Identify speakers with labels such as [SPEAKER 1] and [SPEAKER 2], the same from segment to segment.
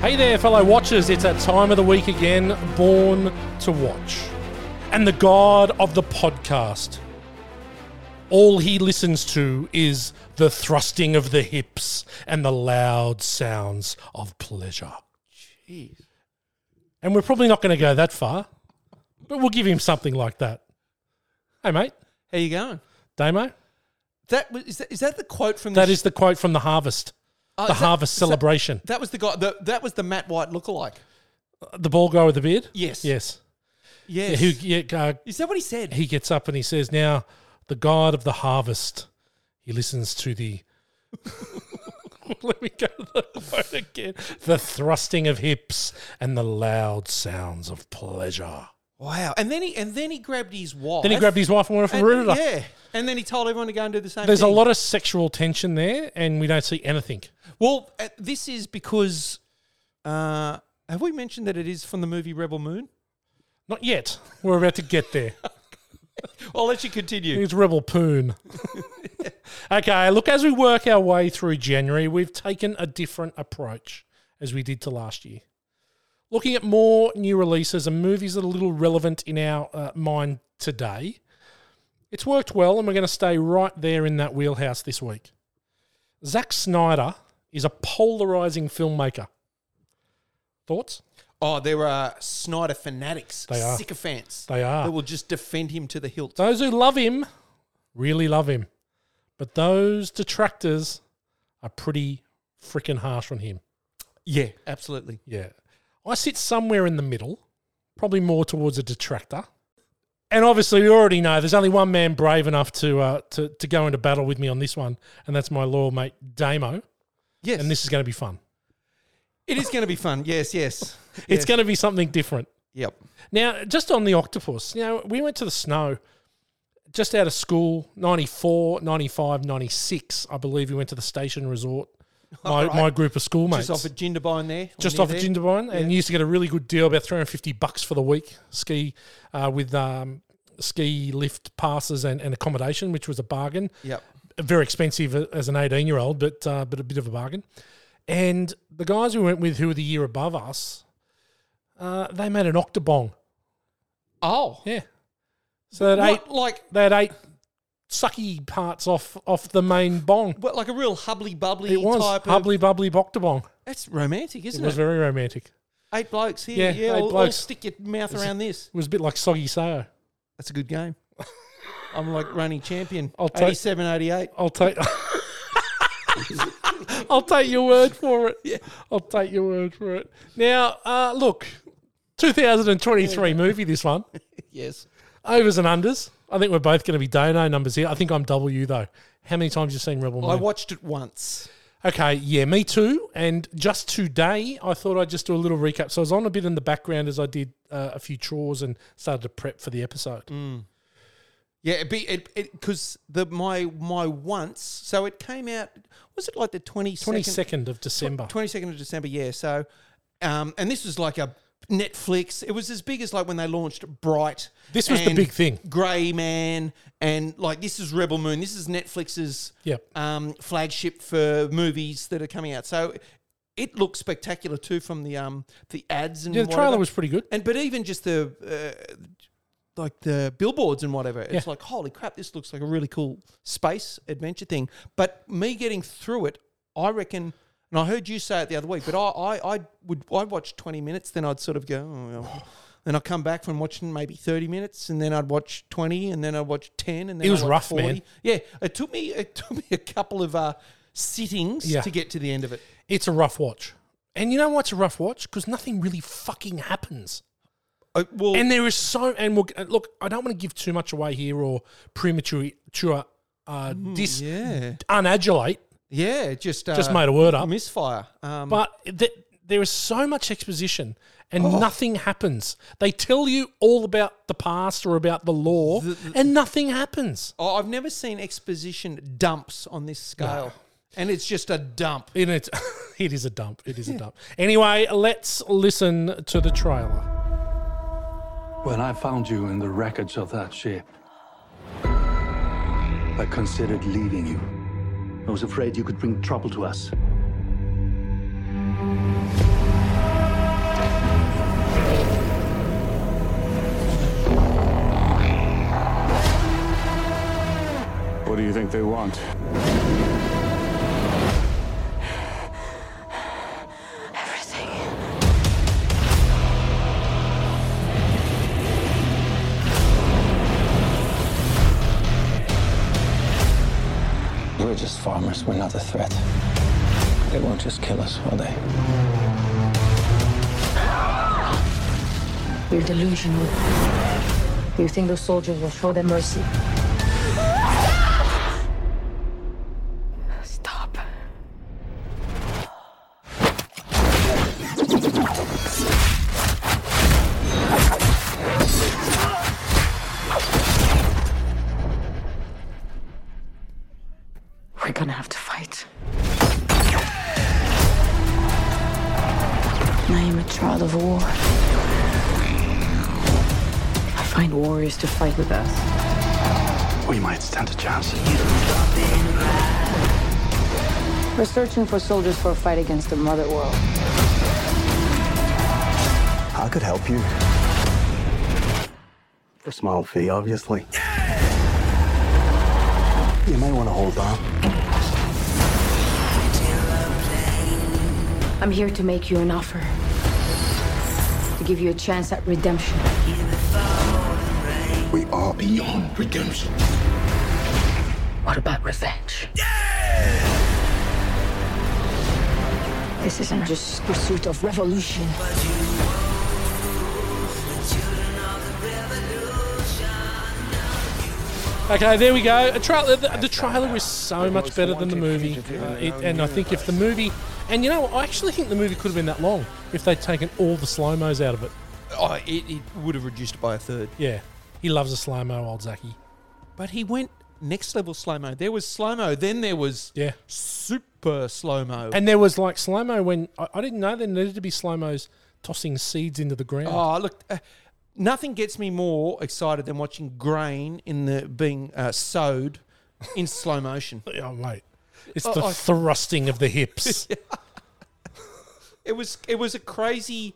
[SPEAKER 1] Hey there, fellow watchers. It's that time of the week again, Born to Watch. And the god of the podcast. All he listens to is the thrusting of the hips and the loud sounds of pleasure. Jeez. And we're probably not going to go that far, but we'll give him something like that. Hey, mate,
[SPEAKER 2] How you going?
[SPEAKER 1] Damo,
[SPEAKER 2] That was is that, is that the quote from
[SPEAKER 1] that
[SPEAKER 2] the
[SPEAKER 1] is the quote from The Harvest,
[SPEAKER 2] uh,
[SPEAKER 1] The
[SPEAKER 2] is that-
[SPEAKER 1] Harvest
[SPEAKER 2] is that-
[SPEAKER 1] celebration.
[SPEAKER 2] That, was the guy. The, that was the Matt White lookalike.
[SPEAKER 1] the ball guy with the beard?
[SPEAKER 2] Yes.
[SPEAKER 1] Yes.
[SPEAKER 2] Yes.
[SPEAKER 1] Yeah, who yeah, uh,
[SPEAKER 2] is that what he said?
[SPEAKER 1] he gets up and he says, Now, the God of the harvest, he listens to the. Let me go to the quote again. The thrusting of hips and the loud sounds of pleasure.
[SPEAKER 2] wow. And then he and then he grabbed his wife.
[SPEAKER 1] Then he grabbed his wife and went off and rooted her.
[SPEAKER 2] Yeah. And then he told everyone to go and do the same.
[SPEAKER 1] There's a
[SPEAKER 2] thing.
[SPEAKER 1] lot of sexual tension there, and we don't see anything.
[SPEAKER 2] Well, uh, this is because. Uh, have we mentioned that it is from the movie Rebel Moon?
[SPEAKER 1] Not yet. We're about to get there.
[SPEAKER 2] I'll let you continue.
[SPEAKER 1] It's Rebel Poon. okay, look, as we work our way through January, we've taken a different approach as we did to last year. Looking at more new releases and movies that are a little relevant in our uh, mind today. It's worked well, and we're going to stay right there in that wheelhouse this week. Zack Snyder is a polarizing filmmaker. Thoughts?
[SPEAKER 2] Oh, there are Snyder fanatics,
[SPEAKER 1] They are.
[SPEAKER 2] sycophants.
[SPEAKER 1] They are.
[SPEAKER 2] That will just defend him to the hilt.
[SPEAKER 1] Those who love him really love him. But those detractors are pretty freaking harsh on him.
[SPEAKER 2] Yeah, absolutely.
[SPEAKER 1] Yeah. I sit somewhere in the middle, probably more towards a detractor. And obviously, we already know there's only one man brave enough to, uh, to, to go into battle with me on this one, and that's my loyal mate, Damo.
[SPEAKER 2] Yes,
[SPEAKER 1] And this is going to be fun.
[SPEAKER 2] it is going to be fun. Yes, yes.
[SPEAKER 1] It's going to be something different.
[SPEAKER 2] Yep.
[SPEAKER 1] Now, just on the octopus, you know, we went to the snow just out of school, 94, 95, 96, I believe we went to the station resort, my,
[SPEAKER 2] Alright.
[SPEAKER 1] my group of schoolmates.
[SPEAKER 2] Just off at Jindabyne there. or
[SPEAKER 1] just
[SPEAKER 2] near
[SPEAKER 1] off
[SPEAKER 2] there.
[SPEAKER 1] at Jindabyne, and you used to get a really good deal, about 350 bucks for the week, ski uh, with um, ski lift passes and, and accommodation, which was a bargain
[SPEAKER 2] Yep.
[SPEAKER 1] very expensive uh, as an 18 year old, but uh, but a bit of a bargain. And the guys we went with, who were the year above us, uh, they made an octobong.
[SPEAKER 2] Oh.
[SPEAKER 1] Yeah. So they had eight,
[SPEAKER 2] What, like
[SPEAKER 1] they had eight sucky parts off off the main bong.
[SPEAKER 2] what, like a real hubbly bubbly
[SPEAKER 1] It was
[SPEAKER 2] type of.
[SPEAKER 1] hubbly bubbly boctabong.
[SPEAKER 2] That's romantic,
[SPEAKER 1] It
[SPEAKER 2] isn't it?
[SPEAKER 1] was very romantic. It
[SPEAKER 2] eight blokes here.
[SPEAKER 1] Yeah,
[SPEAKER 2] Yeah,
[SPEAKER 1] eight
[SPEAKER 2] all, all
[SPEAKER 1] blokes.
[SPEAKER 2] stick your mouth around this.
[SPEAKER 1] was a bit like soggy sayo.
[SPEAKER 2] That's a good game. I'm like running champion.
[SPEAKER 1] I'll take-
[SPEAKER 2] 87, 88.
[SPEAKER 1] I'll take. I'll take your word for it. I'll take your word for it. Now, uh, look, 2023 movie. This one
[SPEAKER 2] Yes.
[SPEAKER 1] overs and unders. I think we're both going to be dono numbers here. I think I'm double you though. How many times you seen Rebel
[SPEAKER 2] I
[SPEAKER 1] Moon?
[SPEAKER 2] watched it once.
[SPEAKER 1] Okay, yeah, me too. And just today, I thought I'd just do a little recap. So I was on a bit in the background as I did uh, a few chores and started to prep for the episode.
[SPEAKER 2] Mm. Yeah, it be it because the my my once so it came out was it like the twenty
[SPEAKER 1] 22nd of December.
[SPEAKER 2] Twenty second of December, yeah. So, um, and this was like a Netflix. It was as big as like when they launched Bright.
[SPEAKER 1] This was the
[SPEAKER 2] and
[SPEAKER 1] big thing.
[SPEAKER 2] Grey Man, and like this is Rebel Moon. This is Netflix's
[SPEAKER 1] Yep.
[SPEAKER 2] um, flagship for movies that are coming out. So, it looks spectacular too from the um the ads and
[SPEAKER 1] Yeah, the trailer
[SPEAKER 2] whatever.
[SPEAKER 1] was pretty good.
[SPEAKER 2] and but even just the. Uh, like the billboards and whatever. It's
[SPEAKER 1] Yeah.
[SPEAKER 2] like, holy crap, this looks like a really cool space adventure thing. But me getting through it, I reckon, and I heard you say it the other week, but I, I, I would, I watch 20 minutes, then I'd sort of go, oh, well." then I'd come back from watching maybe 30 minutes, and then I'd watch 20, and then I'd watch 10, and then
[SPEAKER 1] It was
[SPEAKER 2] I'd watch
[SPEAKER 1] rough, man.
[SPEAKER 2] 40. Yeah, it took me, it took me a couple of uh, sittings
[SPEAKER 1] Yeah.
[SPEAKER 2] to get to the end of it.
[SPEAKER 1] It's a rough watch. And you know what's a rough watch? Because nothing really fucking happens.
[SPEAKER 2] Uh, well,
[SPEAKER 1] And there is so, and we'll, and look, I don't want to give too much away here or premature, uh, dis,
[SPEAKER 2] Mm, yeah,
[SPEAKER 1] unadulate,
[SPEAKER 2] yeah, just uh,
[SPEAKER 1] just made a word up.
[SPEAKER 2] misfire. Um,
[SPEAKER 1] But th- there is so much exposition and nothing happens. They tell you all about the past or about the law, and nothing happens.
[SPEAKER 2] Oh, I've never seen exposition dumps on this scale. And it's just a dump.
[SPEAKER 1] And it's, it is a dump. It is a dump. Anyway, let's listen to the trailer.
[SPEAKER 3] When I found you in the wreckage of that ship, I considered leaving you. I was afraid you could bring trouble to us. what they want.
[SPEAKER 4] everything.
[SPEAKER 5] We're just farmers. We're not a threat. They won't just kill us, will they?
[SPEAKER 6] You're delusional. You think those soldiers will show them mercy?
[SPEAKER 4] Stop. We're gonna have to fight. I am a child of war. I find warriors to fight with us.
[SPEAKER 3] We might stand a chance.
[SPEAKER 6] We're searching for soldiers for a fight against the mother world.
[SPEAKER 7] I could help you. For a small fee, obviously. You may want to hold on.
[SPEAKER 6] I'm here to make you an offer. To give you a chance at redemption.
[SPEAKER 7] We are beyond redemption.
[SPEAKER 4] What about revenge?
[SPEAKER 6] This isn't just pursuit of revolution.
[SPEAKER 1] Okay, there we go. A tra- the, the trailer is so much better than the movie, uh, it, and I think if the movie, and you know, I actually think the movie could have been that long if they'd taken all the slow mos out of it.
[SPEAKER 2] Oh, it, it would have reduced it by a third.
[SPEAKER 1] Yeah, he loves a slow mo, old Zachy.
[SPEAKER 2] But he went next level slow mo. There was slow mo, then there was
[SPEAKER 1] Yeah,
[SPEAKER 2] super slow mo.
[SPEAKER 1] and there was like slow mo when I, I didn't know there needed to be slow mos tossing seeds into the ground.
[SPEAKER 2] Oh, look, uh, nothing gets me more excited than watching grain in the being uh, sowed in slow motion.
[SPEAKER 1] Oh, mate. It's the
[SPEAKER 2] I-
[SPEAKER 1] thrusting of the hips.
[SPEAKER 2] It was it was a crazy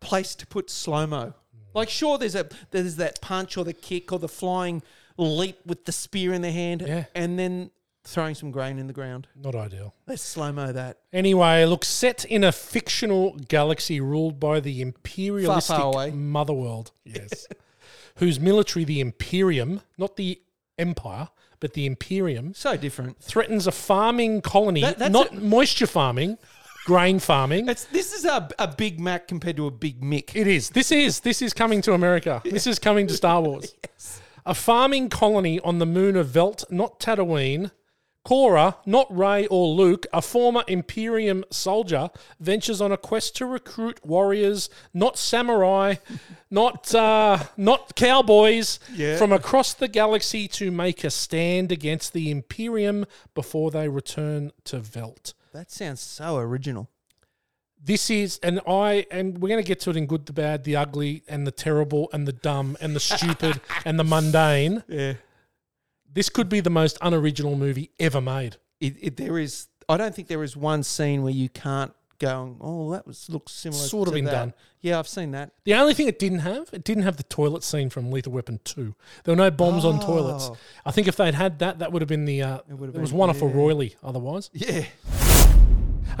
[SPEAKER 2] place to put slow mo. Like, sure, there's a there's that punch or the kick or the flying leap with the spear in the hand,
[SPEAKER 1] Yeah.
[SPEAKER 2] and then throwing some grain in the ground.
[SPEAKER 1] Not ideal.
[SPEAKER 2] Let's slow mo that
[SPEAKER 1] Anyway, look, set in a fictional galaxy ruled by the imperialistic
[SPEAKER 2] away.
[SPEAKER 1] motherworld. Yes. whose military, the Imperium, not the Empire, but the Imperium,
[SPEAKER 2] so different.
[SPEAKER 1] threatens a farming colony,
[SPEAKER 2] That- that's
[SPEAKER 1] not
[SPEAKER 2] a-
[SPEAKER 1] moisture farming, grain farming.
[SPEAKER 2] It's this is a, a Big Mac compared to a Big Mick.
[SPEAKER 1] It is. This is. This is coming to America. This is coming to Star Wars. A farming colony on the moon of Velt, not Tatooine. Cora, not Ray or Luke, a former Imperium soldier, ventures on a quest to recruit warriors, not samurai, not uh, not cowboys, from across the galaxy to make a stand against the Imperium before they return to Velt
[SPEAKER 2] That sounds so original.
[SPEAKER 1] this is and i and we're going to get to it in good the bad the ugly and the terrible and the dumb and the stupid and the mundane
[SPEAKER 2] Yeah.
[SPEAKER 1] this could be the most unoriginal movie ever made
[SPEAKER 2] It, it, there is. I don't think there is one scene where you can't go. Oh, that was looks similar.
[SPEAKER 1] Sort
[SPEAKER 2] to
[SPEAKER 1] of been
[SPEAKER 2] that."
[SPEAKER 1] done.
[SPEAKER 2] Yeah, I've seen that.
[SPEAKER 1] the only thing it didn't have it didn't have the toilet scene from lethal weapon 2 there were no bombs on toilets i think if they'd had that that would have been the uh, Oh. it,
[SPEAKER 2] would've
[SPEAKER 1] was
[SPEAKER 2] been-
[SPEAKER 1] one off for royley otherwise
[SPEAKER 2] Yeah.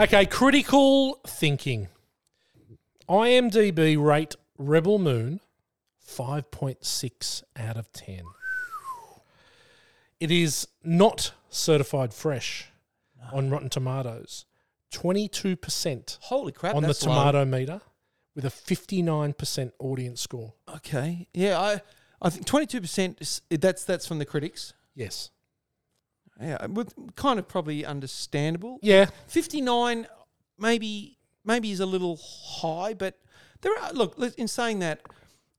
[SPEAKER 1] okay critical thinking imdb rate rebel moon 5.6 out of 10 It is not certified fresh on Rotten Tomatoes. 22%
[SPEAKER 2] Holy crap!
[SPEAKER 1] on the
[SPEAKER 2] that's low.
[SPEAKER 1] tomato meter with a 59% audience score.
[SPEAKER 2] Okay. Yeah, I I think twenty two percent. That's that's from the critics.
[SPEAKER 1] Yes.
[SPEAKER 2] Yeah, uh, with kind of probably understandable.
[SPEAKER 1] Yeah.
[SPEAKER 2] Fifty nine, maybe maybe is a little high, but there are look let- in saying that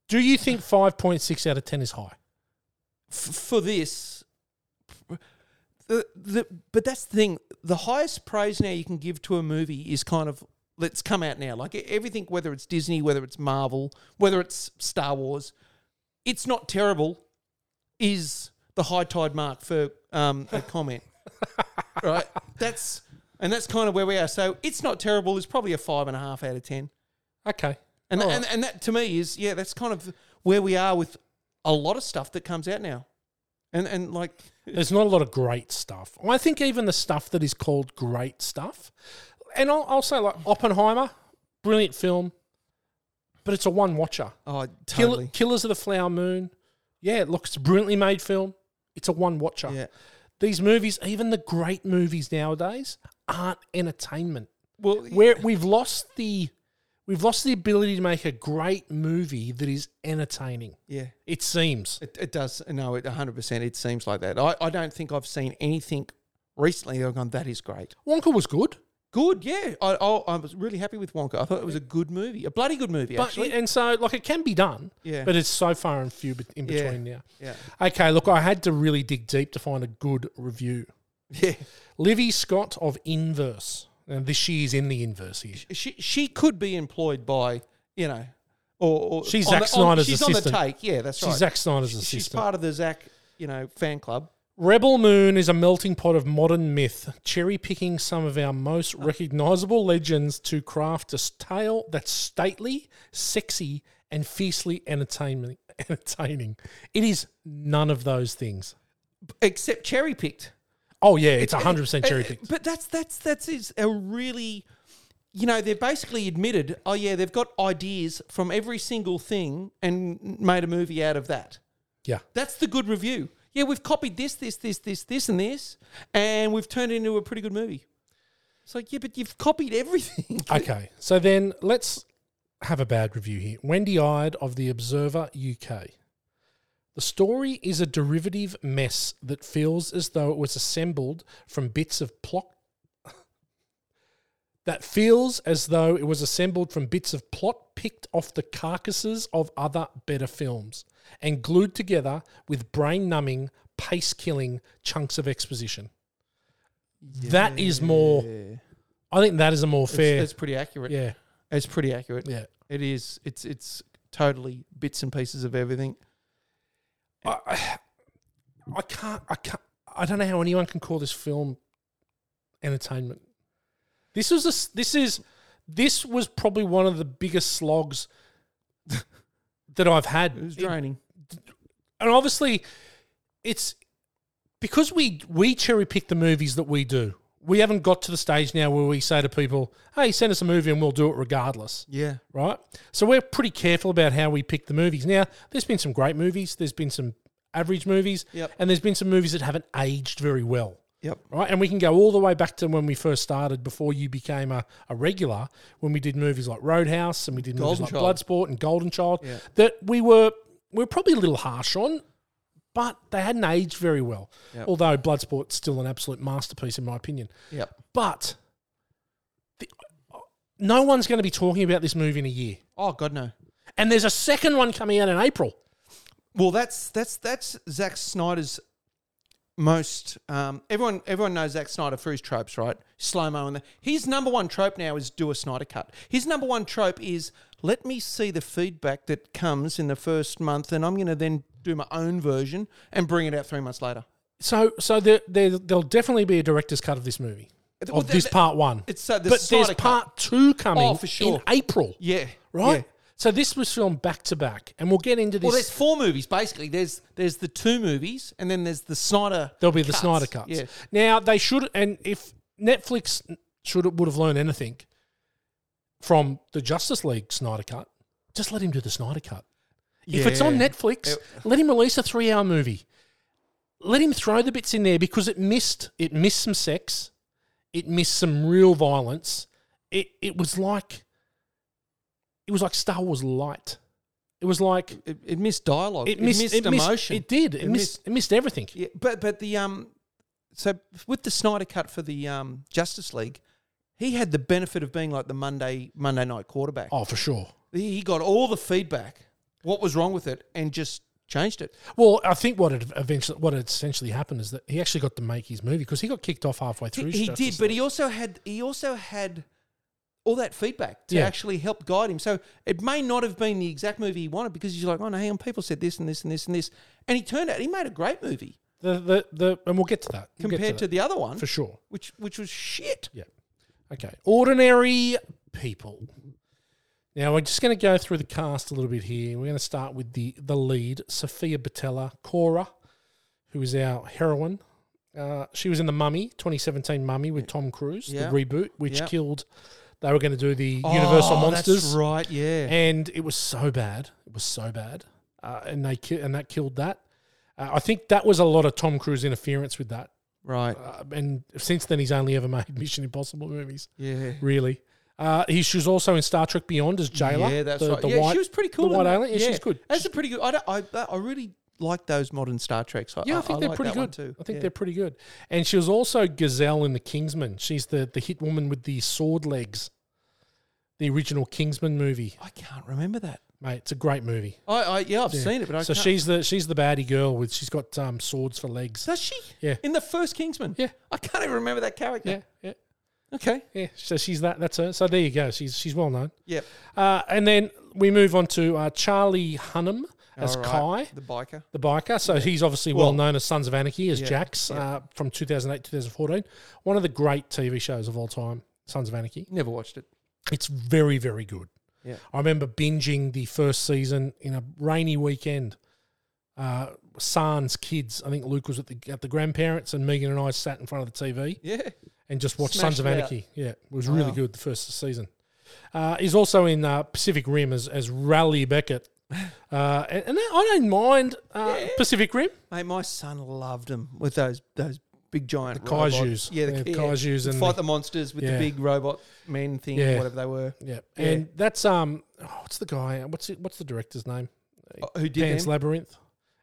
[SPEAKER 1] Do you think 5.6 out of 10 is high?
[SPEAKER 2] f- for this. The, the, but that's the thing. The highest praise now you can give to a movie is kind of let's come out now. Like e- everything, whether it's Disney, whether it's Marvel, whether it's Star Wars, it's not terrible. Is the high tide mark for um, a comment? right. That's and that's kind of where we are. So it's not terrible. It's probably a five and a half out of ten.
[SPEAKER 1] Okay.
[SPEAKER 2] And,
[SPEAKER 1] All
[SPEAKER 2] and, and that to me is, yeah, that's kind of where we are with a lot of stuff that comes out now. And and like
[SPEAKER 1] There's not a lot of great stuff. I think even the stuff that is called great stuff, and I'll, I'll say like Oppenheimer, brilliant film, but it's a one watcher.
[SPEAKER 2] oh
[SPEAKER 1] Kill-
[SPEAKER 2] totally
[SPEAKER 1] Killers of the Flower Moon, yeah, it looks a brilliantly made film. It's a one watcher.
[SPEAKER 2] yeah.
[SPEAKER 1] These movies, even the great movies nowadays, aren't entertainment.
[SPEAKER 2] Well,
[SPEAKER 1] Where we've lost the we've lost the ability to make a great movie that is entertaining.
[SPEAKER 2] yeah.
[SPEAKER 1] It seems.
[SPEAKER 2] It, it does. No, it 100%. It seems like that. I, I don't think I've seen anything recently that I've gone, that is great.
[SPEAKER 1] Wonka was good.
[SPEAKER 2] Good, yeah. I, I, I was really happy with Wonka. I thought it was a good movie, a bloody good movie,
[SPEAKER 1] But,
[SPEAKER 2] actually.
[SPEAKER 1] and so, like, it can be done,
[SPEAKER 2] Yeah.
[SPEAKER 1] but it's so far and few bet- in between now.
[SPEAKER 2] yeah.
[SPEAKER 1] Okay, look, I had to really dig deep to find a good review.
[SPEAKER 2] Yeah.
[SPEAKER 1] Livy Scott of Inverse. And this she is in the inverse here.
[SPEAKER 2] She, she could be employed by, you know, or. or
[SPEAKER 1] She's
[SPEAKER 2] on
[SPEAKER 1] Zack
[SPEAKER 2] the, on-
[SPEAKER 1] Snyder's
[SPEAKER 2] She's
[SPEAKER 1] assistant.
[SPEAKER 2] on the take, yeah, that's
[SPEAKER 1] She's
[SPEAKER 2] right.
[SPEAKER 1] Zack Snyder's
[SPEAKER 2] She's
[SPEAKER 1] assistant.
[SPEAKER 2] part of the Zack, you know, fan club.
[SPEAKER 1] Rebel Moon is a melting pot of modern myth, cherry picking some of our most recognizable legends to craft a tale that's stately, sexy, and fiercely entertainment, entertaining. It is none of those things.
[SPEAKER 2] Except cherry picked. Eh,
[SPEAKER 1] Oh, yeah, it's 100% cherry picked.
[SPEAKER 2] But that's that's that's is a really, you know, they're basically admitted. Oh yeah, they've got ideas from every single thing and made a movie out of that.
[SPEAKER 1] Yeah.
[SPEAKER 2] That's the good review. Yeah, we've copied this, this, this, this, this, and this, and we've turned it into a pretty good movie. It's like yeah, but you've copied everything.
[SPEAKER 1] Okay, so then let's have a bad review here. Wendy Ide of The Observer UK. The story is a derivative mess that feels as though it was assembled from bits of plot. that feels as though it was assembled from bits of plot picked off the carcasses of other better films and glued together with brain numbing, pace killing chunks of exposition. That is more. I think that is a more fair.
[SPEAKER 2] That's pretty accurate.
[SPEAKER 1] Yeah,
[SPEAKER 2] it's pretty accurate.
[SPEAKER 1] yeah.
[SPEAKER 2] It is. It's it's totally bits and pieces of everything.
[SPEAKER 1] I can't. I can't. I don't know how anyone can call this film entertainment. This was a. s- This is. This was probably one of the biggest slogs that I've had.
[SPEAKER 2] It was draining.
[SPEAKER 1] and obviously, it's because we we cherry pick the movies that we do. We haven't got to the stage now where we say to people, "Hey, send us a movie and we'll do it regardless."
[SPEAKER 2] yeah.
[SPEAKER 1] right? So we're pretty careful about how we pick the movies. Now, there's been some great movies, there's been some average movies,
[SPEAKER 2] Yep.
[SPEAKER 1] and there's been some movies that haven't aged very well,
[SPEAKER 2] Yep.
[SPEAKER 1] right? And we can go all the way back to when we first started before you became a, a regular, when we did movies like Roadhouse and we did movies
[SPEAKER 2] Golden
[SPEAKER 1] like
[SPEAKER 2] Child.
[SPEAKER 1] Bloodsport and Golden Child
[SPEAKER 2] Yeah.
[SPEAKER 1] that we were we were probably a little harsh on. But they hadn't aged very well.
[SPEAKER 2] Yep.
[SPEAKER 1] Although Bloodsport's still an absolute masterpiece, in my opinion.
[SPEAKER 2] Yep.
[SPEAKER 1] But the, no one's going to be talking about this movie in a year.
[SPEAKER 2] Oh God, no.
[SPEAKER 1] And there's a second one coming out in April.
[SPEAKER 2] Well, that's that's that's Zack Snyder's most. Um, everyone everyone knows Zack Snyder for his tropes, right? Slow mo and the, his number one trope now is do a Snyder cut. His number one trope is let me see the feedback that comes in the first month, and I'm going to then do my own version and bring it out three months later.
[SPEAKER 1] So so there, there there'll definitely be a director's cut of this movie. Of
[SPEAKER 2] Well, the-
[SPEAKER 1] this
[SPEAKER 2] the-
[SPEAKER 1] part one.
[SPEAKER 2] it's, uh, the
[SPEAKER 1] but
[SPEAKER 2] Snyder
[SPEAKER 1] there's
[SPEAKER 2] cut.
[SPEAKER 1] part two coming
[SPEAKER 2] Oh, for sure.
[SPEAKER 1] in April.
[SPEAKER 2] Yeah,
[SPEAKER 1] Right?
[SPEAKER 2] yeah.
[SPEAKER 1] So this was filmed back to back. And we'll get into this.
[SPEAKER 2] Well, there's four movies basically. There's there's the two movies, and then there's the Snyder.
[SPEAKER 1] There'll be the
[SPEAKER 2] cuts.
[SPEAKER 1] Snyder cuts.
[SPEAKER 2] Yeah.
[SPEAKER 1] Now they should, and if Netflix should would have learned anything from the Justice League Snyder cut, just let him do the Snyder cut. If it's on
[SPEAKER 2] Yeah.
[SPEAKER 1] Netflix, let him release a three-hour movie. Let him throw the bits in there because it missed it missed some sex, it missed some real violence. It it was like it was like Star Wars light. It was like
[SPEAKER 2] It, it missed dialogue.
[SPEAKER 1] it missed, it missed
[SPEAKER 2] emotion.
[SPEAKER 1] It did. It, missed, it missed everything.
[SPEAKER 2] Yeah, but but the um, so with the Snyder cut for the um Justice League, he had the benefit of being like the Monday Monday night quarterback.
[SPEAKER 1] Oh, for sure.
[SPEAKER 2] He he got all the feedback, what was wrong with it, and just changed it.
[SPEAKER 1] Well, I think what it eventually, what had essentially happened is that he actually got to make his movie because he got kicked off halfway
[SPEAKER 2] He,
[SPEAKER 1] through.
[SPEAKER 2] he
[SPEAKER 1] Justice
[SPEAKER 2] did, but
[SPEAKER 1] League.
[SPEAKER 2] he also had he also had all that feedback to
[SPEAKER 1] Yeah.
[SPEAKER 2] actually help guide him. So it may not have been the exact movie he wanted because he's like, oh no, hang on, people said this and this and this and this, and he turned out he made a great movie
[SPEAKER 1] the, the, the and we'll get to that We'll get
[SPEAKER 2] compared to,
[SPEAKER 1] that,
[SPEAKER 2] the other one,
[SPEAKER 1] for sure.
[SPEAKER 2] which which was shit.
[SPEAKER 1] Yeah. Okay. Ordinary people. Now we're just going to go through the cast a little bit here. We're going to start with the the lead, Sophia Batella, Cora, who is our heroine. Uh, she was in the Mummy, 2017 Mummy with Tom Cruise,
[SPEAKER 2] Yeah.
[SPEAKER 1] the reboot, which
[SPEAKER 2] Yeah.
[SPEAKER 1] killed. They were going to do the Universal
[SPEAKER 2] Oh,
[SPEAKER 1] Monsters,
[SPEAKER 2] That's right, yeah.
[SPEAKER 1] and it was so bad. It was so bad, uh, and they ki- and that killed that. Uh, I think that was a lot of Tom Cruise interference with that,
[SPEAKER 2] right,
[SPEAKER 1] uh, and since then he's only ever made Mission Impossible movies.
[SPEAKER 2] yeah.
[SPEAKER 1] Really, uh, he, she was also in Star Trek Beyond as Jailer.
[SPEAKER 2] Yeah, that's
[SPEAKER 1] the-
[SPEAKER 2] right.
[SPEAKER 1] the
[SPEAKER 2] yeah,
[SPEAKER 1] white-
[SPEAKER 2] she was pretty cool.
[SPEAKER 1] The white
[SPEAKER 2] in that.
[SPEAKER 1] alien. Yeah, she's good.
[SPEAKER 2] That's a pretty good. I, don't, I, I really like those modern Star Treks. I,
[SPEAKER 1] Yeah, I think they're
[SPEAKER 2] like
[SPEAKER 1] pretty
[SPEAKER 2] that one
[SPEAKER 1] good.
[SPEAKER 2] too.
[SPEAKER 1] I think
[SPEAKER 2] Yeah.
[SPEAKER 1] they're pretty good. And she was also Gazelle in the Kingsman. She's the the hit woman with the sword legs. The original Kingsman movie,
[SPEAKER 2] I can't remember that.
[SPEAKER 1] mate. It's a great movie.
[SPEAKER 2] I, I yeah, I've seen it, but I
[SPEAKER 1] so
[SPEAKER 2] can't.
[SPEAKER 1] she's the she's the baddie girl with she's got um, swords for legs.
[SPEAKER 2] does she?
[SPEAKER 1] Yeah.
[SPEAKER 2] In the first Kingsman.
[SPEAKER 1] Yeah.
[SPEAKER 2] I can't even remember that character.
[SPEAKER 1] Yeah, yeah,
[SPEAKER 2] Okay.
[SPEAKER 1] yeah. So she's that. That's her. So there you go. She's she's well known.
[SPEAKER 2] Yep.
[SPEAKER 1] Uh, and then we move on to uh, Charlie Hunnam as
[SPEAKER 2] All
[SPEAKER 1] Kai.
[SPEAKER 2] right. the biker.
[SPEAKER 1] the biker. So he's obviously well,
[SPEAKER 2] Well-
[SPEAKER 1] known as Sons of Anarchy, as
[SPEAKER 2] Yeah,
[SPEAKER 1] Jax uh, from 2008, 2014. One of the great TV shows of all time, Sons of Anarchy.
[SPEAKER 2] Never watched it.
[SPEAKER 1] It's very, very good.
[SPEAKER 2] Yeah.
[SPEAKER 1] I remember binging the first season in a rainy weekend. Uh, Sans kids. I think Luke was at the at the grandparents, and Megan and I sat in front of the TV
[SPEAKER 2] Yeah.
[SPEAKER 1] and just watched
[SPEAKER 2] Smashed
[SPEAKER 1] Sons of
[SPEAKER 2] it out.
[SPEAKER 1] Anarchy. Yeah, it was really good the first season. Uh, he's also in uh, Pacific Rim as, as Rally Beckett. Uh, and, and I don't mind uh, Pacific Rim.
[SPEAKER 2] Mate, my son loved them with those those big giant
[SPEAKER 1] The
[SPEAKER 2] robots.
[SPEAKER 1] kaijus.
[SPEAKER 2] Yeah, the
[SPEAKER 1] Yeah,
[SPEAKER 2] yeah.
[SPEAKER 1] kaijus
[SPEAKER 2] You'd
[SPEAKER 1] and
[SPEAKER 2] fight
[SPEAKER 1] the-
[SPEAKER 2] the, monsters with
[SPEAKER 1] Yeah.
[SPEAKER 2] the big robot men thing,
[SPEAKER 1] Yeah.
[SPEAKER 2] whatever they were.
[SPEAKER 1] Yeah. And that's um oh, what's the guy? What's it, what's the director's name?
[SPEAKER 2] Uh, Who did
[SPEAKER 1] Dance
[SPEAKER 2] them?
[SPEAKER 1] Labyrinth.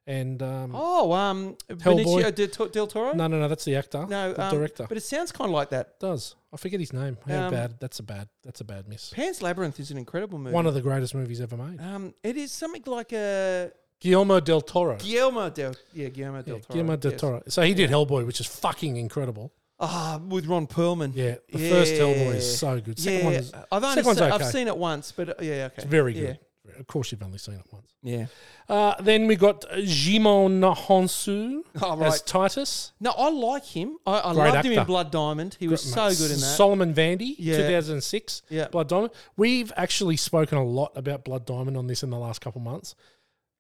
[SPEAKER 1] And um
[SPEAKER 2] Oh, um,
[SPEAKER 1] Hellboy.
[SPEAKER 2] Benicio del, Tor- del Toro.
[SPEAKER 1] no no no, that's the actor.
[SPEAKER 2] no
[SPEAKER 1] the
[SPEAKER 2] um,
[SPEAKER 1] director.
[SPEAKER 2] But it sounds kind of like that.
[SPEAKER 1] does. I forget his name. How
[SPEAKER 2] Um,
[SPEAKER 1] bad that's a bad that's a bad miss.
[SPEAKER 2] Pan's Labyrinth is an incredible movie.
[SPEAKER 1] One of the greatest movies ever made.
[SPEAKER 2] um, it is something like a
[SPEAKER 1] Guillermo del Toro.
[SPEAKER 2] Guillermo del yeah Guillermo del
[SPEAKER 1] Yeah,
[SPEAKER 2] Toro.
[SPEAKER 1] Guillermo del
[SPEAKER 2] yes.
[SPEAKER 1] Toro. So he did Hellboy, which is fucking incredible.
[SPEAKER 2] Ah, with Ron Perlman.
[SPEAKER 1] Yeah, the first Hellboy is
[SPEAKER 2] Yeah.
[SPEAKER 1] so good. Second one is-
[SPEAKER 2] I've only
[SPEAKER 1] second one's
[SPEAKER 2] se-
[SPEAKER 1] okay.
[SPEAKER 2] I've seen it once, but uh, yeah, okay.
[SPEAKER 1] It's very good. Of course, you've only seen it once.
[SPEAKER 2] Yeah. yeah.
[SPEAKER 1] Uh, then we got Jimon Honsu
[SPEAKER 2] Oh,
[SPEAKER 1] as
[SPEAKER 2] right.
[SPEAKER 1] Titus.
[SPEAKER 2] No, I like him. I, I
[SPEAKER 1] Great
[SPEAKER 2] loved him in
[SPEAKER 1] actor.
[SPEAKER 2] Blood Diamond. He was so good in that.
[SPEAKER 1] Solomon Vandy,
[SPEAKER 2] Yeah.
[SPEAKER 1] 2006.
[SPEAKER 2] Yeah.
[SPEAKER 1] Blood Diamond. We've actually spoken a lot about Blood Diamond on this in the last couple months.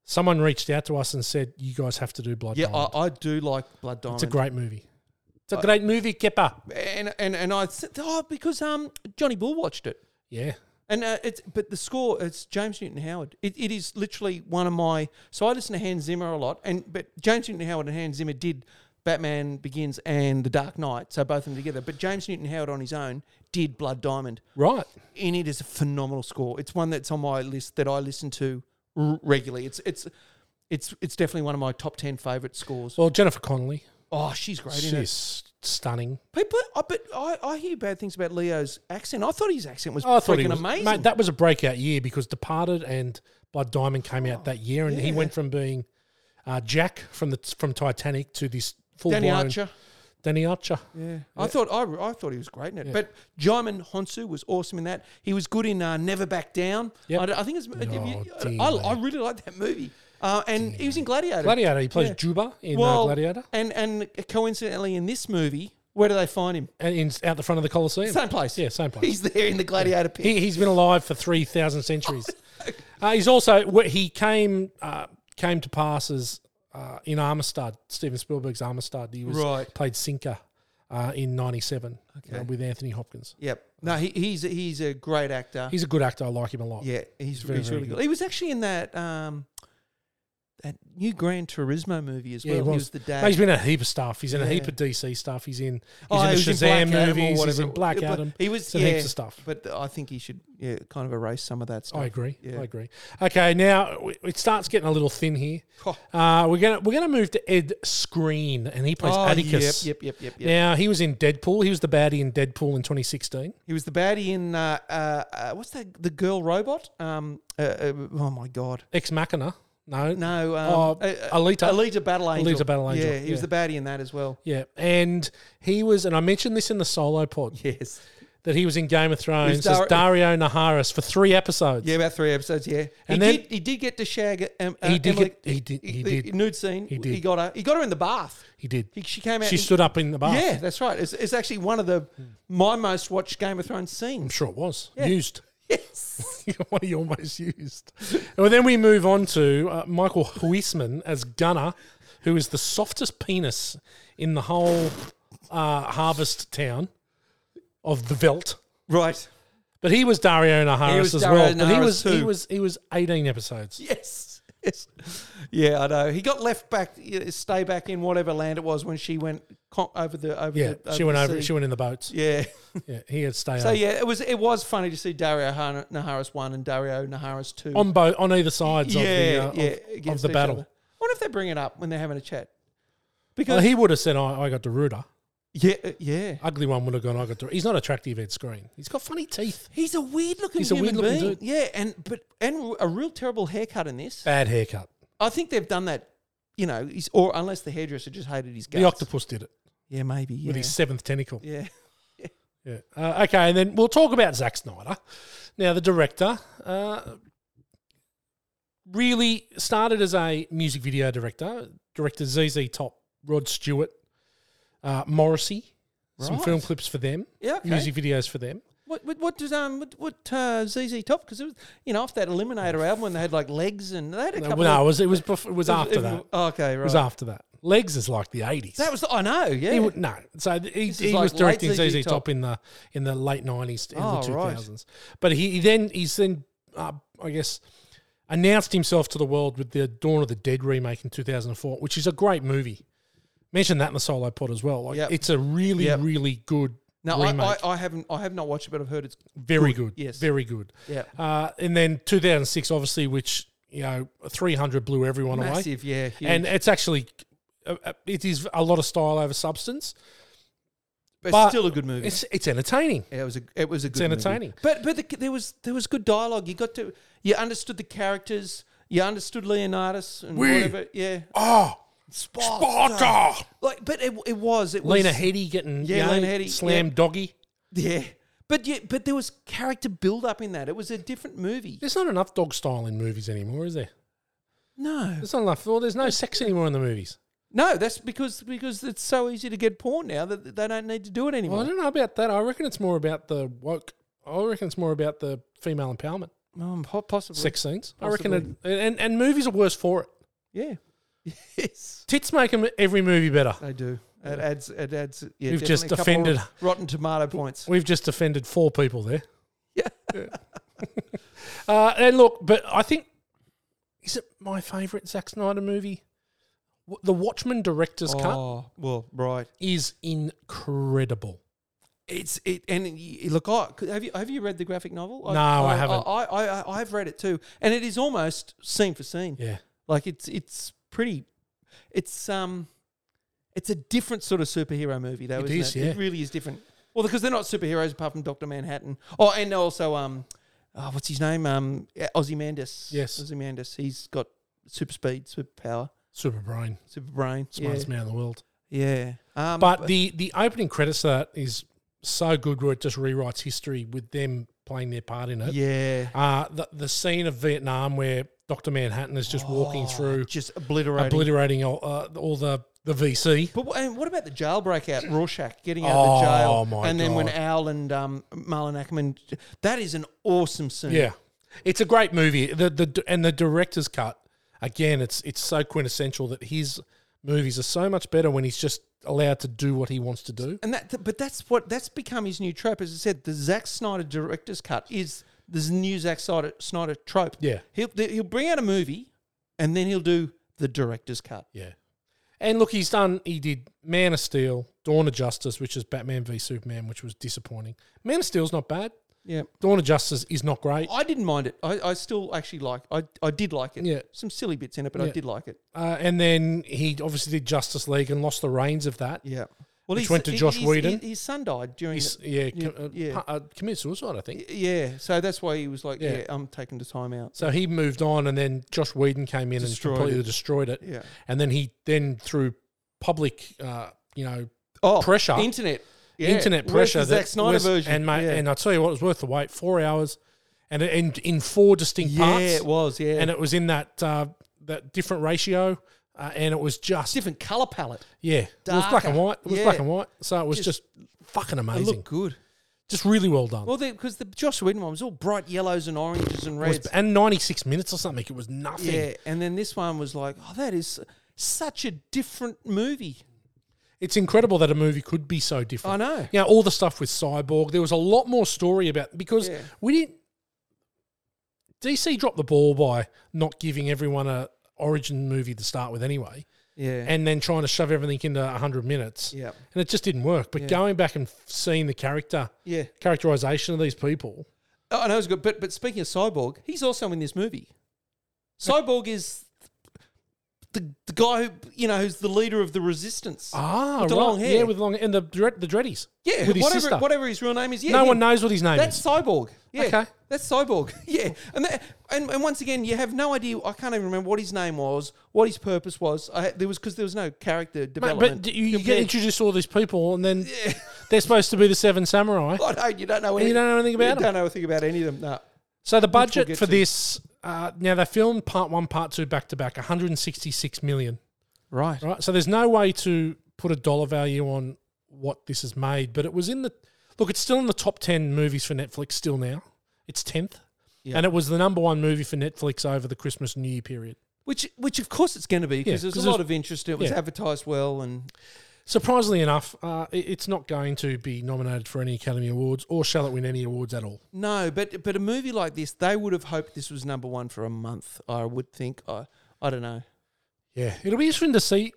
[SPEAKER 1] Someone reached out to us and said, You guys have to do Blood
[SPEAKER 2] yeah,
[SPEAKER 1] Diamond.
[SPEAKER 2] I, I do like Blood Diamond.
[SPEAKER 1] it's a great movie. It's a great movie, Kipper.
[SPEAKER 2] and and and I said, oh because um Johnny Bull watched it.
[SPEAKER 1] Yeah.
[SPEAKER 2] And uh, it's but the score it's James Newton Howard. It, it is literally one of my so I listen to Hans Zimmer a lot, and but James Newton Howard and Hans Zimmer did Batman Begins and The Dark Knight, so both of them together. But James Newton Howard on his own did Blood Diamond,
[SPEAKER 1] Right.
[SPEAKER 2] and it is a phenomenal score. It's one that's on my list that I listen to r- regularly. It's it's it's it's definitely one of my top ten favorite scores.
[SPEAKER 1] Well, Jennifer Connelly.
[SPEAKER 2] Oh, she's great in it.
[SPEAKER 1] She's stunning.
[SPEAKER 2] People, I, but I, I hear bad things about Leo's accent. I thought his accent was
[SPEAKER 1] I thought he
[SPEAKER 2] freaking
[SPEAKER 1] was
[SPEAKER 2] amazing.
[SPEAKER 1] Mate, that was a breakout year because Departed and Blood Diamond came
[SPEAKER 2] Oh,
[SPEAKER 1] out that year, and he went from being uh, Jack from the from Titanic to this full
[SPEAKER 2] Danny
[SPEAKER 1] blown
[SPEAKER 2] Archer.
[SPEAKER 1] Danny Archer.
[SPEAKER 2] Yeah. I thought I, I thought he was great in it. But Jaimin Honsu was awesome in that. He was good in uh, Never Back Down.
[SPEAKER 1] Yep.
[SPEAKER 2] I, d- I think it's. if you-
[SPEAKER 1] Oh, dear.
[SPEAKER 2] I, I really like that movie. Uh, and he was in Gladiator.
[SPEAKER 1] Gladiator. He plays
[SPEAKER 2] Yeah.
[SPEAKER 1] Juba in uh,
[SPEAKER 2] Well,
[SPEAKER 1] Gladiator,
[SPEAKER 2] And and coincidentally, in this movie, where do they find him?
[SPEAKER 1] and in, out the front of the Colosseum.
[SPEAKER 2] Same place.
[SPEAKER 1] Yeah, same place.
[SPEAKER 2] He's there in the Gladiator pit.
[SPEAKER 1] He, he's been alive for three thousand centuries. uh, he's also wh- he came uh, came to pass as uh, in Armistad, Steven Spielberg's Armistad. He was
[SPEAKER 2] Right.
[SPEAKER 1] played Sinker uh, in '97 with Anthony Hopkins.
[SPEAKER 2] yep. No, he, he's he's a great actor.
[SPEAKER 1] He's a good actor. I like him a lot.
[SPEAKER 2] yeah, he's,
[SPEAKER 1] very,
[SPEAKER 2] he's
[SPEAKER 1] very
[SPEAKER 2] really
[SPEAKER 1] good.
[SPEAKER 2] good. He was actually in that um that new Gran Turismo movie as
[SPEAKER 1] Yeah, he
[SPEAKER 2] well.
[SPEAKER 1] was.
[SPEAKER 2] the dad.
[SPEAKER 1] No, he's been in a heap of stuff. He's in a heap
[SPEAKER 2] Yeah.
[SPEAKER 1] of DC stuff. He's in he's
[SPEAKER 2] Oh,
[SPEAKER 1] in the
[SPEAKER 2] he
[SPEAKER 1] Shazam
[SPEAKER 2] was Black Adam or
[SPEAKER 1] movies. He's
[SPEAKER 2] whatever.
[SPEAKER 1] in Black
[SPEAKER 2] Yeah, but
[SPEAKER 1] Adam.
[SPEAKER 2] He was
[SPEAKER 1] He's in
[SPEAKER 2] yeah,
[SPEAKER 1] heaps of stuff.
[SPEAKER 2] But I think he should yeah, kind of erase some of that stuff.
[SPEAKER 1] I agree.
[SPEAKER 2] Yeah.
[SPEAKER 1] I agree. Okay, now w- it starts getting a little thin here.
[SPEAKER 2] Oh.
[SPEAKER 1] Uh, we're gonna we're gonna move to Ed Screen, and he plays
[SPEAKER 2] Oh,
[SPEAKER 1] Atticus.
[SPEAKER 2] Yep, yep, yep, yep. yep.
[SPEAKER 1] Now he was in Deadpool. He was the baddie in Deadpool in 2016.
[SPEAKER 2] He was the baddie in uh, uh, uh, what's that? The girl robot. Um, uh, uh, oh my god.
[SPEAKER 1] Ex Machina. No.
[SPEAKER 2] No. Um,
[SPEAKER 1] Oh,
[SPEAKER 2] uh, uh,
[SPEAKER 1] Alita.
[SPEAKER 2] Alita Battle Angel.
[SPEAKER 1] Alita Battle Angel,
[SPEAKER 2] Yeah, he was
[SPEAKER 1] yeah.
[SPEAKER 2] the baddie in that as well.
[SPEAKER 1] Yeah, and he was, and I mentioned this in the solo pod
[SPEAKER 2] Yes.
[SPEAKER 1] that he was in Game of Thrones
[SPEAKER 2] Dar-
[SPEAKER 1] as Dario Naharis for three episodes.
[SPEAKER 2] Yeah, about three episodes. Yeah,
[SPEAKER 1] And
[SPEAKER 2] he
[SPEAKER 1] then-
[SPEAKER 2] did. He did get to shag. Um, uh,
[SPEAKER 1] He did
[SPEAKER 2] Emily-
[SPEAKER 1] get- he did- he
[SPEAKER 2] the
[SPEAKER 1] did.
[SPEAKER 2] Nude scene.
[SPEAKER 1] He
[SPEAKER 2] He
[SPEAKER 1] did.
[SPEAKER 2] did. He got her. He got her in the bath.
[SPEAKER 1] he did.
[SPEAKER 2] He, she came out.
[SPEAKER 1] she
[SPEAKER 2] he-
[SPEAKER 1] stood up in the bath.
[SPEAKER 2] Yeah, that's right. It's, it's actually one of the
[SPEAKER 1] Hmm.
[SPEAKER 2] my most watched Game of Thrones
[SPEAKER 1] I'm
[SPEAKER 2] scenes.
[SPEAKER 1] sure it was
[SPEAKER 2] Yeah.
[SPEAKER 1] used.
[SPEAKER 2] Yes.
[SPEAKER 1] what he almost used. Well, then we move on to uh, Michael Huisman as Gunner, who is the softest penis in the whole uh, harvest town of the Velt.
[SPEAKER 2] Right.
[SPEAKER 1] But he was Dario Naharis
[SPEAKER 2] was
[SPEAKER 1] as
[SPEAKER 2] Dario
[SPEAKER 1] well. and he
[SPEAKER 2] Naharis
[SPEAKER 1] was he
[SPEAKER 2] too.
[SPEAKER 1] was he was eighteen episodes.
[SPEAKER 2] Yes. Yes. Yeah, I know. He got left back, yeah, stay back in whatever land it was when she went con- over the over.
[SPEAKER 1] Yeah,
[SPEAKER 2] the,
[SPEAKER 1] she went
[SPEAKER 2] the
[SPEAKER 1] over.
[SPEAKER 2] sea.
[SPEAKER 1] She went in the boats. Yeah,
[SPEAKER 2] yeah.
[SPEAKER 1] he had stay
[SPEAKER 2] so
[SPEAKER 1] over.
[SPEAKER 2] yeah, it was it was funny to see Dario Han- Naharis one and Dario Naharis two
[SPEAKER 1] on both on either sides
[SPEAKER 2] yeah,
[SPEAKER 1] of the uh,
[SPEAKER 2] yeah,
[SPEAKER 1] of- of,
[SPEAKER 2] against
[SPEAKER 1] the
[SPEAKER 2] each
[SPEAKER 1] battle.
[SPEAKER 2] other. I wonder if they bring it up when they're having a chat.
[SPEAKER 1] Well, he would have said, "I, I got Deruda."
[SPEAKER 2] Yeah, uh, yeah.
[SPEAKER 1] Ugly one would have gone, "I got Deruda." He's not attractive at screen. He's got funny teeth,
[SPEAKER 2] He's a weird looking
[SPEAKER 1] He's a
[SPEAKER 2] human
[SPEAKER 1] weird-looking
[SPEAKER 2] being.
[SPEAKER 1] dude.
[SPEAKER 2] Yeah, and but and a real terrible haircut in this.
[SPEAKER 1] bad haircut.
[SPEAKER 2] I think they've done that, you know, he's, or unless the hairdresser just hated his guts.
[SPEAKER 1] The octopus did it
[SPEAKER 2] Yeah, maybe. Yeah.
[SPEAKER 1] with his seventh tentacle.
[SPEAKER 2] yeah.
[SPEAKER 1] Yeah. Uh, okay, and then we'll talk about Zack Snyder. Now, the director uh, really started as a music video director, directed ZZ Top, Rod Stewart, uh, Morrissey, some
[SPEAKER 2] Right.
[SPEAKER 1] film clips for them,
[SPEAKER 2] Yeah, okay.
[SPEAKER 1] music videos for them.
[SPEAKER 2] What, what what does um what, what uh, ZZ Top because it was you know off that Eliminator album when they had like legs and they had a
[SPEAKER 1] No,
[SPEAKER 2] couple.
[SPEAKER 1] no,
[SPEAKER 2] of,
[SPEAKER 1] it was it was before, it was after
[SPEAKER 2] it-
[SPEAKER 1] that. It
[SPEAKER 2] Okay, right.
[SPEAKER 1] was after that. Legs is like the eighties.
[SPEAKER 2] that was the, I know. Yeah.
[SPEAKER 1] He would, no, so th- he,
[SPEAKER 2] This is
[SPEAKER 1] he
[SPEAKER 2] like
[SPEAKER 1] was directing
[SPEAKER 2] late
[SPEAKER 1] ZZ
[SPEAKER 2] ZZ
[SPEAKER 1] Top.
[SPEAKER 2] Top.
[SPEAKER 1] in the in the late nineties, in
[SPEAKER 2] Oh,
[SPEAKER 1] the two
[SPEAKER 2] right.
[SPEAKER 1] thousands. But he, he then he's then uh, I guess announced himself to the world with the Dawn of the Dead remake in two thousand and four, which is a great movie. Mentioned that in the solo pod as well. Like
[SPEAKER 2] Yep.
[SPEAKER 1] it's a really
[SPEAKER 2] Yep.
[SPEAKER 1] really good
[SPEAKER 2] no, I,
[SPEAKER 1] remake.
[SPEAKER 2] I, I haven't I have not watched it, but I've heard it's
[SPEAKER 1] very good,
[SPEAKER 2] yes.
[SPEAKER 1] very good.
[SPEAKER 2] yeah
[SPEAKER 1] Uh, and then two thousand six, obviously, which you know three hundred blew everyone away
[SPEAKER 2] massive. Yeah, huge.
[SPEAKER 1] and it's actually uh, uh, it is a lot of style over substance.
[SPEAKER 2] but,
[SPEAKER 1] but
[SPEAKER 2] still a good movie.
[SPEAKER 1] It's it's entertaining.
[SPEAKER 2] Yeah, it was a it was a good
[SPEAKER 1] entertaining.
[SPEAKER 2] movie. But but the, there was there was good dialogue. You got to you understood the characters. You understood Leonidas and
[SPEAKER 1] We
[SPEAKER 2] whatever. Yeah,
[SPEAKER 1] Oh,
[SPEAKER 2] Sparta.
[SPEAKER 1] Sparta.
[SPEAKER 2] Like, but it, it was it
[SPEAKER 1] Lena
[SPEAKER 2] was
[SPEAKER 1] Headey getting
[SPEAKER 2] Yeah,
[SPEAKER 1] you know,
[SPEAKER 2] Lena Headey,
[SPEAKER 1] slam
[SPEAKER 2] yeah.
[SPEAKER 1] doggy.
[SPEAKER 2] Yeah, but yeah, but there was character build up in that. It was a different movie.
[SPEAKER 1] There's not enough dog style in movies anymore, is there?
[SPEAKER 2] No,
[SPEAKER 1] There's not enough. Well, there's no sex anymore in the movies.
[SPEAKER 2] no, that's because because it's so easy to get porn now that they don't need to do it
[SPEAKER 1] Well, I
[SPEAKER 2] anymore.
[SPEAKER 1] don't know about that. I reckon it's more about the woke. I reckon it's more about the female empowerment
[SPEAKER 2] Um, po- possibly
[SPEAKER 1] sex scenes. I
[SPEAKER 2] Possibly.
[SPEAKER 1] reckon, it, and and movies are worse for it.
[SPEAKER 2] Yeah, yes,
[SPEAKER 1] Tits make 'em- every movie better.
[SPEAKER 2] they do. It adds it adds. Yeah,
[SPEAKER 1] You've
[SPEAKER 2] definitely
[SPEAKER 1] just
[SPEAKER 2] a couple
[SPEAKER 1] offended-
[SPEAKER 2] of Rotten Tomato points.
[SPEAKER 1] We've just offended four people there.
[SPEAKER 2] Yeah.
[SPEAKER 1] Uh, and look, but I think is it my favourite Zack Snyder movie? W- The Watchmen director's cut
[SPEAKER 2] Oh well, right.
[SPEAKER 1] is incredible.
[SPEAKER 2] It's it and y- y- look, I have you have you read the graphic novel?
[SPEAKER 1] No, I haven't.
[SPEAKER 2] I, I, I I've read it too, and it is almost scene for scene.
[SPEAKER 1] Yeah,
[SPEAKER 2] Like it's it's pretty, it's um, it's a different sort of superhero movie though.
[SPEAKER 1] It
[SPEAKER 2] isn't
[SPEAKER 1] is,
[SPEAKER 2] it?
[SPEAKER 1] yeah.
[SPEAKER 2] It really is different. Well, because they're not superheroes apart from Doctor Manhattan. Oh, and also um, oh, what's his name? Um, Ozymandias.
[SPEAKER 1] Yes.
[SPEAKER 2] Ozymandias. He's got super speed, super power,
[SPEAKER 1] super brain,
[SPEAKER 2] super brain.
[SPEAKER 1] smartest
[SPEAKER 2] yeah.
[SPEAKER 1] man in the world.
[SPEAKER 2] Yeah. Um,
[SPEAKER 1] But the the opening credits to that is so good, where it just rewrites history with them playing their part in it.
[SPEAKER 2] yeah.
[SPEAKER 1] Uh, the the scene of Vietnam where Doctor Manhattan is just walking through,
[SPEAKER 2] Oh, Just obliterating.
[SPEAKER 1] obliterating all, uh, all the the VC.
[SPEAKER 2] But wh- and what about the jail breakout? Rorschach getting out
[SPEAKER 1] Oh,
[SPEAKER 2] of the jail,
[SPEAKER 1] my
[SPEAKER 2] and then when
[SPEAKER 1] God.
[SPEAKER 2] Owl and um, Marlon Ackerman, that is an awesome scene.
[SPEAKER 1] Yeah, it's a great movie. The the and the director's cut again. It's it's so quintessential that his movies are so much better when he's just allowed to do what he wants to do.
[SPEAKER 2] and that, but that's what that's become his new trope. As I said, the Zack Snyder director's cut is this new Zack Snyder, Snyder trope.
[SPEAKER 1] Yeah.
[SPEAKER 2] he'll he'll bring out a movie, and then he'll do the director's cut.
[SPEAKER 1] Yeah, and look, he's done. He did Man of Steel, Dawn of Justice, which is Batman v Superman, which was disappointing. Man of Steel's not bad.
[SPEAKER 2] Yeah,
[SPEAKER 1] Dawn of Justice is not great.
[SPEAKER 2] I didn't mind it. I, I still actually like. I I did like it.
[SPEAKER 1] Yeah.
[SPEAKER 2] some silly bits in it, but I
[SPEAKER 1] Yeah.
[SPEAKER 2] did like it.
[SPEAKER 1] Uh, and then he obviously did Justice League and lost the reins of that.
[SPEAKER 2] Yeah. Well,
[SPEAKER 1] Which
[SPEAKER 2] his-
[SPEAKER 1] went to
[SPEAKER 2] his-
[SPEAKER 1] Joss
[SPEAKER 2] his-
[SPEAKER 1] Whedon.
[SPEAKER 2] His son died during.
[SPEAKER 1] He's,
[SPEAKER 2] the-
[SPEAKER 1] yeah, com- uh,
[SPEAKER 2] yeah.
[SPEAKER 1] pu- uh, committed suicide, I think.
[SPEAKER 2] Yeah, so that's why he was like,
[SPEAKER 1] Yeah.
[SPEAKER 2] yeah, I'm taking the time out.
[SPEAKER 1] So he moved on, and then Josh Whedon came in
[SPEAKER 2] Destroyed
[SPEAKER 1] and completely
[SPEAKER 2] it.
[SPEAKER 1] destroyed it.
[SPEAKER 2] Yeah.
[SPEAKER 1] and then he then through public, uh, you know,
[SPEAKER 2] Oh,
[SPEAKER 1] Pressure.
[SPEAKER 2] internet, Yeah.
[SPEAKER 1] internet
[SPEAKER 2] Where's
[SPEAKER 1] pressure.
[SPEAKER 2] the Zack Snyder
[SPEAKER 1] was-
[SPEAKER 2] version,
[SPEAKER 1] And mate,
[SPEAKER 2] yeah.
[SPEAKER 1] and uh, I tell you what, it was worth the wait. Four hours, and it- and in four distinct
[SPEAKER 2] yeah,
[SPEAKER 1] parts.
[SPEAKER 2] it was, yeah,
[SPEAKER 1] and
[SPEAKER 2] and a
[SPEAKER 1] it was in that uh, that different ratio, uh, and it was just
[SPEAKER 2] different color palette.
[SPEAKER 1] yeah, it was black and
[SPEAKER 2] darker.
[SPEAKER 1] white. It was
[SPEAKER 2] Yeah.
[SPEAKER 1] black and white. So it was just,
[SPEAKER 2] Just-
[SPEAKER 1] fucking
[SPEAKER 2] It
[SPEAKER 1] amazing.
[SPEAKER 2] looked good.
[SPEAKER 1] Just really well done.
[SPEAKER 2] Well, because the Josh Whedon one was all bright yellows and oranges and
[SPEAKER 1] It was-
[SPEAKER 2] reds.
[SPEAKER 1] and ninety six minutes or something. It was nothing.
[SPEAKER 2] yeah, and then this one was like, oh, that is. Such a different movie.
[SPEAKER 1] It's incredible that a movie could be so different.
[SPEAKER 2] I know.
[SPEAKER 1] You know, all the stuff with Cyborg, there was a lot more story about because
[SPEAKER 2] Yeah.
[SPEAKER 1] we didn't. DC dropped the ball by not giving everyone a origin movie to start with anyway,
[SPEAKER 2] Yeah.
[SPEAKER 1] and then trying to shove everything into hundred minutes.
[SPEAKER 2] Yep.
[SPEAKER 1] and it just didn't work. But going back and f- seeing the character,
[SPEAKER 2] Yeah.
[SPEAKER 1] characterization of these people,
[SPEAKER 2] Oh, I know it's good, but but speaking of Cyborg, he's also in this movie. Cyborg is the the guy who you know who's the leader of the resistance.
[SPEAKER 1] ah,
[SPEAKER 2] With the long hair.
[SPEAKER 1] yeah, with the long and the dread, the dreadies,
[SPEAKER 2] yeah,
[SPEAKER 1] with his
[SPEAKER 2] whatever
[SPEAKER 1] sister.
[SPEAKER 2] whatever his real name is. Yeah,
[SPEAKER 1] no
[SPEAKER 2] him.
[SPEAKER 1] one knows what his name
[SPEAKER 2] That's
[SPEAKER 1] is.
[SPEAKER 2] Cyborg. Yeah.
[SPEAKER 1] Okay.
[SPEAKER 2] That's Cyborg. Yeah. And, that, and and once again, you have no idea. I can't even remember what his name was, what his purpose was. I, there was because there was no character
[SPEAKER 1] Mate,
[SPEAKER 2] development.
[SPEAKER 1] but you, you get
[SPEAKER 2] compared-
[SPEAKER 1] introduced to all these people, and then they're supposed to be the seven samurai.
[SPEAKER 2] I don't. You don't know. Any,
[SPEAKER 1] you don't know anything about
[SPEAKER 2] You
[SPEAKER 1] them.
[SPEAKER 2] don't know anything about any of them. No.
[SPEAKER 1] So the
[SPEAKER 2] we'll
[SPEAKER 1] budget
[SPEAKER 2] get
[SPEAKER 1] for
[SPEAKER 2] to.
[SPEAKER 1] this, uh, now they filmed part one, part two back to back, 166 million.
[SPEAKER 2] Right.
[SPEAKER 1] Right, so there's no way to put a dollar value on what this has made, but it was in the look. It's still in the top ten movies for Netflix still now. It's tenth, and it was the number one movie for Netflix over the Christmas New Year period.
[SPEAKER 2] Which which of course it's going to be because
[SPEAKER 1] Yeah,
[SPEAKER 2] there's
[SPEAKER 1] 'cause
[SPEAKER 2] a
[SPEAKER 1] it
[SPEAKER 2] lot
[SPEAKER 1] was-
[SPEAKER 2] of interest. It was
[SPEAKER 1] yeah.
[SPEAKER 2] advertised well and
[SPEAKER 1] Surprisingly enough, uh, it- it's not going to be nominated for any Academy Awards, or shall it win any awards at all?
[SPEAKER 2] No, but but a movie like this, they would have hoped this was number one for a month. I would think. I I don't know.
[SPEAKER 1] Yeah, it'll be interesting to see.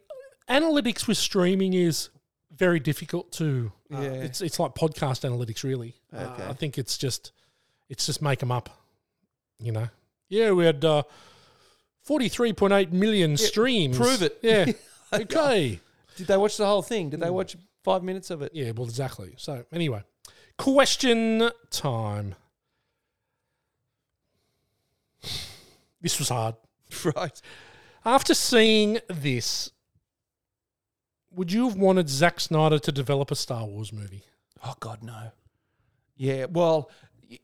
[SPEAKER 1] Analytics with streaming is very difficult to. Uh,
[SPEAKER 2] Yeah.
[SPEAKER 1] It's it's like podcast analytics, really. Uh,
[SPEAKER 2] Okay.
[SPEAKER 1] I think it's just it's just make them up, you know. Yeah, we had uh, forty three point eight million streams.
[SPEAKER 2] prove it. Oh,
[SPEAKER 1] Yeah. okay.
[SPEAKER 2] Did they watch the whole thing?
[SPEAKER 1] Hmm.
[SPEAKER 2] Did they watch five minutes of it?
[SPEAKER 1] Yeah. Well, exactly. So anyway, question time. This was hard.
[SPEAKER 2] Right.
[SPEAKER 1] After seeing this, would you have wanted Zack Snyder to develop a Star Wars movie?
[SPEAKER 2] Oh God, no. Yeah. Well, y-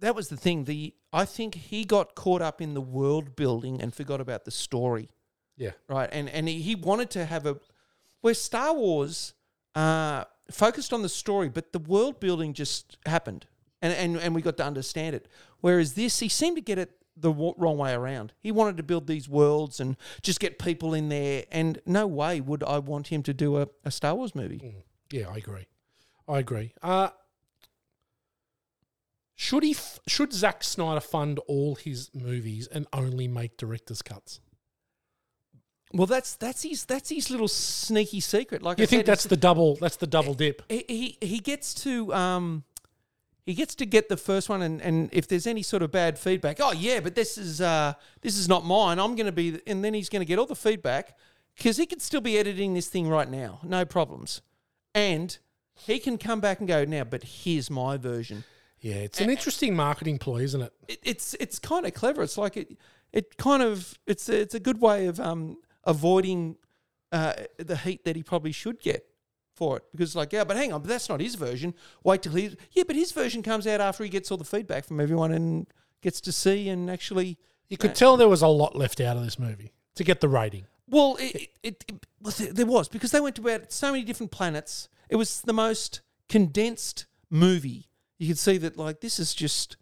[SPEAKER 2] that was the thing. The I think he got caught up in the world building and forgot about the story.
[SPEAKER 1] Yeah.
[SPEAKER 2] right? And and he he wanted to have a where Star Wars uh, focused on the story, but the world building just happened, and and and we got to understand it. Whereas this, he seemed to get it the w- wrong way around. He wanted to build these worlds and just get people in there, and no way would I want him to do a, a Star Wars movie.
[SPEAKER 1] Yeah, I agree. I agree. Uh, should he? F- should Zack Snyder fund all his movies and only make director's cuts?
[SPEAKER 2] Well, that's that's his that's his little sneaky secret. Like I
[SPEAKER 1] You think
[SPEAKER 2] said, it's-
[SPEAKER 1] that's the double? That's the double dip.
[SPEAKER 2] he he- he gets to um he gets to get the first one and, and if there's any sort of bad feedback oh yeah but this is uh this is not mine i'm going to be and then he's going to get all the feedback because he could still be editing this thing right now no problems and he can come back and go now but here's my version
[SPEAKER 1] Yeah, it's an interesting marketing ploy, isn't it?
[SPEAKER 2] it, it's it's kind of clever it's like it it kind of it's a, it's a good way of um avoiding uh the heat that he probably should get for it because like yeah but hang on but that's not his version wait till his yeah but his version comes out after he gets all the feedback from everyone and gets to see and actually
[SPEAKER 1] You could tell there was a lot left out of this movie to get the rating.
[SPEAKER 2] well it it, it, it well, there- there was because they went to about so many different planets it was the most condensed movie you could see that like this is just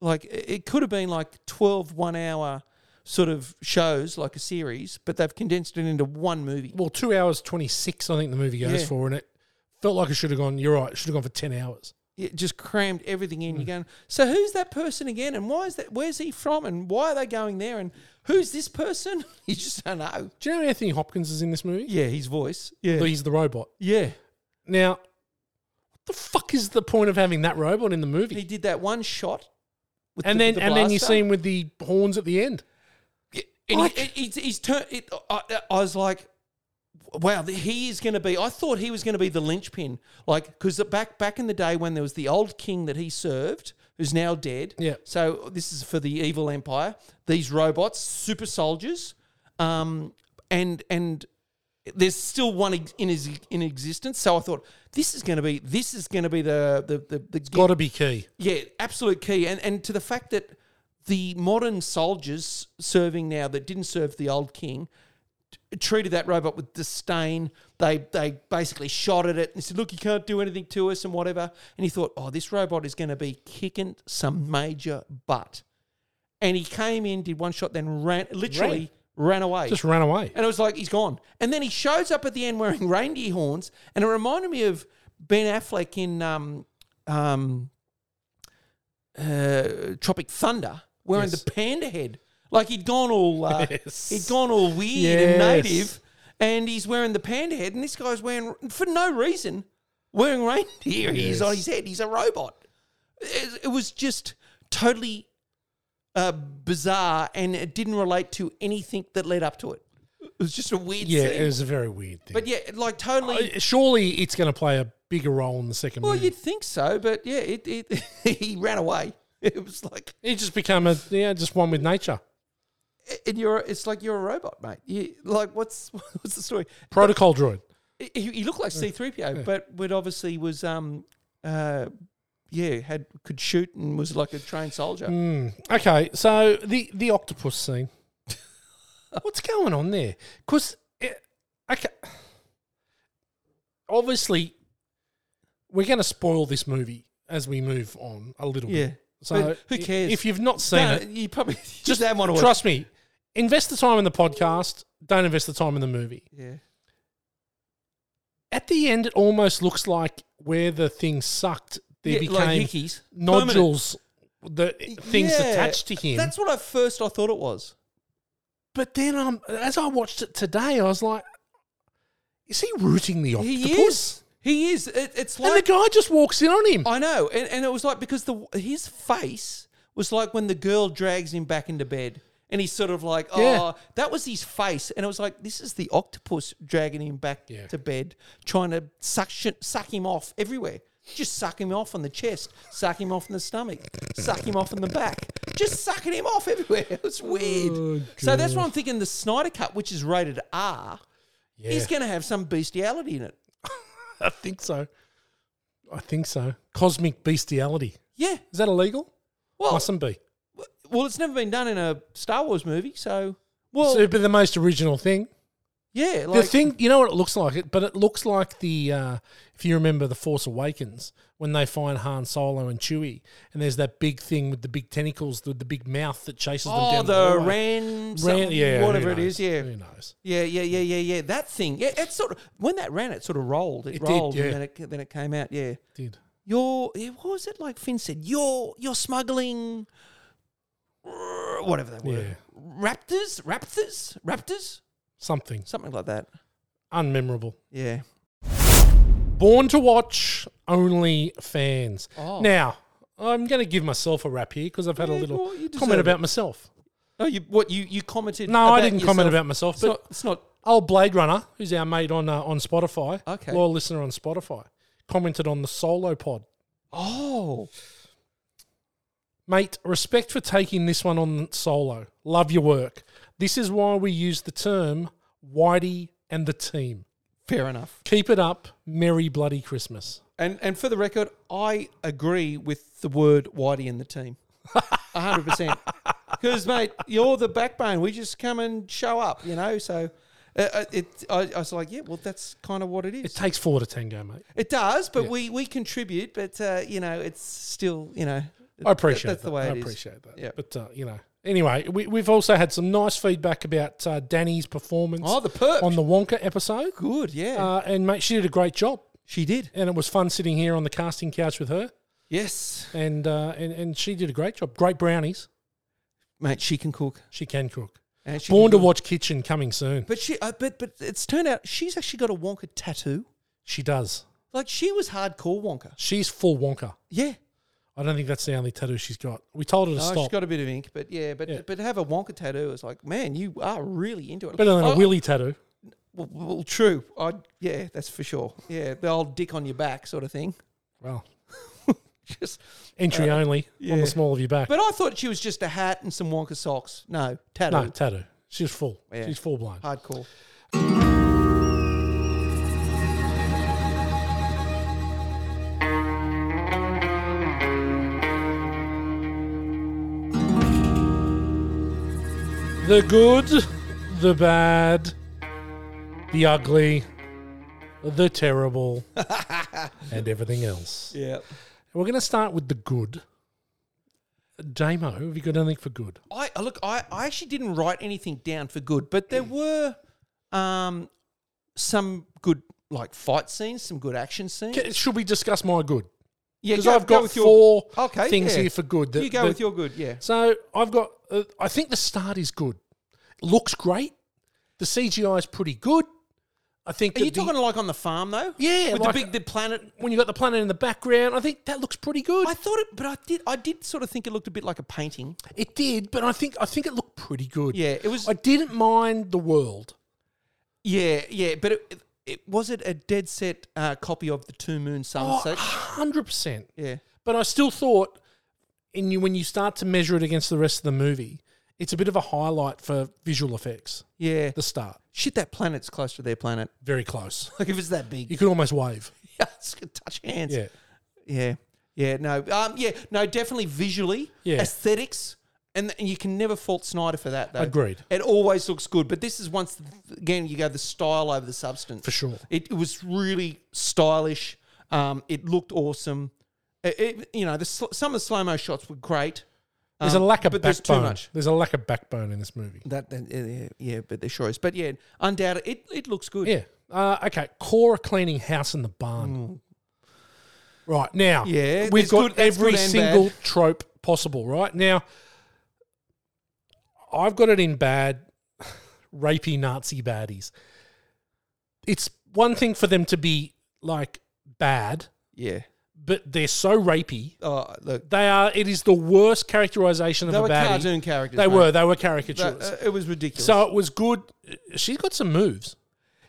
[SPEAKER 2] like it it could have been like 12 one hour sort of shows like a series but they've condensed it into one movie
[SPEAKER 1] Well, two hours twenty six, I think the movie goes
[SPEAKER 2] Yeah.
[SPEAKER 1] for, and it felt like it should have gone. You're right, it should have gone for ten hours.
[SPEAKER 2] it just crammed everything in. You're going, so who's that person again? And why is that? Where's he from? And why are they going there? And who's this person? You just don't know.
[SPEAKER 1] Do you know Anthony Hopkins is in this movie?
[SPEAKER 2] Yeah, his voice. Yeah,
[SPEAKER 1] He's the robot.
[SPEAKER 2] yeah.
[SPEAKER 1] Now, what the fuck is the point of having that robot in the
[SPEAKER 2] He
[SPEAKER 1] movie?
[SPEAKER 2] did that one shot, with
[SPEAKER 1] And
[SPEAKER 2] the-
[SPEAKER 1] then
[SPEAKER 2] the
[SPEAKER 1] and then you
[SPEAKER 2] blaster.
[SPEAKER 1] see him with the horns at the end.
[SPEAKER 2] Yeah, and he- he- he's, he's turned. It, I, I was like, wow, th- he is going to be. I thought he was going to be the linchpin, like because back back in the day when there was the old king that he served, who's now dead.
[SPEAKER 1] Yeah.
[SPEAKER 2] So this is for the evil empire. These robots, super soldiers, um, and and there's still one ex- in his in existence. So I thought this is going to be this is going to be the the the, the
[SPEAKER 1] Got to be key.
[SPEAKER 2] yeah, absolute key, and and to the fact that the modern soldiers serving now that didn't serve the old king t- treated that robot with disdain. They they basically shot at it and said, "Look, you can't do anything to us," and whatever. And he thought, "Oh, this robot is going to be kicking some major butt." And he came in, did one shot, then ran literally ran away.
[SPEAKER 1] Just ran away.
[SPEAKER 2] And it was like, he's gone. And then he shows up at the end wearing reindeer horns. And it reminded me of Ben Affleck in um, um, uh, Tropic Thunder wearing
[SPEAKER 1] Yes.
[SPEAKER 2] the panda head. Like he'd gone all uh,
[SPEAKER 1] Yes.
[SPEAKER 2] he'd gone all weird
[SPEAKER 1] Yes.
[SPEAKER 2] and native, and he's wearing the panda head, and this guy's wearing for no reason wearing reindeer ears on his head. He's a robot. It, it was just totally uh, bizarre, and it didn't relate to anything that led up to it. It was just a weird
[SPEAKER 1] Yeah,
[SPEAKER 2] scene.
[SPEAKER 1] it was a very weird thing.
[SPEAKER 2] but yeah, like totally.
[SPEAKER 1] Uh, surely it's going to play a bigger role in the second
[SPEAKER 2] Well,
[SPEAKER 1] movie.
[SPEAKER 2] you'd think so, but yeah, it, it he ran away. It was like,
[SPEAKER 1] He just become a yeah, just one with nature.
[SPEAKER 2] and you're it's like you're a robot, mate. You, like, what's what's the story?
[SPEAKER 1] Protocol droid.
[SPEAKER 2] He, he looked like C three PO, but but obviously was um uh yeah had could shoot and was like a trained soldier.
[SPEAKER 1] Mm. Okay, so the the octopus scene. What's going on there? Because okay, obviously we're going to spoil this movie as we move on a little
[SPEAKER 2] Yeah.
[SPEAKER 1] bit. So
[SPEAKER 2] But who
[SPEAKER 1] i-
[SPEAKER 2] cares?
[SPEAKER 1] if you've not seen
[SPEAKER 2] No,
[SPEAKER 1] it?
[SPEAKER 2] you probably
[SPEAKER 1] Just
[SPEAKER 2] just that one.
[SPEAKER 1] trust me. Invest the time in the podcast. Don't invest the time in the movie.
[SPEAKER 2] Yeah.
[SPEAKER 1] At the end, it almost looks like where the thing sucked, there
[SPEAKER 2] Yeah,
[SPEAKER 1] became
[SPEAKER 2] like hickeys.
[SPEAKER 1] nodules, the things
[SPEAKER 2] Yeah.
[SPEAKER 1] attached to him.
[SPEAKER 2] That's what I first I thought it was.
[SPEAKER 1] But then, um, as I watched it today, I was like, "Is he rooting the octopus?"
[SPEAKER 2] He is. He is. It, it's
[SPEAKER 1] And
[SPEAKER 2] like
[SPEAKER 1] the guy just walks in on him.
[SPEAKER 2] I know, and, and it was like because the his face was like when the girl drags him back into bed, and he's sort of like, oh,
[SPEAKER 1] Yeah.
[SPEAKER 2] that was his face, and it was like this is the octopus dragging him back
[SPEAKER 1] Yeah.
[SPEAKER 2] to bed, trying to suction suck him off everywhere. Just suck him off on the chest, suck him off in the stomach, suck him off in the back, just sucking him off everywhere. It was weird.
[SPEAKER 1] Oh,
[SPEAKER 2] so that's why I'm thinking the Snyder Cut, which is rated R, is going to have some bestiality in it.
[SPEAKER 1] I think so. I think so. Cosmic bestiality
[SPEAKER 2] Yeah.
[SPEAKER 1] is that illegal?
[SPEAKER 2] Well,
[SPEAKER 1] Mustn't be.
[SPEAKER 2] Well, it's never been done in a Star Wars movie, so well,
[SPEAKER 1] So it'd be the most original thing.
[SPEAKER 2] yeah, Oh. like
[SPEAKER 1] the thing, you know what it looks like? It, but it looks like the uh, if you remember the Force Awakens when they find Han Solo and Chewie, and there's that big thing with the big tentacles, with the big mouth that chases
[SPEAKER 2] oh,
[SPEAKER 1] them down.
[SPEAKER 2] the
[SPEAKER 1] hallway.
[SPEAKER 2] ran,
[SPEAKER 1] Ran- yeah, who
[SPEAKER 2] whatever it
[SPEAKER 1] knows?
[SPEAKER 2] is, yeah,
[SPEAKER 1] who knows?
[SPEAKER 2] yeah, yeah, yeah, yeah, yeah, that thing, yeah, it's sort of when that ran, it sort of rolled, it,
[SPEAKER 1] It did,
[SPEAKER 2] rolled,
[SPEAKER 1] yeah.
[SPEAKER 2] and then it then it came out, yeah.
[SPEAKER 1] Did
[SPEAKER 2] You're, yeah, what was it like? Finn said, "You're you're smuggling, whatever they were,
[SPEAKER 1] Yeah.
[SPEAKER 2] raptors, raptors, raptors,
[SPEAKER 1] something
[SPEAKER 2] something like that."
[SPEAKER 1] unmemorable.
[SPEAKER 2] Yeah,
[SPEAKER 1] Born to watch only fans.
[SPEAKER 2] Oh.
[SPEAKER 1] Now, I'm going to give myself a rap here because I've had a
[SPEAKER 2] Yeah,
[SPEAKER 1] little
[SPEAKER 2] well, you deserve
[SPEAKER 1] comment
[SPEAKER 2] it.
[SPEAKER 1] about myself.
[SPEAKER 2] no, you what you you commented?
[SPEAKER 1] No, I
[SPEAKER 2] about
[SPEAKER 1] didn't comment
[SPEAKER 2] yourself.
[SPEAKER 1] about myself,
[SPEAKER 2] It's
[SPEAKER 1] but
[SPEAKER 2] not, it's not
[SPEAKER 1] old Blade Runner, who's our mate on uh, on Spotify,
[SPEAKER 2] Okay.
[SPEAKER 1] loyal listener on Spotify, commented on the solo pod.
[SPEAKER 2] oh.
[SPEAKER 1] Mate, respect for taking this one on solo. Love your work. This is why we use the term Whitey and the team.
[SPEAKER 2] Fair enough.
[SPEAKER 1] Keep it up. Merry bloody Christmas.
[SPEAKER 2] And and for the record, I agree with the word Whitey and the team. a hundred percent. Because mate, you're the backbone. We just come and show up, you know. So uh, uh, it, I, I was like, yeah, well, that's kind of what it
[SPEAKER 1] It
[SPEAKER 2] is.
[SPEAKER 1] takes four to tango, mate.
[SPEAKER 2] It does, but we we contribute, but uh, you know, it's still, you know,
[SPEAKER 1] I appreciate
[SPEAKER 2] that's
[SPEAKER 1] that.
[SPEAKER 2] the way
[SPEAKER 1] I
[SPEAKER 2] it is.
[SPEAKER 1] appreciate that.
[SPEAKER 2] Yeah.
[SPEAKER 1] But uh, you know, anyway, we, we've also had some nice feedback about uh, Danny's performance.
[SPEAKER 2] Oh, the perp.
[SPEAKER 1] on the Wonka episode,
[SPEAKER 2] good, yeah,
[SPEAKER 1] uh, and mate, she did a great job,
[SPEAKER 2] she did.
[SPEAKER 1] and it was fun sitting here on the casting couch with her,
[SPEAKER 2] Yes,
[SPEAKER 1] and uh, and and she did a great job. Great brownies.
[SPEAKER 2] mate, she can cook.
[SPEAKER 1] She can cook.
[SPEAKER 2] And she
[SPEAKER 1] Born
[SPEAKER 2] can
[SPEAKER 1] to
[SPEAKER 2] cook.
[SPEAKER 1] watch kitchen coming soon.
[SPEAKER 2] But she, uh, but but it's turned out she's actually got a Wonka tattoo.
[SPEAKER 1] She does.
[SPEAKER 2] Like she was hardcore Wonka.
[SPEAKER 1] She's full Wonka.
[SPEAKER 2] Yeah.
[SPEAKER 1] I don't think that's the only tattoo she's got. We told her to
[SPEAKER 2] No,
[SPEAKER 1] stop.
[SPEAKER 2] Oh, she's got a bit of ink, but yeah, but
[SPEAKER 1] Yeah.
[SPEAKER 2] but to have a Wonka tattoo is like, man, you are really into it.
[SPEAKER 1] Better than
[SPEAKER 2] I-
[SPEAKER 1] a Willy tattoo.
[SPEAKER 2] Well, well, true. I yeah, that's for sure. Yeah, the old dick on your back sort of thing.
[SPEAKER 1] Well,
[SPEAKER 2] Just,
[SPEAKER 1] entry only on
[SPEAKER 2] Uh, yeah.
[SPEAKER 1] the small of your back.
[SPEAKER 2] but I thought she was just a hat and some Wonka socks. No tattoo.
[SPEAKER 1] no tattoo. She's full.
[SPEAKER 2] uh, Yeah.
[SPEAKER 1] She's full blown.
[SPEAKER 2] Hardcore.
[SPEAKER 1] The good, the bad, the ugly, the terrible, and everything else.
[SPEAKER 2] Yeah.
[SPEAKER 1] We're going to start with the good. Damo, have you got anything for good?
[SPEAKER 2] I uh, look, I, I actually didn't write anything down for good, but there were um some good like fight scenes, some good action scenes.
[SPEAKER 1] Ca- Should we discuss my good?
[SPEAKER 2] yeah,
[SPEAKER 1] Because
[SPEAKER 2] go-
[SPEAKER 1] I've
[SPEAKER 2] go
[SPEAKER 1] got
[SPEAKER 2] with your-
[SPEAKER 1] four
[SPEAKER 2] Okay,
[SPEAKER 1] things
[SPEAKER 2] yeah.
[SPEAKER 1] here for good. that-
[SPEAKER 2] you go
[SPEAKER 1] that-
[SPEAKER 2] with your good, yeah.
[SPEAKER 1] So I've got. Uh, I think the start is good. Looks great. The CGI is pretty good. I think.
[SPEAKER 2] Are
[SPEAKER 1] that
[SPEAKER 2] you
[SPEAKER 1] the-
[SPEAKER 2] talking like on the farm though?
[SPEAKER 1] Yeah,
[SPEAKER 2] with
[SPEAKER 1] like-
[SPEAKER 2] the big the planet.
[SPEAKER 1] when you got the planet in the background? I think that looks pretty good.
[SPEAKER 2] I thought it, but I did I did sort of think it looked a bit like a painting.
[SPEAKER 1] it did, but I think I think it looked pretty good.
[SPEAKER 2] Yeah, it was-
[SPEAKER 1] I didn't mind the world.
[SPEAKER 2] Yeah, yeah, but it, it, it was it a dead set uh, copy of the Two Moon Sunset.
[SPEAKER 1] hundred percent.
[SPEAKER 2] Yeah,
[SPEAKER 1] But I still thought, in you, when you start to measure it against the rest of the movie, it's a bit of a highlight for visual effects.
[SPEAKER 2] yeah.
[SPEAKER 1] The start,
[SPEAKER 2] Shit, that planet's close to their planet.
[SPEAKER 1] very close.
[SPEAKER 2] Like if it's that big,
[SPEAKER 1] You could almost wave.
[SPEAKER 2] yeah, it's gonna touch hands.
[SPEAKER 1] Yeah.
[SPEAKER 2] Yeah, yeah, no, um, yeah, no, definitely visually,
[SPEAKER 1] Yeah.
[SPEAKER 2] aesthetics, and, and you can never fault Snyder for that. though.
[SPEAKER 1] Agreed.
[SPEAKER 2] It always looks good, but this is once again you go the style over the substance
[SPEAKER 1] For sure.
[SPEAKER 2] It, it was really stylish. Um, it looked awesome. It, it- you know, the, sl- some of the slow mo shots were great. Um,
[SPEAKER 1] There's a lack of
[SPEAKER 2] but
[SPEAKER 1] backbone.
[SPEAKER 2] there's too much.
[SPEAKER 1] There's a lack of backbone in this movie.
[SPEAKER 2] That, that yeah, yeah, but there sure is. But yeah, undoubted, it, it looks good.
[SPEAKER 1] Yeah. Uh, okay. Cora cleaning house in the barn. Right now,
[SPEAKER 2] Mm. Yeah,
[SPEAKER 1] we've
[SPEAKER 2] that's
[SPEAKER 1] got
[SPEAKER 2] good- that's
[SPEAKER 1] every
[SPEAKER 2] good and
[SPEAKER 1] single
[SPEAKER 2] bad.
[SPEAKER 1] trope possible. Right now, I've got it in bad, rapey Nazi baddies. It's one thing for them to be like bad,
[SPEAKER 2] yeah.
[SPEAKER 1] but they're so rapey.
[SPEAKER 2] Oh, look,
[SPEAKER 1] They are. It is the worst characterization of
[SPEAKER 2] They
[SPEAKER 1] a
[SPEAKER 2] were
[SPEAKER 1] baddie.
[SPEAKER 2] cartoon characters,
[SPEAKER 1] They
[SPEAKER 2] mate.
[SPEAKER 1] were. They were caricatures.
[SPEAKER 2] that- uh, it was ridiculous.
[SPEAKER 1] So it was good. She's got some moves.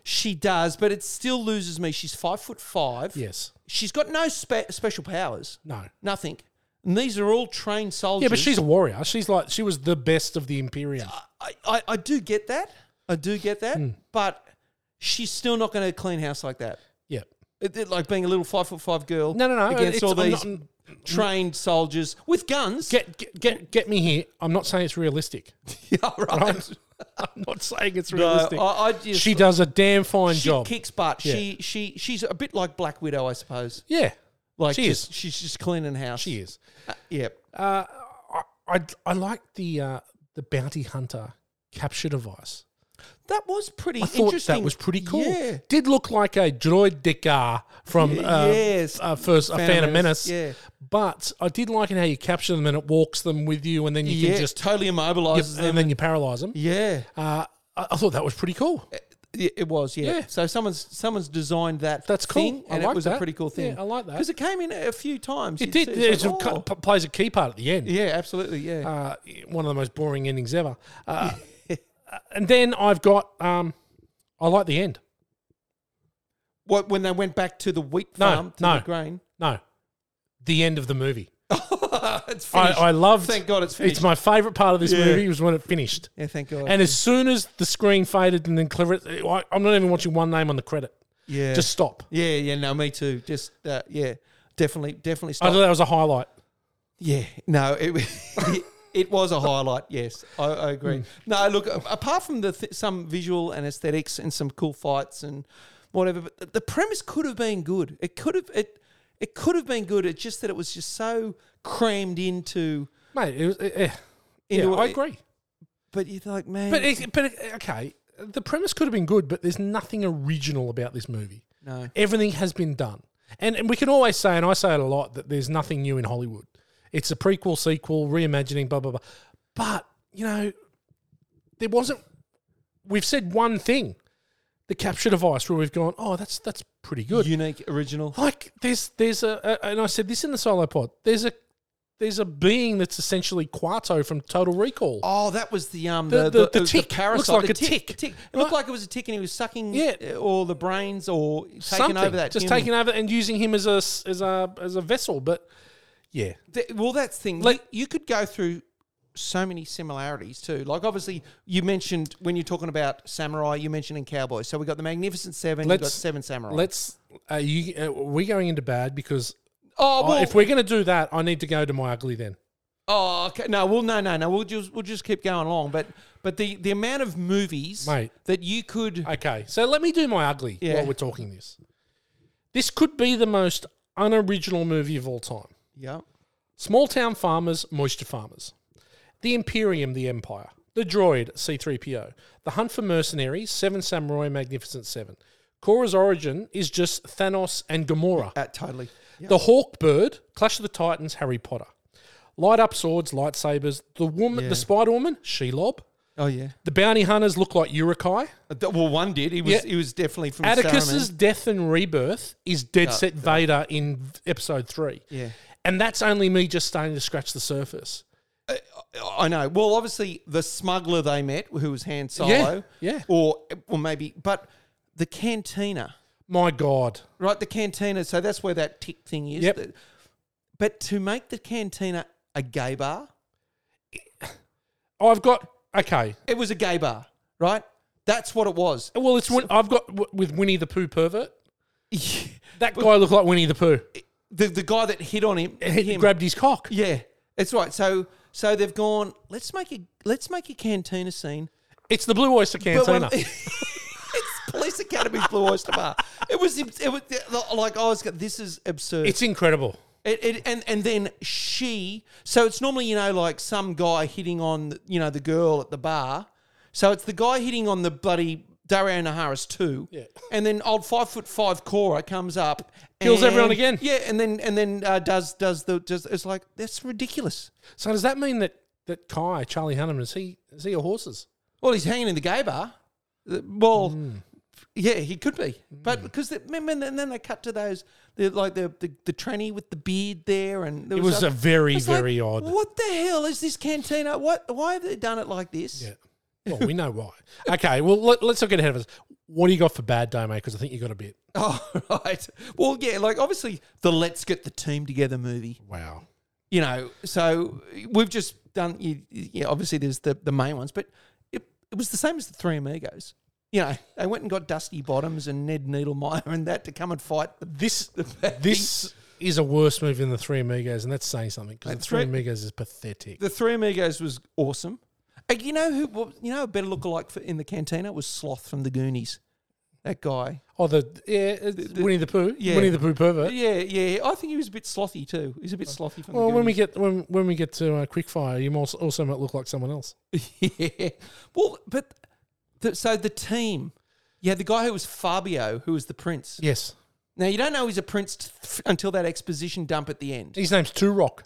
[SPEAKER 2] She does, but it still loses me. She's five foot five.
[SPEAKER 1] Yes.
[SPEAKER 2] She's got no spe- special powers.
[SPEAKER 1] No.
[SPEAKER 2] Nothing. And these are all trained soldiers.
[SPEAKER 1] Yeah, but she's a warrior. She's like she was the best of the Imperium.
[SPEAKER 2] I, I, I do get that. I do get that.
[SPEAKER 1] Hmm.
[SPEAKER 2] But she's still not going to clean house like that.
[SPEAKER 1] Yeah.
[SPEAKER 2] It, it- like being a little five foot five girl.
[SPEAKER 1] No, no, no.
[SPEAKER 2] Against
[SPEAKER 1] it's-
[SPEAKER 2] all
[SPEAKER 1] I'm
[SPEAKER 2] these
[SPEAKER 1] not-
[SPEAKER 2] trained soldiers with guns.
[SPEAKER 1] get, get get get me here. I'm not saying it's realistic.
[SPEAKER 2] yeah, right.
[SPEAKER 1] Right? I'm not saying it's
[SPEAKER 2] No,
[SPEAKER 1] realistic.
[SPEAKER 2] I, I just,
[SPEAKER 1] she does a damn fine
[SPEAKER 2] she
[SPEAKER 1] job.
[SPEAKER 2] kicks butt.
[SPEAKER 1] Yeah.
[SPEAKER 2] She she she's a bit like Black Widow, I suppose.
[SPEAKER 1] yeah,
[SPEAKER 2] Like
[SPEAKER 1] She
[SPEAKER 2] just, She's just cleaning house.
[SPEAKER 1] she is.
[SPEAKER 2] Yeah.
[SPEAKER 1] I I like the uh, the bounty hunter capture device.
[SPEAKER 2] That was pretty
[SPEAKER 1] I thought
[SPEAKER 2] interesting.
[SPEAKER 1] that was pretty cool.
[SPEAKER 2] Yeah.
[SPEAKER 1] Did look like a droid Deckard from uh,
[SPEAKER 2] yes.
[SPEAKER 1] uh, first a Phantom Menace.
[SPEAKER 2] Yeah.
[SPEAKER 1] But I did like it how you capture them and it walks them with you, and then you
[SPEAKER 2] yeah,
[SPEAKER 1] can
[SPEAKER 2] just
[SPEAKER 1] just
[SPEAKER 2] totally
[SPEAKER 1] Yep,
[SPEAKER 2] immobilizes them.
[SPEAKER 1] and then you paralyze them.
[SPEAKER 2] yeah.
[SPEAKER 1] Uh, I, I thought that was pretty cool.
[SPEAKER 2] Yeah, It was, yeah.
[SPEAKER 1] Yeah.
[SPEAKER 2] So someone's someone's designed that.
[SPEAKER 1] That's cool.
[SPEAKER 2] thing,
[SPEAKER 1] I
[SPEAKER 2] and
[SPEAKER 1] like
[SPEAKER 2] it was
[SPEAKER 1] that.
[SPEAKER 2] a pretty cool thing.
[SPEAKER 1] Yeah, I like that.
[SPEAKER 2] because it came in a few times.
[SPEAKER 1] It
[SPEAKER 2] You'd
[SPEAKER 1] did.
[SPEAKER 2] see,
[SPEAKER 1] It
[SPEAKER 2] it's like,
[SPEAKER 1] sort of
[SPEAKER 2] oh.
[SPEAKER 1] cu- plays a key part at the end.
[SPEAKER 2] Yeah, absolutely. Yeah,
[SPEAKER 1] Uh, one of the most boring endings ever. Uh, and then I've got. Um, I like the end.
[SPEAKER 2] what when they went back to the wheat
[SPEAKER 1] No,
[SPEAKER 2] farm to
[SPEAKER 1] no.
[SPEAKER 2] the grain?
[SPEAKER 1] No, the end of the movie.
[SPEAKER 2] it's
[SPEAKER 1] I,
[SPEAKER 2] finished.
[SPEAKER 1] I loved.
[SPEAKER 2] Thank God it's finished.
[SPEAKER 1] It's my favorite part of this
[SPEAKER 2] Yeah.
[SPEAKER 1] movie was when it finished.
[SPEAKER 2] yeah, thank God.
[SPEAKER 1] And as soon as the screen faded and then clear it, I, I'm not even watching one name on the credit.
[SPEAKER 2] yeah,
[SPEAKER 1] Just stop.
[SPEAKER 2] yeah, yeah. No, me too. Just uh, yeah, definitely, definitely.
[SPEAKER 1] I
[SPEAKER 2] Stop.
[SPEAKER 1] thought that was a highlight.
[SPEAKER 2] Yeah, no, it it was a highlight. Yes, I, I agree. No, look, a- apart from the th- some visual and aesthetics and some cool fights and whatever, but the- the premise could have been good. It could have it it could have been good. It's just that it was just so crammed into.
[SPEAKER 1] Mate, it was, eh, eh.
[SPEAKER 2] into
[SPEAKER 1] yeah, I agree.
[SPEAKER 2] But you're like, man,
[SPEAKER 1] But it, but it, okay, the premise could have been good, but there's nothing original about this movie.
[SPEAKER 2] No.
[SPEAKER 1] everything has been done, and and we can always say, and I say it a lot, that there's nothing new in Hollywood. It's a prequel, sequel, reimagining, blah blah blah. But you know, there wasn't. We've said one thing, the capture device, where we've gone, oh, that's that's pretty good.
[SPEAKER 2] unique, original.
[SPEAKER 1] like there's there's a, a and I said this in the solo pod. There's a there's a being that's essentially Quarto from Total Recall.
[SPEAKER 2] Oh, that was the um
[SPEAKER 1] The- the-
[SPEAKER 2] the the,
[SPEAKER 1] the
[SPEAKER 2] it was the
[SPEAKER 1] tick. Looks
[SPEAKER 2] parasite,
[SPEAKER 1] like
[SPEAKER 2] the
[SPEAKER 1] a tick.
[SPEAKER 2] the It looked like it was a tick, and he was sucking
[SPEAKER 1] Yeah.
[SPEAKER 2] uh, all the brains or taking
[SPEAKER 1] Something.
[SPEAKER 2] over that.
[SPEAKER 1] just
[SPEAKER 2] human.
[SPEAKER 1] taking over and using him as a s- as a as a vessel. But yeah,
[SPEAKER 2] Th- well, that's the thing.
[SPEAKER 1] Like-
[SPEAKER 2] you, you could go through so many similarities too. Like obviously, you mentioned when you're talking about samurai, you mentioned in cowboys. So we got the Magnificent Seven. You got
[SPEAKER 1] Let's-
[SPEAKER 2] Seven Samurai.
[SPEAKER 1] let's are you uh, are we going into bad because
[SPEAKER 2] oh,
[SPEAKER 1] I-
[SPEAKER 2] well,
[SPEAKER 1] if we're going to do that, I need to go to my ugly then.
[SPEAKER 2] oh, okay. No, well, no, no, no. We'll just we'll just keep going along. But but the the amount of movies
[SPEAKER 1] Mate.
[SPEAKER 2] that you could.
[SPEAKER 1] Okay, so let me do my ugly
[SPEAKER 2] Yeah.
[SPEAKER 1] while we're talking this. This could be the most unoriginal movie of all time.
[SPEAKER 2] yeah.
[SPEAKER 1] Small town farmers, moisture farmers. The Imperium, the Empire. The Droid, C3PO. The Hunt for Mercenaries, Seven Samurai, Magnificent Seven. Korra's origin is just Thanos and Gamora.
[SPEAKER 2] Uh, totally. Yeah.
[SPEAKER 1] The Hawkbird, Clash of the Titans, Harry Potter. Light up swords, lightsabers. The woman, the Spider Woman, Shelob.
[SPEAKER 2] Oh yeah.
[SPEAKER 1] The bounty hunters look like Urukai.
[SPEAKER 2] Uh, th- Well, one did. He was
[SPEAKER 1] Yeah.
[SPEAKER 2] he was definitely from
[SPEAKER 1] Atticus's
[SPEAKER 2] Saruman.
[SPEAKER 1] death and rebirth is dead set Vader in episode three.
[SPEAKER 2] Yeah.
[SPEAKER 1] And that's only me just starting to scratch the surface.
[SPEAKER 2] I know. Well, obviously the smuggler they met, who was Han Solo.
[SPEAKER 1] yeah.
[SPEAKER 2] Or or maybe, but the cantina,
[SPEAKER 1] My God.
[SPEAKER 2] right? The cantina. So that's where that tick thing is.
[SPEAKER 1] Yep.
[SPEAKER 2] that- But to make the cantina a gay bar,
[SPEAKER 1] I've got, okay.
[SPEAKER 2] it was a gay bar, right? That's what it was.
[SPEAKER 1] Well, it's when I've got w- with Winnie the Pooh pervert. That guy looked like Winnie the Pooh.
[SPEAKER 2] the the guy that hit on him,
[SPEAKER 1] He
[SPEAKER 2] him
[SPEAKER 1] grabbed his cock.
[SPEAKER 2] Yeah, it's right. So so they've gone. Let's make a let's make a cantina scene.
[SPEAKER 1] It's the Blue Oyster
[SPEAKER 2] But
[SPEAKER 1] Cantina.
[SPEAKER 2] when- it's Police Academy's Blue Oyster Bar. It was it was like I was go- this is absurd.
[SPEAKER 1] it's incredible.
[SPEAKER 2] It, it, and and then she. So it's normally you know like some guy hitting on you know the girl at the bar. So it's the guy hitting on the bloody Dario Naharis too.
[SPEAKER 1] Yeah.
[SPEAKER 2] And then old five foot five Cora comes up,
[SPEAKER 1] Kills
[SPEAKER 2] and-
[SPEAKER 1] everyone again.
[SPEAKER 2] Yeah, and then and then uh, does does the does it's like that's ridiculous.
[SPEAKER 1] So does that mean that that Kai Charlie Hunnam is he is he a horses?
[SPEAKER 2] Well, he's hanging in the gay bar. Uh, Well,
[SPEAKER 1] Hmm.
[SPEAKER 2] yeah, he could be, but because the, remember, and then they cut to those the like the, the the tranny with the beard there, and there
[SPEAKER 1] It was
[SPEAKER 2] a-
[SPEAKER 1] a very,
[SPEAKER 2] it's like,
[SPEAKER 1] very odd-
[SPEAKER 2] What the hell is this cantina? What? Why have they done it like this?
[SPEAKER 1] Yeah. Well, we know why. Okay. Well, let, us not get ahead of us. What do you got for bad, Dome? Because I think you got a bit.
[SPEAKER 2] Oh, right. Well, yeah, like obviously the Let's Get the Team Together movie.
[SPEAKER 1] Wow.
[SPEAKER 2] you know, so we've just done. You, yeah, obviously there's the the main ones, but it, it was the same as the Three Amigos. You know, they went and got Dusty Bottoms and Ned Needlemeyer and that to come and fight.
[SPEAKER 1] This this is a worse movie than the Three Amigos, and that's saying something because the
[SPEAKER 2] That's
[SPEAKER 1] Three
[SPEAKER 2] right.
[SPEAKER 1] Amigos is pathetic.
[SPEAKER 2] The Three Amigos was awesome. Uh, You know who? wa- You know a better lookalike for, in the cantina was Sloth from the Goonies. That guy.
[SPEAKER 1] oh, the yeah, it's
[SPEAKER 2] the-
[SPEAKER 1] Winnie the Pooh,
[SPEAKER 2] yeah.
[SPEAKER 1] Winnie the Pooh pervert.
[SPEAKER 2] Yeah, yeah. I think he was a bit slothy too. He's a bit slothy from
[SPEAKER 1] Oh. Well,
[SPEAKER 2] the
[SPEAKER 1] when we
[SPEAKER 2] Goonies.
[SPEAKER 1] get when when we get to uh, quickfire, you must also might look like someone else.
[SPEAKER 2] yeah. Well, but the, so the team. Yeah, the guy who was Fabio, who was the prince.
[SPEAKER 1] Yes,
[SPEAKER 2] Now you don't know he's a prince t- f- until that exposition dump at the end.
[SPEAKER 1] his name's Two Rock,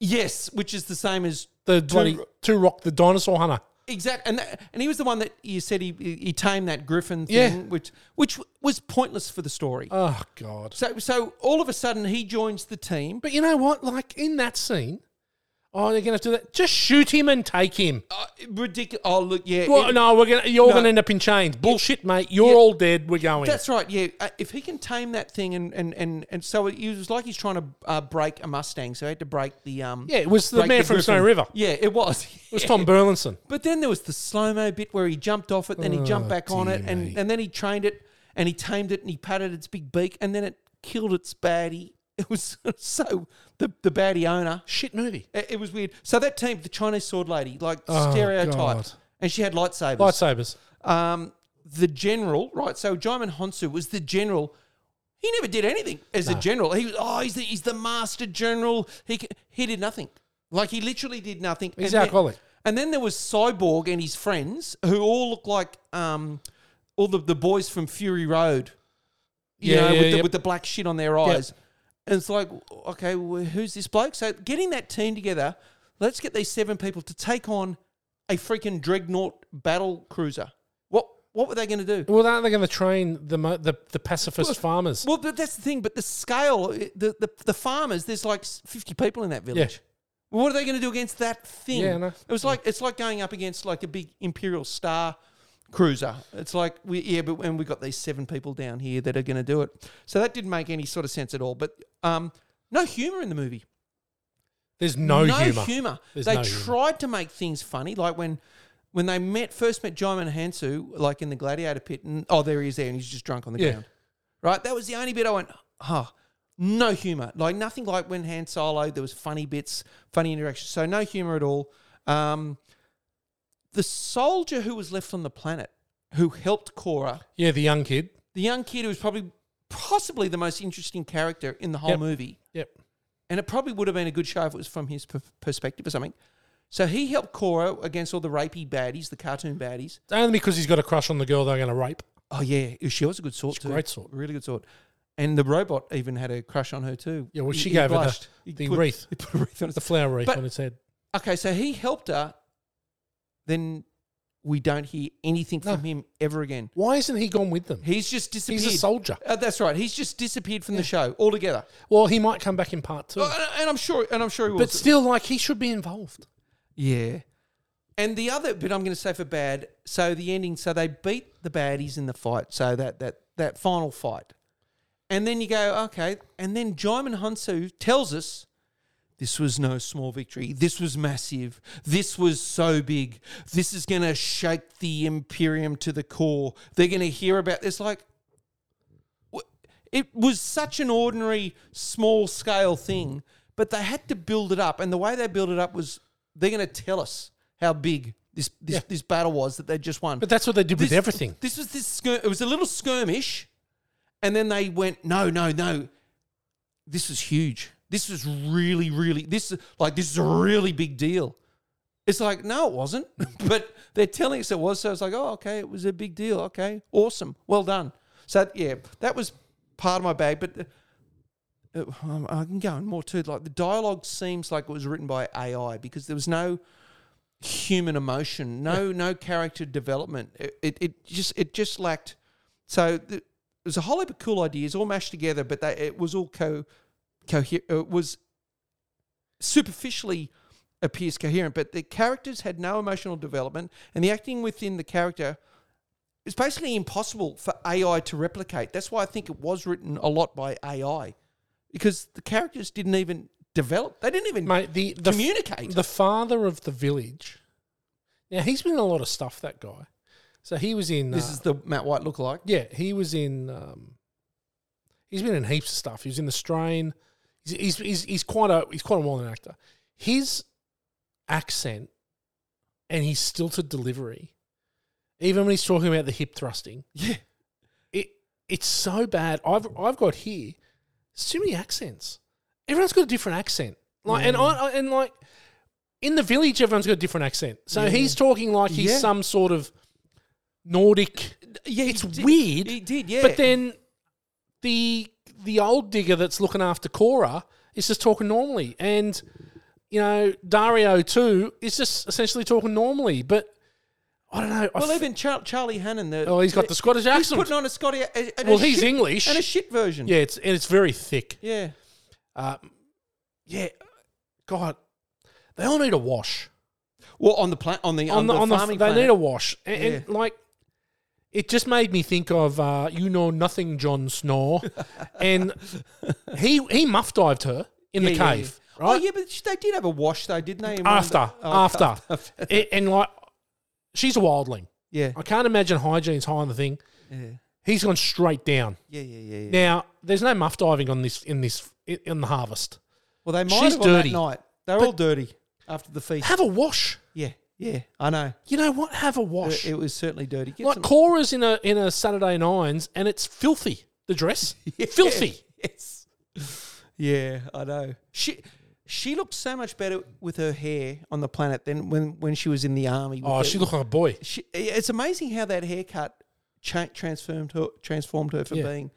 [SPEAKER 2] Yes, which is the same as
[SPEAKER 1] the bloody
[SPEAKER 2] Ro-
[SPEAKER 1] Two Rock, the dinosaur hunter.
[SPEAKER 2] exact, and that, and he was the one that you said he he he tamed that griffin thing,
[SPEAKER 1] Yeah.
[SPEAKER 2] which which was pointless for the story.
[SPEAKER 1] Oh God!
[SPEAKER 2] so so all of a sudden he joins the team. But
[SPEAKER 1] But you know what? Like in that scene, oh, they're gonna have to do that. Just shoot him and take him.
[SPEAKER 2] uh, ridiculous. Oh look, yeah,
[SPEAKER 1] Well,
[SPEAKER 2] it-
[SPEAKER 1] no, we're gonna you're
[SPEAKER 2] No.
[SPEAKER 1] gonna end up in chains. Bullshit, mate. You're
[SPEAKER 2] Yeah.
[SPEAKER 1] all dead. We're going.
[SPEAKER 2] That's right. Yeah, uh, if he can tame that thing, and and and, and so it was like he's trying to uh, break a Mustang, so he had to break the um.
[SPEAKER 1] Yeah, it was the
[SPEAKER 2] break
[SPEAKER 1] man from Snow
[SPEAKER 2] griffin.
[SPEAKER 1] River.
[SPEAKER 2] Yeah, it was.
[SPEAKER 1] it was Tom Burlinson.
[SPEAKER 2] But then there was the slow mo bit where he jumped off it, then he jumped
[SPEAKER 1] Oh,
[SPEAKER 2] back on it,
[SPEAKER 1] dear
[SPEAKER 2] and,
[SPEAKER 1] me.
[SPEAKER 2] and then he trained it and he tamed it and he patted its big beak, and then it killed its baddie. It was so the, the baddie owner.
[SPEAKER 1] Shit movie.
[SPEAKER 2] It, it was weird. So that team, the Chinese sword lady, like
[SPEAKER 1] Oh,
[SPEAKER 2] stereotype,
[SPEAKER 1] God.
[SPEAKER 2] and she had lightsabers.
[SPEAKER 1] Lightsabers.
[SPEAKER 2] Um, the general, right? So Jaimon Honsu was the general. He never did anything as a general. He was oh, he's the, he's the master general. He c- he did nothing. Like he literally did nothing.
[SPEAKER 1] He's
[SPEAKER 2] then-
[SPEAKER 1] alcoholic.
[SPEAKER 2] and then there was Cyborg and his friends, who all look like um, all the, the boys from Fury Road. You
[SPEAKER 1] Yeah,
[SPEAKER 2] know,
[SPEAKER 1] yeah,
[SPEAKER 2] with, the,
[SPEAKER 1] yep.
[SPEAKER 2] with the black shit on their eyes. And it's like, okay, well, who's this bloke? So getting that team together, let's get these seven people to take on a freaking dreadnought battle cruiser. What what were they going to do?
[SPEAKER 1] Well, aren't they going to train the mo- the, the pacifist farmers?
[SPEAKER 2] Well, but that's the thing. But the scale, eh, the the, the farmers, there's like fifty people in that
[SPEAKER 1] yeah.
[SPEAKER 2] village. Well, what are they going to do against that thing?
[SPEAKER 1] Yeah, I know.
[SPEAKER 2] It was like it's like going up against like a big Imperial Star cruiser. It's like we yeah, but when we got these seven people down here that are going to do it, so that didn't make any sort of sense at all. But um, no humor in the movie.
[SPEAKER 1] There's no, humor. There's
[SPEAKER 2] They
[SPEAKER 1] no humor.
[SPEAKER 2] tried to make things funny, like when. When they met first met Jaimin Hansu, like in the gladiator pit, and oh, there he is there, and he's just drunk on the
[SPEAKER 1] Yeah.
[SPEAKER 2] ground. Right? That was the only bit I went, oh, no humor. Like nothing like when Han Solo, there was funny bits, funny interactions. So no humor at all. Um, the soldier who was left on the planet, who helped Cora,
[SPEAKER 1] Yeah, the young kid.
[SPEAKER 2] the young kid who was probably possibly the most interesting character in the whole
[SPEAKER 1] Yep.
[SPEAKER 2] movie,
[SPEAKER 1] Yep.
[SPEAKER 2] and it probably would have been a good show if it was from his per- perspective or something. So he helped Cora against all the rapey baddies, the cartoon baddies.
[SPEAKER 1] Only because he's got a crush on the girl they're going to rape.
[SPEAKER 2] Oh yeah, she was a good sort too.
[SPEAKER 1] great sort.
[SPEAKER 2] really good sort. And the robot even had a crush on her too.
[SPEAKER 1] Yeah, well,
[SPEAKER 2] He-
[SPEAKER 1] she
[SPEAKER 2] he
[SPEAKER 1] gave her the-
[SPEAKER 2] blushed. He
[SPEAKER 1] the
[SPEAKER 2] put-
[SPEAKER 1] wreath.
[SPEAKER 2] He put a wreath on
[SPEAKER 1] It's the
[SPEAKER 2] his.
[SPEAKER 1] flower wreath
[SPEAKER 2] But-
[SPEAKER 1] on its head.
[SPEAKER 2] Okay, so he helped her. Then we don't hear anything
[SPEAKER 1] No.
[SPEAKER 2] from him ever again.
[SPEAKER 1] Why isn't he gone with them?
[SPEAKER 2] He's just disappeared.
[SPEAKER 1] soldier.
[SPEAKER 2] Uh, that's right. He's just disappeared from the show altogether.
[SPEAKER 1] Well, he might come back in part two.
[SPEAKER 2] Uh, and- and I'm sure. And I'm sure he will.
[SPEAKER 1] but still, like, he should be involved.
[SPEAKER 2] Yeah. And the other bit I'm going to say for bad, so the ending, so they beat the baddies in the fight, so that that that final fight, and then you go okay, and then Jaimin Hunsu tells us this was no small victory, this was massive, this was so big, this is going to shake the Imperium to the core. They're going to hear about this like. wh- It was such an ordinary, small scale thing, but they had to build it up, and the way they built it up was they're going to tell us how big this this,
[SPEAKER 1] Yeah.
[SPEAKER 2] this battle was that they just won.
[SPEAKER 1] But that's what they did with
[SPEAKER 2] This-
[SPEAKER 1] everything.
[SPEAKER 2] This was this skir- it was a little skirmish, and then they went no no no. This is huge. This was really really this is- like this is a really big deal. It's like no, it wasn't, but they're telling us it was. So it's like oh okay, it was a big deal. Okay, awesome, well done. So yeah, that was part of my bag, but. uh, um, I can go on more too. Like the dialogue seems like it was written by AI because there was no human emotion, no no character development. It, it it just it just lacked. So th- it was a whole heap of cool ideas all mashed together, but they, it was all co coherent. It was superficially appears coherent, but the characters had no emotional development, and the acting within the character. It's basically impossible for AI to replicate. That's why I think it was written a lot by AI, because the characters didn't even develop. They didn't even
[SPEAKER 1] Mate, the, the
[SPEAKER 2] communicate.
[SPEAKER 1] the father of the village. Now he's been in a lot of stuff. That guy. So he was in.
[SPEAKER 2] this
[SPEAKER 1] uh,
[SPEAKER 2] is the Matt White lookalike.
[SPEAKER 1] yeah. He was in. Um, he's been in heaps of stuff. He was in the Strain. He's he's, he's, he's quite a he's quite a well known actor. His accent and his stilted delivery, even when he's talking about the hip thrusting,
[SPEAKER 2] Yeah.
[SPEAKER 1] it it's so bad. I've I've got here so many accents. Everyone's got a different accent. Like and I I- and like in the village, everyone's got a different accent. So he's talking like he's
[SPEAKER 2] Yeah.
[SPEAKER 1] some sort of Nordic.
[SPEAKER 2] Yeah,
[SPEAKER 1] It's
[SPEAKER 2] he did-
[SPEAKER 1] weird.
[SPEAKER 2] He did, yeah.
[SPEAKER 1] But then the the old digger that's looking after Cora is just talking normally, and you know Dario too is just essentially talking normally. But I don't know. I
[SPEAKER 2] well,
[SPEAKER 1] f-
[SPEAKER 2] even Char- Charlie Hannon, the
[SPEAKER 1] Oh, he's got the Scottish
[SPEAKER 2] he's
[SPEAKER 1] accent.
[SPEAKER 2] putting on a Scottish. A, a-
[SPEAKER 1] Well,
[SPEAKER 2] a
[SPEAKER 1] he's
[SPEAKER 2] shit-
[SPEAKER 1] English.
[SPEAKER 2] and a shit version.
[SPEAKER 1] yeah, it's and it's very thick.
[SPEAKER 2] yeah.
[SPEAKER 1] yeah, God, they all need a wash
[SPEAKER 2] Well, on the pla- on the on, the,
[SPEAKER 1] on the,
[SPEAKER 2] farming
[SPEAKER 1] they
[SPEAKER 2] planet.
[SPEAKER 1] need a wash, and, and, like it just made me think of uh, you know nothing, John Snow, and he he muff dived her in the
[SPEAKER 2] Yeah, yeah,
[SPEAKER 1] cave,
[SPEAKER 2] yeah.
[SPEAKER 1] right?
[SPEAKER 2] Oh yeah, but sh- they did have a wash though, didn't they? in one of the-
[SPEAKER 1] after
[SPEAKER 2] oh,
[SPEAKER 1] after, A- and like she's a wildling.
[SPEAKER 2] Yeah.
[SPEAKER 1] I can't imagine hygiene's high on the thing. He's gone straight down.
[SPEAKER 2] Yeah, yeah, yeah, yeah.
[SPEAKER 1] Now there's no muff diving on this in this in- in the harvest.
[SPEAKER 2] Well, they might
[SPEAKER 1] she's
[SPEAKER 2] have on
[SPEAKER 1] dirty.
[SPEAKER 2] that night. They're
[SPEAKER 1] But-
[SPEAKER 2] all dirty after the feast.
[SPEAKER 1] Have a wash.
[SPEAKER 2] yeah, yeah, I know.
[SPEAKER 1] You know what? Have a wash.
[SPEAKER 2] It, it was certainly dirty. Get
[SPEAKER 1] like
[SPEAKER 2] some-
[SPEAKER 1] Cora's in a in a Saturday Nines, and it's filthy. The dress, filthy.
[SPEAKER 2] Yes. Yeah, I know. She she looked so much better with her hair on the planet than when when she was in the army. with
[SPEAKER 1] Oh,
[SPEAKER 2] her-
[SPEAKER 1] she looked like a boy.
[SPEAKER 2] she, it's amazing how that haircut cha- transformed her transformed her from
[SPEAKER 1] Yeah.
[SPEAKER 2] being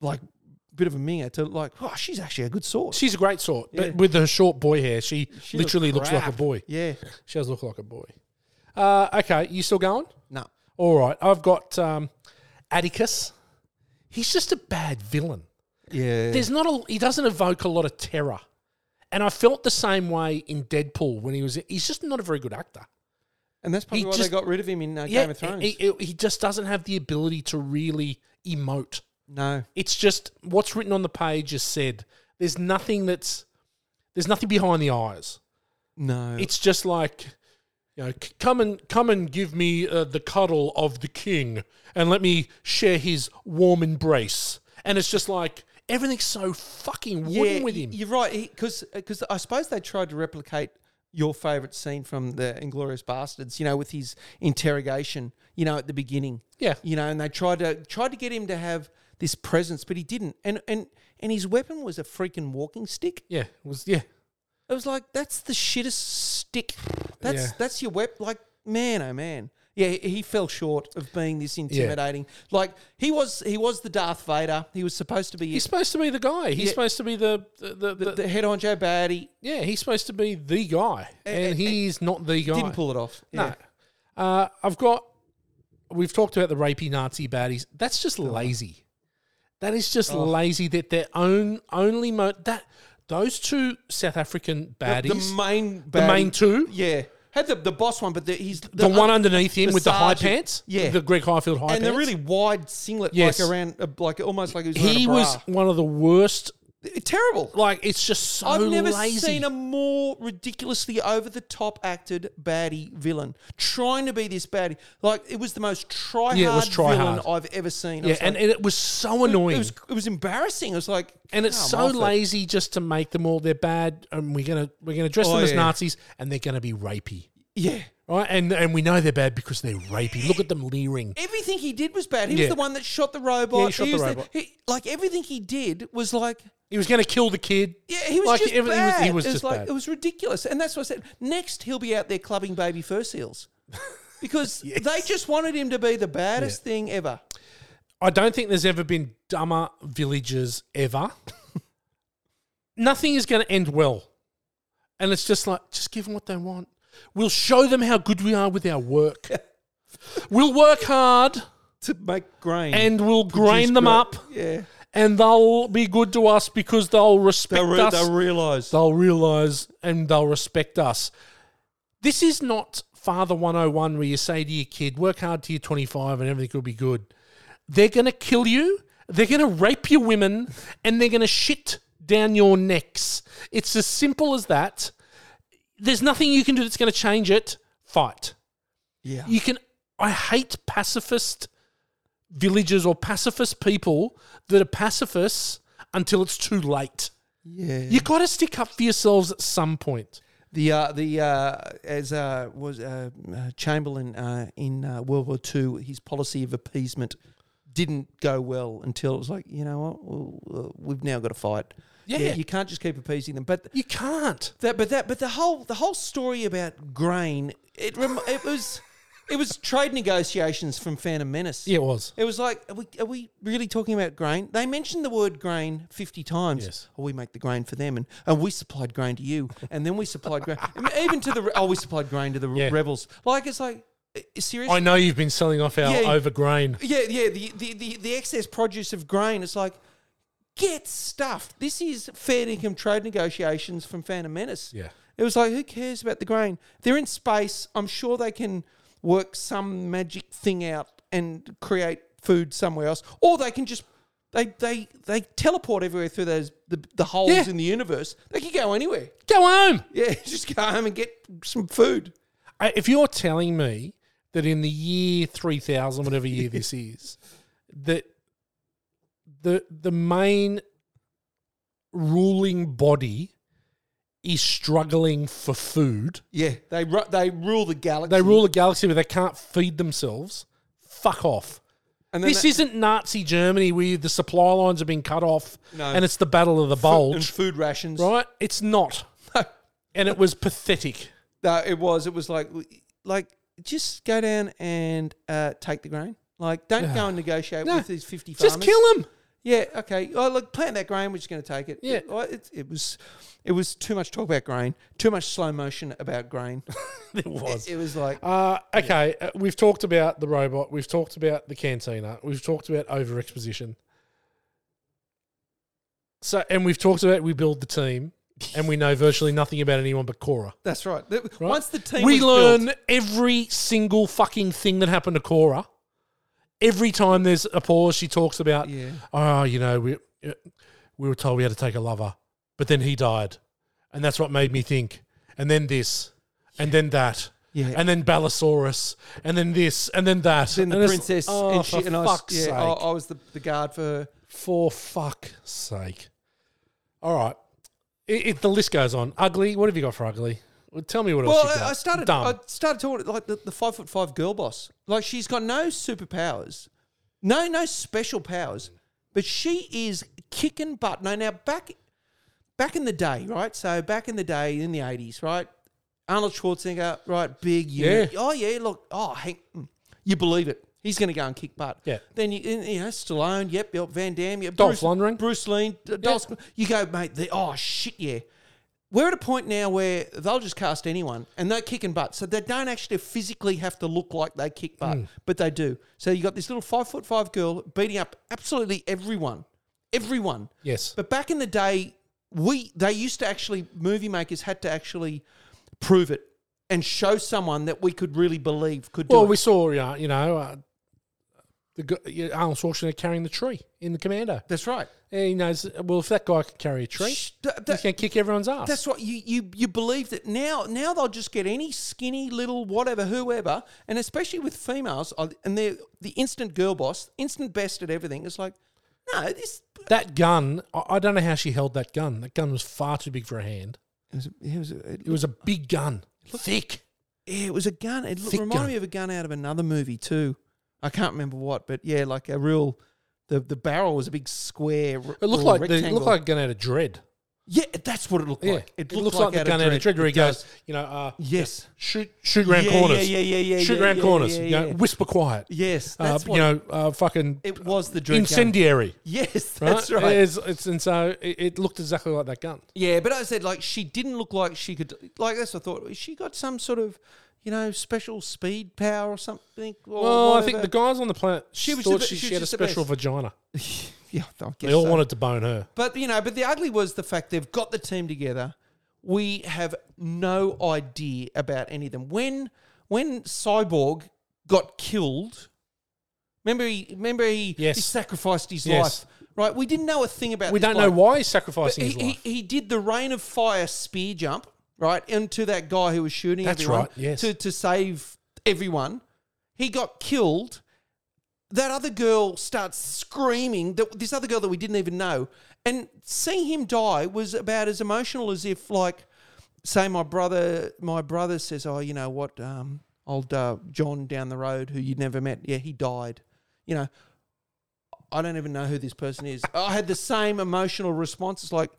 [SPEAKER 2] like a bit of a minga to like oh she's actually a good sort.
[SPEAKER 1] She's a great sort, but
[SPEAKER 2] Yeah.
[SPEAKER 1] with her short boy hair, she,
[SPEAKER 2] She looked
[SPEAKER 1] literally looks like a
[SPEAKER 2] crap.
[SPEAKER 1] boy.
[SPEAKER 2] Yeah.
[SPEAKER 1] She does look like a boy. Uh, okay, you still going?
[SPEAKER 2] No.
[SPEAKER 1] All right, I've got um, Atticus. He's just a bad villain.
[SPEAKER 2] Yeah.
[SPEAKER 1] There's not a he doesn't evoke a lot of terror, and I felt the same way in Deadpool when he was. He's just not a very good actor.
[SPEAKER 2] and that's probably
[SPEAKER 1] he
[SPEAKER 2] why
[SPEAKER 1] just-
[SPEAKER 2] they got rid of him in uh, Game of Thrones.
[SPEAKER 1] he, he, he just doesn't have the ability to really emote.
[SPEAKER 2] no.
[SPEAKER 1] It's just what's written on the page is said. There's nothing that's there's nothing behind the eyes.
[SPEAKER 2] No.
[SPEAKER 1] It's just like you know, c- come and come and give me uh, the cuddle of the king, and let me share his warm embrace. And it's just like everything's so fucking wooden with
[SPEAKER 2] y-
[SPEAKER 1] him.
[SPEAKER 2] You're right, because because I suppose they tried to replicate your favourite scene from the Inglorious Bastards, you know, with his interrogation, you know, at the beginning,
[SPEAKER 1] Yeah.
[SPEAKER 2] you know, and they tried to tried to get him to have this presence, but he didn't. And and and his weapon was a freaking walking stick.
[SPEAKER 1] Yeah, it was yeah.
[SPEAKER 2] It was like that's the shittest stick. That's
[SPEAKER 1] Yeah.
[SPEAKER 2] that's your weapon. Like man, oh man. Yeah, he- he fell short of being this intimidating. Like he was, he was the Darth Vader. He was supposed to be
[SPEAKER 1] He's supposed to be the guy. He's
[SPEAKER 2] Yeah.
[SPEAKER 1] supposed to be the the, the,
[SPEAKER 2] the,
[SPEAKER 1] the-
[SPEAKER 2] the head on Joe baddie.
[SPEAKER 1] yeah. He's supposed to be the guy, and he's not the guy.
[SPEAKER 2] Eh, Didn't pull it off. Yeah.
[SPEAKER 1] No, uh, I've got. We've talked about the rapey Nazi baddies. That's just lazy. That is just lazy. That their own only mo- that those two South African
[SPEAKER 2] The
[SPEAKER 1] baddies,
[SPEAKER 2] main,
[SPEAKER 1] the main
[SPEAKER 2] baddie-
[SPEAKER 1] two?
[SPEAKER 2] Yeah, had the, the boss one, but the, he's the,
[SPEAKER 1] the, one
[SPEAKER 2] other-
[SPEAKER 1] underneath him
[SPEAKER 2] the
[SPEAKER 1] with the high
[SPEAKER 2] sergeant.
[SPEAKER 1] pants,
[SPEAKER 2] Yeah,
[SPEAKER 1] the Greg Highfield high
[SPEAKER 2] and
[SPEAKER 1] pants,
[SPEAKER 2] the really wide singlet,
[SPEAKER 1] Yes.
[SPEAKER 2] like around, uh, like almost like he was. wearing
[SPEAKER 1] he
[SPEAKER 2] a
[SPEAKER 1] was
[SPEAKER 2] bra.
[SPEAKER 1] one of the worst.
[SPEAKER 2] terrible.
[SPEAKER 1] Like it's just so
[SPEAKER 2] I've never
[SPEAKER 1] lazy.
[SPEAKER 2] seen a more ridiculously over the top acted baddie villain trying to be this baddie. Like it was the most try hard
[SPEAKER 1] Yeah, it was try
[SPEAKER 2] villain
[SPEAKER 1] hard.
[SPEAKER 2] I've ever seen. I
[SPEAKER 1] yeah,
[SPEAKER 2] was
[SPEAKER 1] and,
[SPEAKER 2] like-
[SPEAKER 1] and it was so annoying.
[SPEAKER 2] It was, it was embarrassing. It was like,
[SPEAKER 1] and it's so
[SPEAKER 2] "Come off it."
[SPEAKER 1] lazy just to make them all they're bad, and we're gonna we're gonna dress
[SPEAKER 2] Oh,
[SPEAKER 1] them as
[SPEAKER 2] yeah.
[SPEAKER 1] Nazis, and they're gonna be rapey,
[SPEAKER 2] Yeah,
[SPEAKER 1] right? And and we know they're bad because they're rapey. Look at them leering.
[SPEAKER 2] everything he did was bad. He
[SPEAKER 1] Yeah.
[SPEAKER 2] was the one that shot the robot.
[SPEAKER 1] Yeah, he shot the
[SPEAKER 2] was
[SPEAKER 1] robot.
[SPEAKER 2] he, like everything he did was like
[SPEAKER 1] He was gonna kill the kid.
[SPEAKER 2] Yeah, he was
[SPEAKER 1] Like,
[SPEAKER 2] just
[SPEAKER 1] everything was-
[SPEAKER 2] bad.
[SPEAKER 1] he was
[SPEAKER 2] it was
[SPEAKER 1] just
[SPEAKER 2] like,
[SPEAKER 1] bad.
[SPEAKER 2] It was ridiculous, and that's what I said. Next, he'll be out there clubbing baby fur seals because they just wanted him to be the baddest thing ever.
[SPEAKER 1] I don't think there's ever been dumber villagers ever. Nothing is going to end well. And it's just like, just give them what they want. We'll show them how good we are with our work. we'll work hard
[SPEAKER 2] To make grain
[SPEAKER 1] and we'll grain them up
[SPEAKER 2] yeah,
[SPEAKER 1] and they'll be good to us because they'll respect
[SPEAKER 2] they'll, re-
[SPEAKER 1] us.
[SPEAKER 2] they'll realize.
[SPEAKER 1] they'll realize and they'll respect us. This is not Father 101 where you say to your kid, work hard till you're 25 and everything will be good. They're going to kill you, they're going to rape your women, and they're going to shit down your necks. It's as simple as that. There's nothing you can do that's going to change it. Fight.
[SPEAKER 2] Yeah,
[SPEAKER 1] You can. I hate pacifist villagers or pacifist people that are pacifists until it's too late.
[SPEAKER 2] yeah.
[SPEAKER 1] You got to stick up for yourselves at some point.
[SPEAKER 2] the uh, the uh, as uh, was uh, uh, Chamberlain uh, in uh, World War Two, his policy of appeasement didn't go well until it was like, you know what, well, uh, we've now got to fight.
[SPEAKER 1] Yeah.
[SPEAKER 2] you can't just keep appeasing them, but.
[SPEAKER 1] You can't.
[SPEAKER 2] That, but that, but the whole the whole story about grain, it rem- it was it was trade negotiations from Phantom Menace.
[SPEAKER 1] Yeah, it was.
[SPEAKER 2] It was like, are we, are we really talking about grain? They mentioned the word grain 50 times.
[SPEAKER 1] Yes.
[SPEAKER 2] Oh, we make the grain for them, and, and we supplied grain to you, and then we supplied grain. Even to the, oh, we supplied grain to the
[SPEAKER 1] Yeah.
[SPEAKER 2] rebels. Like, it's like, eh, seriously?
[SPEAKER 1] I know you've been selling off our
[SPEAKER 2] Yeah.
[SPEAKER 1] overgrain.
[SPEAKER 2] Yeah, yeah. The, the, the, the excess produce of grain is like, get stuffed. This is fair income trade negotiations from Phantom Menace.
[SPEAKER 1] Yeah.
[SPEAKER 2] It was like, who cares about the grain? They're in space. I'm sure they can work some magic thing out and create food somewhere else. Or they can just. They, they they teleport everywhere through those the, the holes
[SPEAKER 1] Yeah.
[SPEAKER 2] in the universe. They can go anywhere.
[SPEAKER 1] Go home.
[SPEAKER 2] Yeah, just go home and get some food.
[SPEAKER 1] I- If you're telling me that in the year 3000, whatever year this is, that the the main ruling body is struggling for food,
[SPEAKER 2] Yeah, they ru- they rule the galaxy.
[SPEAKER 1] they rule a galaxy where they can't feed themselves, fuck off.
[SPEAKER 2] And then
[SPEAKER 1] This
[SPEAKER 2] that-
[SPEAKER 1] isn't Nazi Germany where the supply lines have been cut off
[SPEAKER 2] No.
[SPEAKER 1] and it's the Battle of the
[SPEAKER 2] food,
[SPEAKER 1] Bulge.
[SPEAKER 2] and food rations.
[SPEAKER 1] right? It's not. and it was pathetic.
[SPEAKER 2] No, it was. It was like, like just go down and uh, take the grain. Like, don't go and negotiate
[SPEAKER 1] No.
[SPEAKER 2] with these fifty farmers.
[SPEAKER 1] Just kill them.
[SPEAKER 2] Yeah. Okay. Oh, look, plant that grain. We're just going to take it.
[SPEAKER 1] Yeah.
[SPEAKER 2] It, oh, it, it was, it was too much talk about grain. Too much slow motion about grain.
[SPEAKER 1] It was.
[SPEAKER 2] it was like,
[SPEAKER 1] Uh, okay, uh, we've talked about the robot. We've talked about the cantina. We've talked about over exposition. So, and we've talked about we build the team, and we know virtually nothing about anyone but Cora.
[SPEAKER 2] that's right. That-
[SPEAKER 1] right?
[SPEAKER 2] Once the team,
[SPEAKER 1] we
[SPEAKER 2] was
[SPEAKER 1] learn
[SPEAKER 2] built-
[SPEAKER 1] every single fucking thing that happened to Cora. Every time there's a pause, she talks about,
[SPEAKER 2] Yeah.
[SPEAKER 1] oh, you know, we uh, we were told we had to take a lover, but then he died, and that's what made me think. And then this, and then that,
[SPEAKER 2] Yeah.
[SPEAKER 1] and then Balasaurus, and then this, and then that,
[SPEAKER 2] Then the
[SPEAKER 1] And it's-
[SPEAKER 2] princess
[SPEAKER 1] oh,
[SPEAKER 2] and she
[SPEAKER 1] for
[SPEAKER 2] and I, was-
[SPEAKER 1] fuck's
[SPEAKER 2] yeah, oh,
[SPEAKER 1] sake.
[SPEAKER 2] I, I was the, the guard for her.
[SPEAKER 1] For fuck's sake. All right. It, it, the list goes on. Ugly. What have you got for ugly? Well, tell me what
[SPEAKER 2] Well,
[SPEAKER 1] else you got.
[SPEAKER 2] I, I started.
[SPEAKER 1] Dumb.
[SPEAKER 2] I started talking like the, the five foot five girl boss. Like she's got no superpowers, no no special powers. But she is kicking butt. No, now back back in the day, right? So back in the day in the eighties, right? Arnold Schwarzenegger, right? Big, unit.
[SPEAKER 1] Yeah.
[SPEAKER 2] Oh yeah, look, oh Hank, mm, you believe it? He's going to go and kick butt.
[SPEAKER 1] Yeah.
[SPEAKER 2] Then you, you know Stallone, yep, yep, Van Damme, yep,
[SPEAKER 1] Dolph
[SPEAKER 2] Bruce,
[SPEAKER 1] Lundgren.
[SPEAKER 2] Bruce Lee, D- Dolph. You go, mate. The, oh shit, yeah. We're at a point now where they'll just cast anyone and they're kicking butt. So they don't actually physically have to look like they
[SPEAKER 1] Hmm.
[SPEAKER 2] kick butt, but they do. So you got this little five foot five girl beating up absolutely everyone. Everyone.
[SPEAKER 1] Yes.
[SPEAKER 2] But back in the day, we they used to actually movie makers had to actually prove it and show someone that we could really believe could do
[SPEAKER 1] Well,
[SPEAKER 2] it.
[SPEAKER 1] we saw, yeah, you know, uh, the gu- Arnold Schwarzenegger carrying the tree in the Commando.
[SPEAKER 2] That's right.
[SPEAKER 1] And he knows, well, if that guy can carry a tree,
[SPEAKER 2] Shh, that-
[SPEAKER 1] he
[SPEAKER 2] that-
[SPEAKER 1] can kick everyone's ass.
[SPEAKER 2] That's what you you you believe that now now they'll just get any skinny little whatever whoever and especially with females I- and they're the instant girl boss instant best at everything it's like no this
[SPEAKER 1] that gun, I, I don't know how she held that gun. That gun was far too big for her hand.
[SPEAKER 2] it was, it was, it,
[SPEAKER 1] It was a big gun, thick.
[SPEAKER 2] yeah, it was a gun it
[SPEAKER 1] Thick
[SPEAKER 2] reminded
[SPEAKER 1] gun.
[SPEAKER 2] me of a gun out of another movie too I can't remember what but yeah like a real the the barrel was a big square
[SPEAKER 1] It looked like the, it looked like a gun out of dread.
[SPEAKER 2] yeah that's what it looked
[SPEAKER 1] Yeah,
[SPEAKER 2] like
[SPEAKER 1] it, looks like, the gun out of dread where he goes, you know, uh,
[SPEAKER 2] yes
[SPEAKER 1] shoot, shoot round
[SPEAKER 2] Yeah, yeah,
[SPEAKER 1] corners,
[SPEAKER 2] yeah, yeah, yeah,
[SPEAKER 1] shoot
[SPEAKER 2] yeah,
[SPEAKER 1] round
[SPEAKER 2] yeah,
[SPEAKER 1] corners,
[SPEAKER 2] yeah,
[SPEAKER 1] you know,
[SPEAKER 2] yeah.
[SPEAKER 1] whisper quiet,
[SPEAKER 2] yes
[SPEAKER 1] uh,
[SPEAKER 2] that's
[SPEAKER 1] you
[SPEAKER 2] what
[SPEAKER 1] know, uh, fucking
[SPEAKER 2] it was the dread gun.
[SPEAKER 1] incendiary.
[SPEAKER 2] yes
[SPEAKER 1] Right?
[SPEAKER 2] that's right
[SPEAKER 1] It's, it's, and so it, it looked exactly like that gun.
[SPEAKER 2] Yeah, but I said like she didn't look like she could like that's what I thought. She got some sort of you know special speed power or something. Or
[SPEAKER 1] Well, I think
[SPEAKER 2] whatever.
[SPEAKER 1] the guys on the planet
[SPEAKER 2] She
[SPEAKER 1] she
[SPEAKER 2] was
[SPEAKER 1] thought
[SPEAKER 2] the be-
[SPEAKER 1] she,
[SPEAKER 2] she
[SPEAKER 1] she had
[SPEAKER 2] was
[SPEAKER 1] a
[SPEAKER 2] just the best.
[SPEAKER 1] special vagina.
[SPEAKER 2] yeah, I guess
[SPEAKER 1] They all
[SPEAKER 2] so.
[SPEAKER 1] wanted to bone her.
[SPEAKER 2] But you know, but the ugly was the fact they've got the team together. We have no idea about any of them. When when Cyborg got killed, remember he remember he,
[SPEAKER 1] Yes.
[SPEAKER 2] he sacrificed his
[SPEAKER 1] Yes.
[SPEAKER 2] life. Right, we didn't know a thing about.
[SPEAKER 1] We
[SPEAKER 2] this
[SPEAKER 1] don't know
[SPEAKER 2] bloke.
[SPEAKER 1] why he's
[SPEAKER 2] But
[SPEAKER 1] sacrificing
[SPEAKER 2] he,
[SPEAKER 1] his life.
[SPEAKER 2] he, he did the rain of fire spear jump right into that guy who was shooting
[SPEAKER 1] That's
[SPEAKER 2] everyone
[SPEAKER 1] right, yes.
[SPEAKER 2] to, to save everyone he got killed that other girl starts screaming that this other girl that we didn't even know and seeing him die was about as emotional as if like say my brother my brother says oh you know what um, old uh, john down the road who you'd never met yeah he died you know i don't even know who this person is i had the same emotional response it's like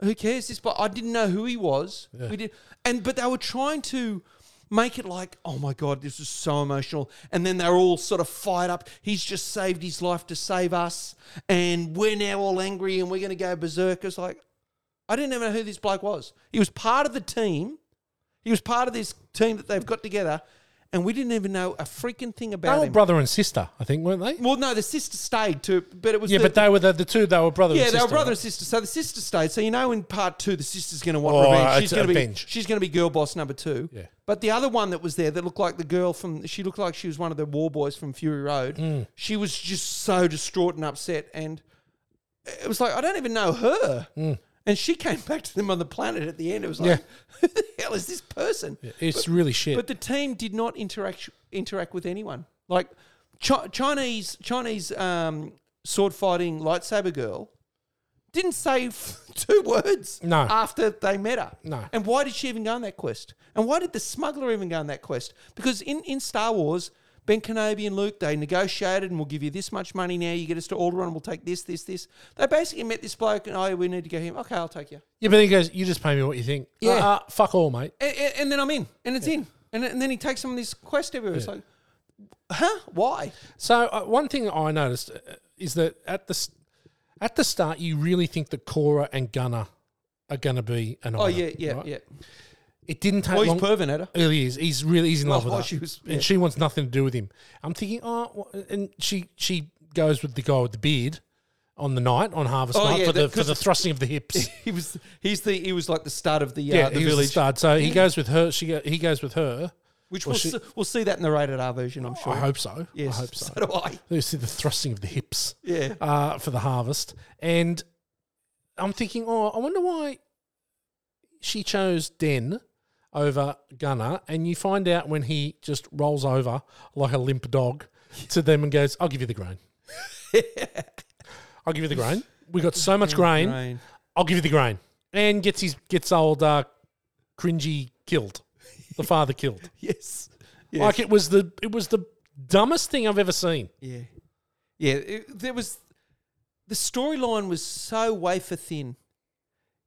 [SPEAKER 2] who cares this but i didn't know who he was we did and but they were trying to make it like oh my god this is so emotional and then they're all sort of fired up he's just saved his life to save us and we're now all angry and we're going to go berserk it's like I didn't even know who this bloke was. He was part of the team. He was part of this team that they've got together, and we didn't even know a freaking thing
[SPEAKER 1] They
[SPEAKER 2] about
[SPEAKER 1] were
[SPEAKER 2] him.
[SPEAKER 1] brother and sister, I think, weren't they?
[SPEAKER 2] well, no, the sister stayed too, but it was
[SPEAKER 1] yeah,
[SPEAKER 2] the-
[SPEAKER 1] but they were the, the two. They were brother.
[SPEAKER 2] yeah,
[SPEAKER 1] and
[SPEAKER 2] they
[SPEAKER 1] sister,
[SPEAKER 2] were brother
[SPEAKER 1] right?
[SPEAKER 2] and sister. So the sister stayed. So you know, in part two, the sister's going to want
[SPEAKER 1] Oh,
[SPEAKER 2] revenge.
[SPEAKER 1] it's
[SPEAKER 2] She's going to be
[SPEAKER 1] revenge.
[SPEAKER 2] she's going to be girl boss number two.
[SPEAKER 1] Yeah.
[SPEAKER 2] But the other one that was there, that looked like the girl from she looked like she was one of the war boys from Fury Road.
[SPEAKER 1] Hmm.
[SPEAKER 2] She was just so distraught and upset, and it was like I don't even know her.
[SPEAKER 1] Hmm.
[SPEAKER 2] And she came back to them on the planet at the end. It was like, who the hell is this person?
[SPEAKER 1] It's really shit.
[SPEAKER 2] But the team did not interact interact with anyone. Like Chi Chinese Chinese um, sword fighting lightsaber girl didn't say f- two words.
[SPEAKER 1] No.
[SPEAKER 2] After they met her.
[SPEAKER 1] No.
[SPEAKER 2] And why did she even go on that quest? And why did the smuggler even go on that quest? Because in in Star Wars. Ben Kenobi and Luke, they negotiated and we'll give you this much money now. You get us to Alderaan, and we'll take this, this, this. They basically met this bloke and, oh, we need to go here. Okay, I'll take you.
[SPEAKER 1] yeah, but then he goes, "You just pay me what you think."
[SPEAKER 2] Yeah.
[SPEAKER 1] Uh, uh, fuck all, mate.
[SPEAKER 2] and, and- and then I'm in, and it's in, and, and then he takes on this quest everywhere. It's like, huh? Why?
[SPEAKER 1] So uh, one thing I noticed uh, is that at the s- at the start, you really think that Cora and Gunner are gonna be an.
[SPEAKER 2] Oh yeah, yeah, yeah.
[SPEAKER 1] It didn't take
[SPEAKER 2] Well,
[SPEAKER 1] long.
[SPEAKER 2] he's perving at her.
[SPEAKER 1] It is. He's really he's in love
[SPEAKER 2] Well,
[SPEAKER 1] with her,
[SPEAKER 2] she was- yeah.
[SPEAKER 1] and she wants nothing to do with him. I'm thinking, oh, wh- and she she goes with the guy with the beard on the night on Harvest
[SPEAKER 2] Oh,
[SPEAKER 1] Night
[SPEAKER 2] yeah,
[SPEAKER 1] for the
[SPEAKER 2] that-
[SPEAKER 1] for the
[SPEAKER 2] 'cause-
[SPEAKER 1] thrusting of the hips.
[SPEAKER 2] He was, he's the, he was like the start of the, uh,
[SPEAKER 1] yeah,
[SPEAKER 2] the
[SPEAKER 1] he was the
[SPEAKER 2] village,
[SPEAKER 1] stud. So he goes with her. She go, he goes with her.
[SPEAKER 2] which
[SPEAKER 1] Well,
[SPEAKER 2] we'll,
[SPEAKER 1] she-
[SPEAKER 2] see, we'll see that in the rated R version, I'm sure.
[SPEAKER 1] I hope so.
[SPEAKER 2] Yes,
[SPEAKER 1] I hope so.
[SPEAKER 2] do I.
[SPEAKER 1] You see the thrusting of the hips.
[SPEAKER 2] Yeah.
[SPEAKER 1] Uh, for the harvest, and I'm thinking, oh, I wonder why she chose Den over Gunner. And you find out when he just rolls over like a limp dog to them and goes, "I'll give you the grain. I'll give you the grain. We got so much grain.
[SPEAKER 2] Grain.
[SPEAKER 1] I'll give you the grain." And gets his gets old uh, cringy killed, the father killed.
[SPEAKER 2] Yes. yes.
[SPEAKER 1] Like it was the it was the dumbest thing I've ever seen.
[SPEAKER 2] Yeah, yeah. It, there was the storyline was so wafer thin.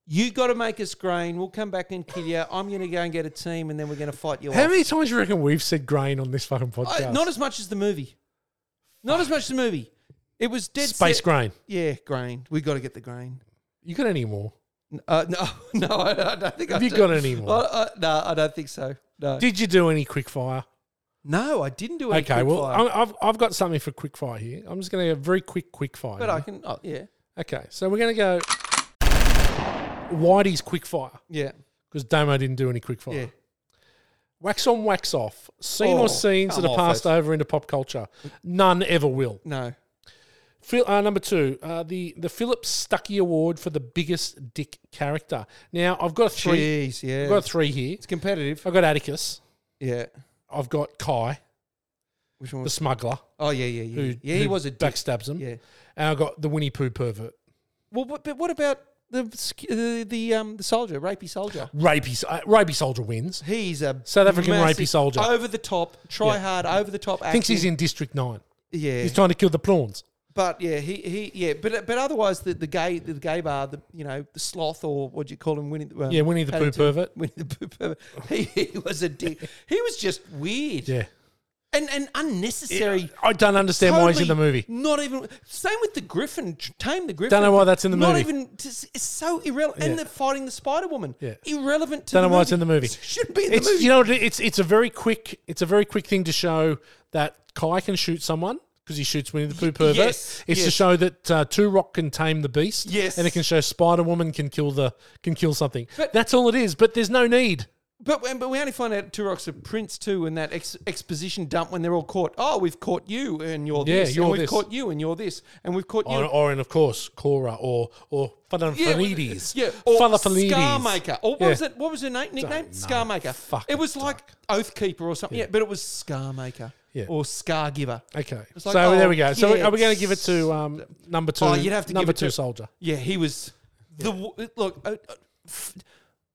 [SPEAKER 2] You got to make us grain. We'll come back and kill you. I'm going to go and get a team, and then we're going to fight you.
[SPEAKER 1] How
[SPEAKER 2] off.
[SPEAKER 1] many times do you reckon we've said grain on this fucking podcast?
[SPEAKER 2] I, not as much as the movie. Not as much as the movie. It was dead
[SPEAKER 1] Space
[SPEAKER 2] set-
[SPEAKER 1] grain.
[SPEAKER 2] Yeah, grain. We got to get the grain.
[SPEAKER 1] You got any more?
[SPEAKER 2] N- Uh, no, no, I I don't think.
[SPEAKER 1] Have
[SPEAKER 2] I
[SPEAKER 1] you
[SPEAKER 2] do.
[SPEAKER 1] got any more?
[SPEAKER 2] I- I- no, I don't think so. No,
[SPEAKER 1] Did you do any quick fire?
[SPEAKER 2] no, I didn't do any
[SPEAKER 1] Okay,
[SPEAKER 2] quick
[SPEAKER 1] well,
[SPEAKER 2] fire,
[SPEAKER 1] I'm, I've, I've got something for quick fire here. I'm just going to go very quick, quick fire.
[SPEAKER 2] but I can. Oh, yeah,
[SPEAKER 1] Okay, so we're going to go Whitey's quick fire
[SPEAKER 2] yeah,
[SPEAKER 1] because Damo didn't do any quick fire.
[SPEAKER 2] yeah.
[SPEAKER 1] Wax on, wax off. Scene
[SPEAKER 2] Oh,
[SPEAKER 1] or scenes that
[SPEAKER 2] come
[SPEAKER 1] are
[SPEAKER 2] off
[SPEAKER 1] passed
[SPEAKER 2] it.
[SPEAKER 1] over into pop culture. None ever will.
[SPEAKER 2] No,
[SPEAKER 1] Phil, uh, number two, uh, the the Philip Stuckey Award for the biggest dick character. Now I've got three.
[SPEAKER 2] jeez, yeah.
[SPEAKER 1] I've got three here.
[SPEAKER 2] it's competitive.
[SPEAKER 1] I've got Atticus.
[SPEAKER 2] Yeah,
[SPEAKER 1] I've got Kai,
[SPEAKER 2] which one?
[SPEAKER 1] the
[SPEAKER 2] Was,
[SPEAKER 1] smuggler,
[SPEAKER 2] oh, yeah, yeah, yeah.
[SPEAKER 1] who
[SPEAKER 2] yeah, he
[SPEAKER 1] who
[SPEAKER 2] was a dick.
[SPEAKER 1] backstabs him.
[SPEAKER 2] Yeah.
[SPEAKER 1] and I've got the Winnie Pooh pervert.
[SPEAKER 2] Well, but, but what about the sk- the the um the soldier, rapey soldier?
[SPEAKER 1] Rapey, so- uh, rapey soldier wins.
[SPEAKER 2] He's a
[SPEAKER 1] South African
[SPEAKER 2] massive,
[SPEAKER 1] rapey soldier.
[SPEAKER 2] over the top, try hard, over the top.
[SPEAKER 1] Thinks
[SPEAKER 2] acting.
[SPEAKER 1] he's in District Nine.
[SPEAKER 2] Yeah,
[SPEAKER 1] He's trying to kill the prawns.
[SPEAKER 2] but yeah, he, he yeah, but but otherwise the, the gay the gay bar, the you know the sloth or what do you call him, Winnie the um,
[SPEAKER 1] Yeah, Winnie the Pooh
[SPEAKER 2] Paddington-
[SPEAKER 1] pervert.
[SPEAKER 2] Winnie the Pooh pervert. He, he was a dick. he was just weird.
[SPEAKER 1] Yeah,
[SPEAKER 2] and and unnecessary.
[SPEAKER 1] I don't understand why he's in the
[SPEAKER 2] Totally
[SPEAKER 1] movie.
[SPEAKER 2] Not even same with the Griffin, tr- tame the Griffin.
[SPEAKER 1] Don't know why that's in the
[SPEAKER 2] not
[SPEAKER 1] movie.
[SPEAKER 2] even it's it's so irrelevant. And
[SPEAKER 1] Yeah.
[SPEAKER 2] they're fighting the Spider Woman.
[SPEAKER 1] Yeah.
[SPEAKER 2] irrelevant. To
[SPEAKER 1] Don't
[SPEAKER 2] the
[SPEAKER 1] know why
[SPEAKER 2] movie.
[SPEAKER 1] it's in the movie.
[SPEAKER 2] Should be in
[SPEAKER 1] It's
[SPEAKER 2] the movie.
[SPEAKER 1] you know what it- it's it's a very quick it's a very quick thing to show that Kai can shoot someone because he shoots Winnie the Pooh pervert.
[SPEAKER 2] yes,
[SPEAKER 1] it's to
[SPEAKER 2] yes.
[SPEAKER 1] show that uh, Two Rock can tame the beast.
[SPEAKER 2] Yes.
[SPEAKER 1] and it can show Spider Woman can kill the can kill something.
[SPEAKER 2] But-
[SPEAKER 1] That's all it is. But there's no need.
[SPEAKER 2] But and- but we only find out Turok's a prince too in that ex- exposition dump when they're all caught. Oh, we've caught you and you're
[SPEAKER 1] Yeah,
[SPEAKER 2] this, and
[SPEAKER 1] you're
[SPEAKER 2] we've
[SPEAKER 1] this.
[SPEAKER 2] caught you and you're this, and we've caught you.
[SPEAKER 1] Or, or and of course Cora or or Fanafanides.
[SPEAKER 2] yeah, or
[SPEAKER 1] Falafelides.
[SPEAKER 2] Scarmaker. Or what
[SPEAKER 1] Yeah.
[SPEAKER 2] was it? What was her name? Nickname?
[SPEAKER 1] know.
[SPEAKER 2] Scarmaker.
[SPEAKER 1] Fuck,
[SPEAKER 2] it was
[SPEAKER 1] it's
[SPEAKER 2] like Oathkeeper or something. Yeah, but it was Scarmaker.
[SPEAKER 1] Yeah.
[SPEAKER 2] Or Scargiver.
[SPEAKER 1] Okay,
[SPEAKER 2] It's
[SPEAKER 1] so
[SPEAKER 2] like, oh,
[SPEAKER 1] there we go. So
[SPEAKER 2] yeah,
[SPEAKER 1] are we going to
[SPEAKER 2] it's-
[SPEAKER 1] give it to um, number two?
[SPEAKER 2] Oh, you'd have to give
[SPEAKER 1] number
[SPEAKER 2] it
[SPEAKER 1] two
[SPEAKER 2] to-
[SPEAKER 1] soldier.
[SPEAKER 2] Yeah, he was the w- look. Uh, uh, f-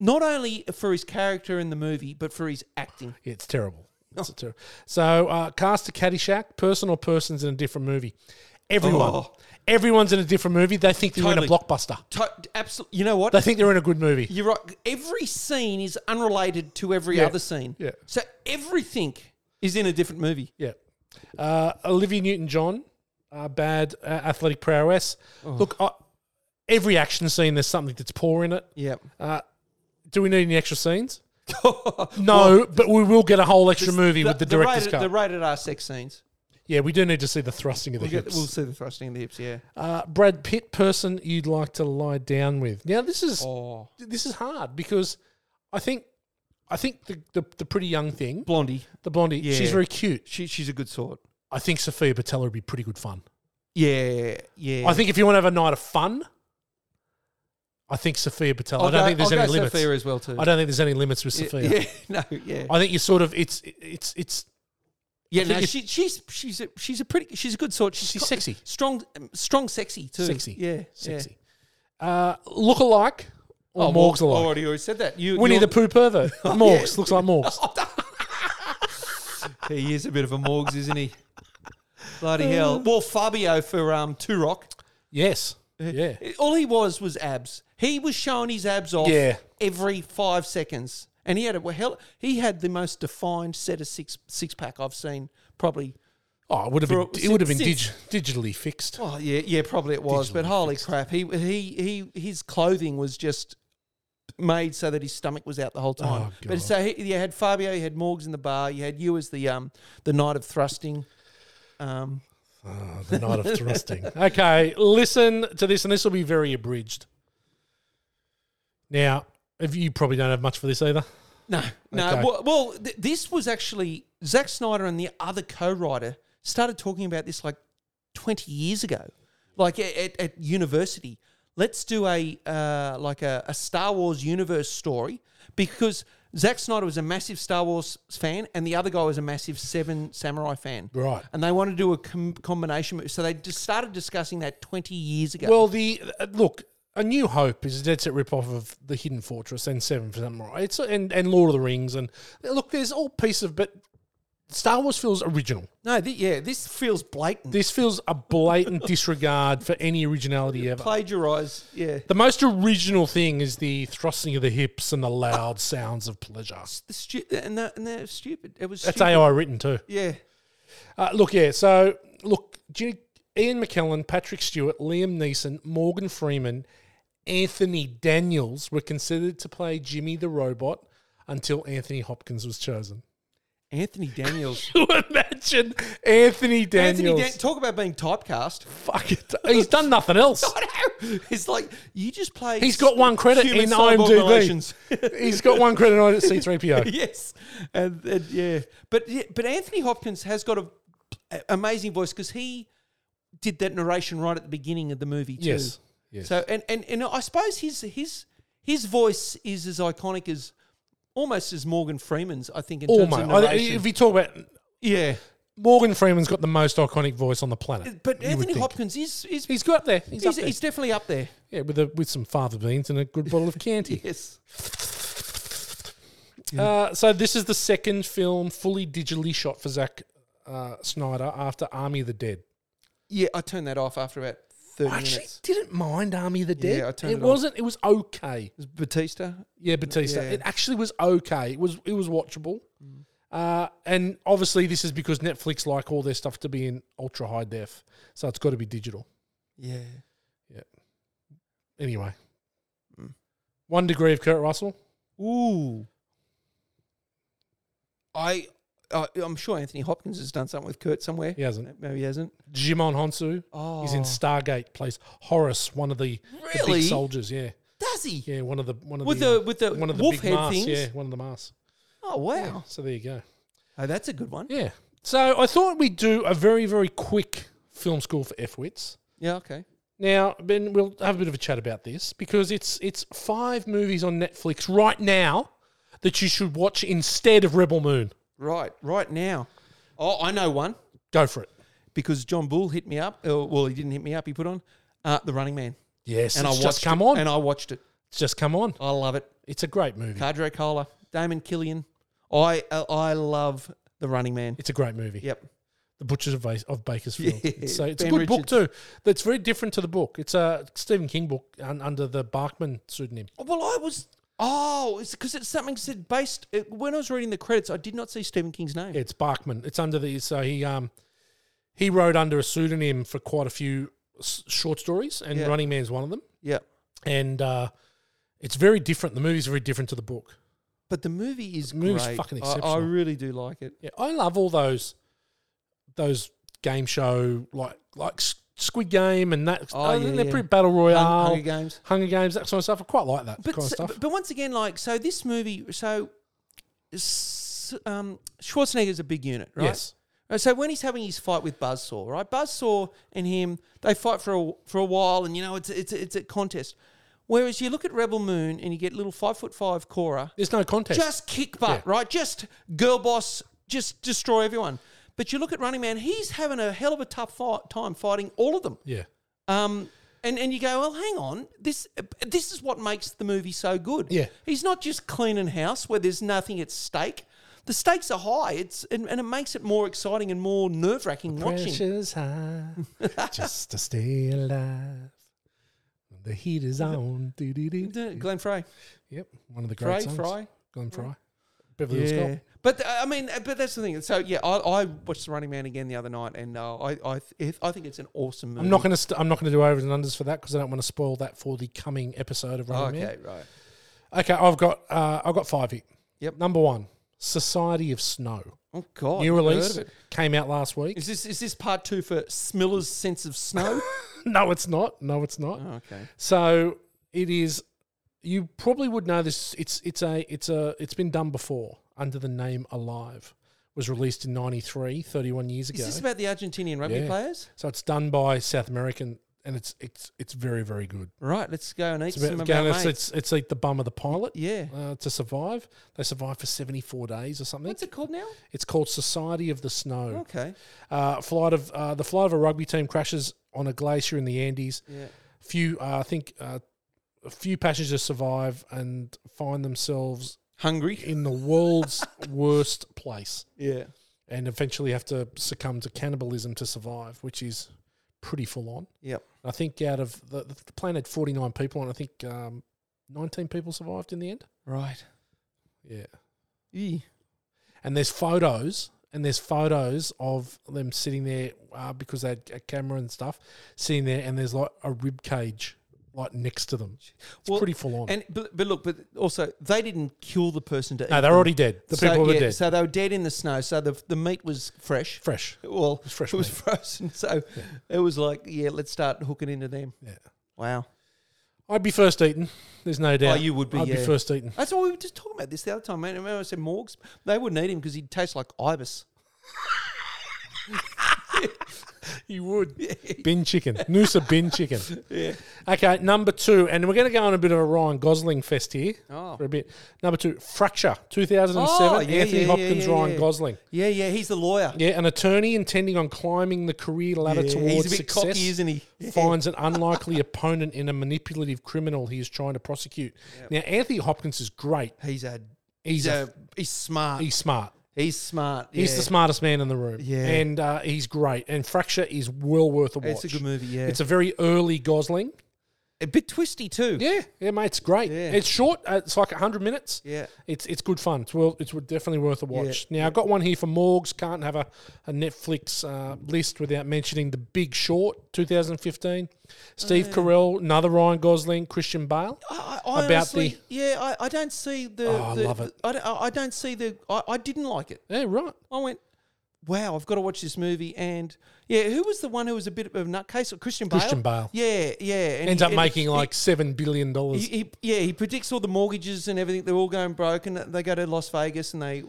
[SPEAKER 2] not only for his character in the movie, but for his acting.
[SPEAKER 1] It's terrible.
[SPEAKER 2] Oh.
[SPEAKER 1] It's a ter- so uh, cast a Caddyshack, person or persons in a different movie. Everyone,
[SPEAKER 2] Oh.
[SPEAKER 1] everyone's in a different movie. They think they're in a
[SPEAKER 2] Totally.
[SPEAKER 1] blockbuster.
[SPEAKER 2] absolutely. You know what?
[SPEAKER 1] They think they're in a good movie.
[SPEAKER 2] You're right. Every scene is unrelated to every
[SPEAKER 1] Yeah.
[SPEAKER 2] other scene.
[SPEAKER 1] Yeah.
[SPEAKER 2] So everything is in a different movie.
[SPEAKER 1] Yeah. Uh, Olivia Newton-John, uh, bad uh, athletic prowess.
[SPEAKER 2] Oh.
[SPEAKER 1] Look, I, every action scene, there's something that's poor in it.
[SPEAKER 2] Yeah.
[SPEAKER 1] Uh, Do we need any extra scenes? no, but we will get a whole extra movie with the, director's
[SPEAKER 2] rated,
[SPEAKER 1] cut.
[SPEAKER 2] The rated R sex scenes.
[SPEAKER 1] yeah, we do need to see the thrusting of the
[SPEAKER 2] We'll, get,
[SPEAKER 1] hips.
[SPEAKER 2] we'll see the thrusting of the hips. Yeah.
[SPEAKER 1] uh, Brad Pitt person you'd like to lie down with. Now this is
[SPEAKER 2] Oh.
[SPEAKER 1] this is hard because I think I think the the, the pretty young thing,
[SPEAKER 2] Blondie.
[SPEAKER 1] the blondie, she's
[SPEAKER 2] Yeah.
[SPEAKER 1] very cute.
[SPEAKER 2] She, she's a good sort.
[SPEAKER 1] I think Sophia Patella would be pretty good fun.
[SPEAKER 2] Yeah. Yeah.
[SPEAKER 1] I think if you want to have a night of fun, I think Sophia Patella. I
[SPEAKER 2] I'll
[SPEAKER 1] don't
[SPEAKER 2] go-
[SPEAKER 1] think there's
[SPEAKER 2] I'll
[SPEAKER 1] any
[SPEAKER 2] go
[SPEAKER 1] limits.
[SPEAKER 2] Sophia as well too.
[SPEAKER 1] I don't think there's any limits with Sophia.
[SPEAKER 2] Yeah. No. Yeah.
[SPEAKER 1] I think you sort of it's it's it's
[SPEAKER 2] yeah.
[SPEAKER 1] think
[SPEAKER 2] No,
[SPEAKER 1] it's-
[SPEAKER 2] she, she's she's a, she's a pretty she's a good sort. She's,
[SPEAKER 1] She's
[SPEAKER 2] got-
[SPEAKER 1] sexy.
[SPEAKER 2] Strong. um, Strong. Sexy too.
[SPEAKER 1] sexy.
[SPEAKER 2] Yeah.
[SPEAKER 1] sexy. Uh, look alike or
[SPEAKER 2] Yeah.
[SPEAKER 1] Morgs
[SPEAKER 2] Oh,
[SPEAKER 1] Oh,
[SPEAKER 2] well, I
[SPEAKER 1] alike.
[SPEAKER 2] already already said that. You
[SPEAKER 1] Winnie
[SPEAKER 2] you're-
[SPEAKER 1] the Pooh pervert. Morgs looks like Morgs.
[SPEAKER 2] He is a bit of a Morgs, isn't he? Bloody hell. Well, Fabio for um, Turok,
[SPEAKER 1] Yes. Yeah.
[SPEAKER 2] all he was was abs. He was showing his abs off
[SPEAKER 1] Yeah.
[SPEAKER 2] every five seconds. And he had a well, hell, he had the most defined set of six six pack I've seen probably.
[SPEAKER 1] Oh, it would have
[SPEAKER 2] For-
[SPEAKER 1] been it would have been dig,
[SPEAKER 2] since-
[SPEAKER 1] digitally fixed.
[SPEAKER 2] Oh yeah, yeah, probably it was. But
[SPEAKER 1] Digitally
[SPEAKER 2] holy
[SPEAKER 1] fixed.
[SPEAKER 2] crap, he he he his clothing was just made so that his stomach was out the whole time.
[SPEAKER 1] Oh,
[SPEAKER 2] but
[SPEAKER 1] God.
[SPEAKER 2] so he, you had Fabio, you had Morgs in the bar, you had you as the um the knight of thrusting. Um,
[SPEAKER 1] the night of thrusting. Okay, listen to this, and this will be very abridged. Now, if you probably don't have much for this either.
[SPEAKER 2] No, no.
[SPEAKER 1] Okay.
[SPEAKER 2] Well, well th- this was actually Zack Snyder and the other co-writer started talking about this like twenty years ago, like a- at, at university. Let's do a uh, like a, a Star Wars universe story because Zack Snyder was a massive Star Wars fan, and the other guy was a massive Seven Samurai fan.
[SPEAKER 1] Right.
[SPEAKER 2] And they wanted to do a com- combination movie, so they just started discussing that twenty years ago.
[SPEAKER 1] Well, the uh, look, A New Hope is a dead set rip off of The Hidden Fortress and Seven Samurai. It's and and Lord of the Rings, and look, there's all piece of but Star Wars feels original.
[SPEAKER 2] No, th- yeah, this feels blatant.
[SPEAKER 1] This feels a blatant disregard for any originality ever.
[SPEAKER 2] Plagiarize, yeah.
[SPEAKER 1] The most original thing is the thrusting of the hips and the loud sounds of pleasure.
[SPEAKER 2] The stu- and, that, and they're stupid. It was
[SPEAKER 1] That's
[SPEAKER 2] stupid.
[SPEAKER 1] AI written too.
[SPEAKER 2] Yeah.
[SPEAKER 1] Uh, look, yeah. So, look, Jimmy, Ian McKellen, Patrick Stewart, Liam Neeson, Morgan Freeman, Anthony Daniels were considered to play Jimmy the Robot until Anthony Hopkins was chosen.
[SPEAKER 2] Anthony Daniels.
[SPEAKER 1] You imagine Anthony Daniels?
[SPEAKER 2] Anthony Dan- talk about being typecast.
[SPEAKER 1] Fuck it. He's done nothing else.
[SPEAKER 2] It's like you just play.
[SPEAKER 1] He's got one credit
[SPEAKER 2] human
[SPEAKER 1] in
[SPEAKER 2] cyborg
[SPEAKER 1] IMDb.
[SPEAKER 2] relations.
[SPEAKER 1] He's got one credit on it, C3PO.
[SPEAKER 2] yes, and, and yeah, but yeah, but Anthony Hopkins has got a, a- amazing voice because he did that narration right at the beginning of the movie too.
[SPEAKER 1] Yes, yes.
[SPEAKER 2] So and and and I suppose his his his voice is as iconic as almost as Morgan Freeman's. I think in terms
[SPEAKER 1] Almost.
[SPEAKER 2] of
[SPEAKER 1] I-
[SPEAKER 2] narration.
[SPEAKER 1] If you talk about
[SPEAKER 2] yeah,
[SPEAKER 1] Morgan Freeman's got the most iconic voice on the planet.
[SPEAKER 2] but
[SPEAKER 1] you would
[SPEAKER 2] Anthony
[SPEAKER 1] think.
[SPEAKER 2] Hopkins is is
[SPEAKER 1] He's got there. He's,
[SPEAKER 2] he's,
[SPEAKER 1] up there.
[SPEAKER 2] he's definitely up there.
[SPEAKER 1] yeah, with a, with some fava beans and a good bottle of Chianti.
[SPEAKER 2] Yes.
[SPEAKER 1] Uh, so this is the second film fully digitally shot for Zack uh, Snyder after Army of the Dead.
[SPEAKER 2] Yeah, I turned that off after about thirty
[SPEAKER 1] I actually
[SPEAKER 2] minutes.
[SPEAKER 1] didn't mind Army of the Dead.
[SPEAKER 2] I turned
[SPEAKER 1] it
[SPEAKER 2] it off.
[SPEAKER 1] wasn't. It was okay.
[SPEAKER 2] It was Batista.
[SPEAKER 1] Yeah, Batista.
[SPEAKER 2] Yeah. Mm.
[SPEAKER 1] It actually was okay. It was it was watchable. Uh, and obviously, this is because Netflix like all their stuff to be in ultra high def, so it's got to be digital
[SPEAKER 2] Yeah.
[SPEAKER 1] anyway.
[SPEAKER 2] Mm.
[SPEAKER 1] One degree of Kurt Russell.
[SPEAKER 2] Ooh. I, I I'm sure Anthony Hopkins has done something with Kurt somewhere.
[SPEAKER 1] He hasn't.
[SPEAKER 2] Maybe he hasn't.
[SPEAKER 1] Jimon Honsu.
[SPEAKER 2] Oh.
[SPEAKER 1] He's in Stargate. Plays Horace, one of the, the
[SPEAKER 2] Really?
[SPEAKER 1] big soldiers. Yeah,
[SPEAKER 2] Does he?
[SPEAKER 1] yeah. One of the one of
[SPEAKER 2] With
[SPEAKER 1] the, uh,
[SPEAKER 2] the- with the
[SPEAKER 1] one of the
[SPEAKER 2] wolf
[SPEAKER 1] big
[SPEAKER 2] head
[SPEAKER 1] masks,
[SPEAKER 2] things?
[SPEAKER 1] Yeah, one of the masks.
[SPEAKER 2] Oh wow.
[SPEAKER 1] So there you go.
[SPEAKER 2] Oh, that's a good one.
[SPEAKER 1] Yeah. So I thought we'd do a very very quick film school for f wits.
[SPEAKER 2] Yeah. Okay.
[SPEAKER 1] Now, Ben, we'll have a bit of a chat about this because it's it's five movies on Netflix right now that you should watch instead of Rebel Moon.
[SPEAKER 2] Right. Right now. Oh, I know one
[SPEAKER 1] Go for it.
[SPEAKER 2] because John Bull hit me up. Oh, well, he didn't hit me up. He put on uh, the Running Man,
[SPEAKER 1] Yes,
[SPEAKER 2] and
[SPEAKER 1] it's
[SPEAKER 2] I watched.
[SPEAKER 1] just come
[SPEAKER 2] it,
[SPEAKER 1] on.
[SPEAKER 2] And I watched it.
[SPEAKER 1] it's just come on.
[SPEAKER 2] I love it.
[SPEAKER 1] It's a great movie.
[SPEAKER 2] Cadre Cola, Damon Killian. I uh, I love the Running Man.
[SPEAKER 1] It's a great movie.
[SPEAKER 2] Yep.
[SPEAKER 1] The Butchers of, Bas- of Bakersfield.
[SPEAKER 2] Yeah,
[SPEAKER 1] It's, a, it's a
[SPEAKER 2] Ben
[SPEAKER 1] good book
[SPEAKER 2] Richards.
[SPEAKER 1] too. That's very different to the book. It's a Stephen King book un- under the Barkman pseudonym.
[SPEAKER 2] Well, I was. Oh, it's because it's something said based. It, when I was reading the credits, I did not see Stephen King's name.
[SPEAKER 1] It's Barkman. It's under the so he um he wrote under a pseudonym for quite a few s- short stories, and
[SPEAKER 2] Yeah.
[SPEAKER 1] Running Man's one of them.
[SPEAKER 2] Yeah.
[SPEAKER 1] and uh, it's very different. The movie's very different to the book.
[SPEAKER 2] But the movie is
[SPEAKER 1] The movie's
[SPEAKER 2] great.
[SPEAKER 1] fucking
[SPEAKER 2] I- I,
[SPEAKER 1] exceptional.
[SPEAKER 2] really do like it.
[SPEAKER 1] Yeah, I love all those those game show like like S- Squid Game and that.
[SPEAKER 2] Oh,
[SPEAKER 1] I think
[SPEAKER 2] yeah,
[SPEAKER 1] they're
[SPEAKER 2] yeah.
[SPEAKER 1] pretty battle royale,
[SPEAKER 2] Hunger Games.
[SPEAKER 1] Hunger Games, that sort of stuff. I quite like that
[SPEAKER 2] But
[SPEAKER 1] kind of
[SPEAKER 2] s-
[SPEAKER 1] stuff.
[SPEAKER 2] but once again, like so, this movie. So, s- um, Schwarzenegger's a big unit, right?
[SPEAKER 1] Yes.
[SPEAKER 2] Uh, So when he's having his fight with Buzzsaw, right? Buzzsaw and him, they fight for a, for a while, and you know it's it's it's a contest. Whereas you look at Rebel Moon and you get little five foot five Cora,
[SPEAKER 1] There's no contest.
[SPEAKER 2] Just kick butt,
[SPEAKER 1] Yeah.
[SPEAKER 2] right? Just girl boss, just destroy everyone. But you look at Running Man, he's having a hell of a tough fight, time fighting all of them.
[SPEAKER 1] yeah,
[SPEAKER 2] Um, and, and you go, well, hang on, this this is what makes the movie so good.
[SPEAKER 1] Yeah.
[SPEAKER 2] he's not just cleaning house where there's nothing at stake. The stakes are high. It's and, and it makes it more exciting and more nerve wracking watching.
[SPEAKER 1] pressure's high just to stay alive. The heat is on. Doo-doo-doo.
[SPEAKER 2] Glenn Frey,
[SPEAKER 1] Yep, one of the
[SPEAKER 2] Frey,
[SPEAKER 1] great songs.
[SPEAKER 2] Fry.
[SPEAKER 1] Glenn Fry, Beverly Hills Cop.
[SPEAKER 2] But uh, I mean, uh, but that's the thing. So yeah, I, I watched The Running Man again the other night, and uh, I I th- I think it's an awesome movie.
[SPEAKER 1] I'm not going to. St- I'm not going to do overs and unders for that because I don't want to spoil that for the coming episode of Running Man.
[SPEAKER 2] Oh, Okay, right.
[SPEAKER 1] Okay, I've got. Uh, I've got five here.
[SPEAKER 2] Yep.
[SPEAKER 1] Number one, Society of Snow.
[SPEAKER 2] Oh God,
[SPEAKER 1] New
[SPEAKER 2] never heard
[SPEAKER 1] release
[SPEAKER 2] of it.
[SPEAKER 1] came out last week.
[SPEAKER 2] Is this is this part two for Smiller's sense of snow?
[SPEAKER 1] no, it's not. No, it's not.
[SPEAKER 2] okay.
[SPEAKER 1] So it is. You probably would know this. It's it's a it's a it's been done before under the name Alive. Was released in 93, 31 years ago.
[SPEAKER 2] Is this about the Argentinian rugby
[SPEAKER 1] Yeah.
[SPEAKER 2] players?
[SPEAKER 1] so it's done by South American, and it's it's it's very very good.
[SPEAKER 2] Right, let's go and eat
[SPEAKER 1] It's,
[SPEAKER 2] some
[SPEAKER 1] about,
[SPEAKER 2] of our
[SPEAKER 1] it's,
[SPEAKER 2] mates.
[SPEAKER 1] it's, it's like the bum of the pilot.
[SPEAKER 2] Yeah.
[SPEAKER 1] Uh, to survive. They survive for 74 days or something.
[SPEAKER 2] What's it Oh. called now?
[SPEAKER 1] It's called Society of the Snow.
[SPEAKER 2] Okay.
[SPEAKER 1] Uh, flight of uh, the flight of a rugby team crashes on a glacier in the Andes.
[SPEAKER 2] Yeah.
[SPEAKER 1] Few, uh, I think, uh, a few passengers survive and find themselves
[SPEAKER 2] Hungry.
[SPEAKER 1] in the world's worst place.
[SPEAKER 2] Yeah.
[SPEAKER 1] and eventually have to succumb to cannibalism to survive, which is pretty full on.
[SPEAKER 2] Yep.
[SPEAKER 1] I think out of the, the plan had 49 people, and I think um, 19 people survived in the end.
[SPEAKER 2] Right.
[SPEAKER 1] Yeah.
[SPEAKER 2] Eee.
[SPEAKER 1] and there's photos and there's photos of them sitting there uh, because they had a camera and stuff sitting there and there's like a rib cage like next to them it's
[SPEAKER 2] Well,
[SPEAKER 1] pretty full on
[SPEAKER 2] And but, but look, but also they didn't kill the person to eat.
[SPEAKER 1] no they're
[SPEAKER 2] them.
[SPEAKER 1] already dead the
[SPEAKER 2] so,
[SPEAKER 1] people were
[SPEAKER 2] yeah,
[SPEAKER 1] dead
[SPEAKER 2] So they were dead in the snow. So the the meat was fresh.
[SPEAKER 1] fresh
[SPEAKER 2] Well,
[SPEAKER 1] was fresh
[SPEAKER 2] it was
[SPEAKER 1] meat.
[SPEAKER 2] frozen. So it was like, yeah, let's start hooking into them.
[SPEAKER 1] yeah
[SPEAKER 2] Wow.
[SPEAKER 1] i'd be first eaten there's no doubt
[SPEAKER 2] Oh, you would be,
[SPEAKER 1] i'd be
[SPEAKER 2] yeah.
[SPEAKER 1] first eaten
[SPEAKER 2] That's what we were just talking about this the other time, man. Remember I said Morgs? They wouldn't eat him because he'd taste like ibis.
[SPEAKER 1] you would bin chicken noosa bin chicken yeah okay number two and we're going to go on a bit of a ryan gosling fest here
[SPEAKER 2] Oh.
[SPEAKER 1] for a bit number two fracture 2007
[SPEAKER 2] Oh, yeah,
[SPEAKER 1] anthony
[SPEAKER 2] yeah, yeah,
[SPEAKER 1] hopkins
[SPEAKER 2] yeah,
[SPEAKER 1] ryan
[SPEAKER 2] yeah.
[SPEAKER 1] gosling
[SPEAKER 2] Yeah, yeah, he's the lawyer.
[SPEAKER 1] Yeah, an attorney intending on climbing the career ladder
[SPEAKER 2] Yeah,
[SPEAKER 1] towards
[SPEAKER 2] he's a bit
[SPEAKER 1] success
[SPEAKER 2] cocky, isn't he? Yeah.
[SPEAKER 1] finds an unlikely opponent in a manipulative criminal he is trying to prosecute. Now, Anthony Hopkins is great.
[SPEAKER 2] He's a
[SPEAKER 1] He's
[SPEAKER 2] he's,
[SPEAKER 1] a,
[SPEAKER 2] a, he's smart.
[SPEAKER 1] he's
[SPEAKER 2] He's,
[SPEAKER 1] smart.
[SPEAKER 2] smart.
[SPEAKER 1] He's
[SPEAKER 2] yeah.
[SPEAKER 1] the smartest man in the room.
[SPEAKER 2] Yeah.
[SPEAKER 1] and uh, he's great. And Fracture is well worth a watch.
[SPEAKER 2] It's a good movie, yeah.
[SPEAKER 1] it's a very early Gosling.
[SPEAKER 2] a bit twisty too.
[SPEAKER 1] Yeah, yeah, mate, it's great.
[SPEAKER 2] Yeah.
[SPEAKER 1] It's short. Uh, it's like hundred minutes.
[SPEAKER 2] Yeah.
[SPEAKER 1] it's it's good fun. It's well, it's definitely worth a watch. Now I've got one here for Morgs. Can't have a, a Netflix uh, list without mentioning The Big Short, 2015.
[SPEAKER 2] Oh.
[SPEAKER 1] Steve Carell, another Ryan Gosling, Christian Bale.
[SPEAKER 2] I, I
[SPEAKER 1] About
[SPEAKER 2] honestly,
[SPEAKER 1] the-
[SPEAKER 2] yeah, I, I don't see the.
[SPEAKER 1] Oh, I
[SPEAKER 2] the-
[SPEAKER 1] love it.
[SPEAKER 2] I don't, I don't see the. I, I didn't like it.
[SPEAKER 1] Yeah, right.
[SPEAKER 2] I went, wow, I've got to watch this movie. And yeah, who was the one who was a bit of a nutcase? Christian Bale.
[SPEAKER 1] Christian Bale.
[SPEAKER 2] Yeah, yeah. And
[SPEAKER 1] Ends
[SPEAKER 2] he-
[SPEAKER 1] up
[SPEAKER 2] and
[SPEAKER 1] making
[SPEAKER 2] he-
[SPEAKER 1] like seven billion
[SPEAKER 2] He,
[SPEAKER 1] dollars.
[SPEAKER 2] he, yeah, he predicts all the mortgages and everything. They're all going broke, and they go to Las Vegas, and they.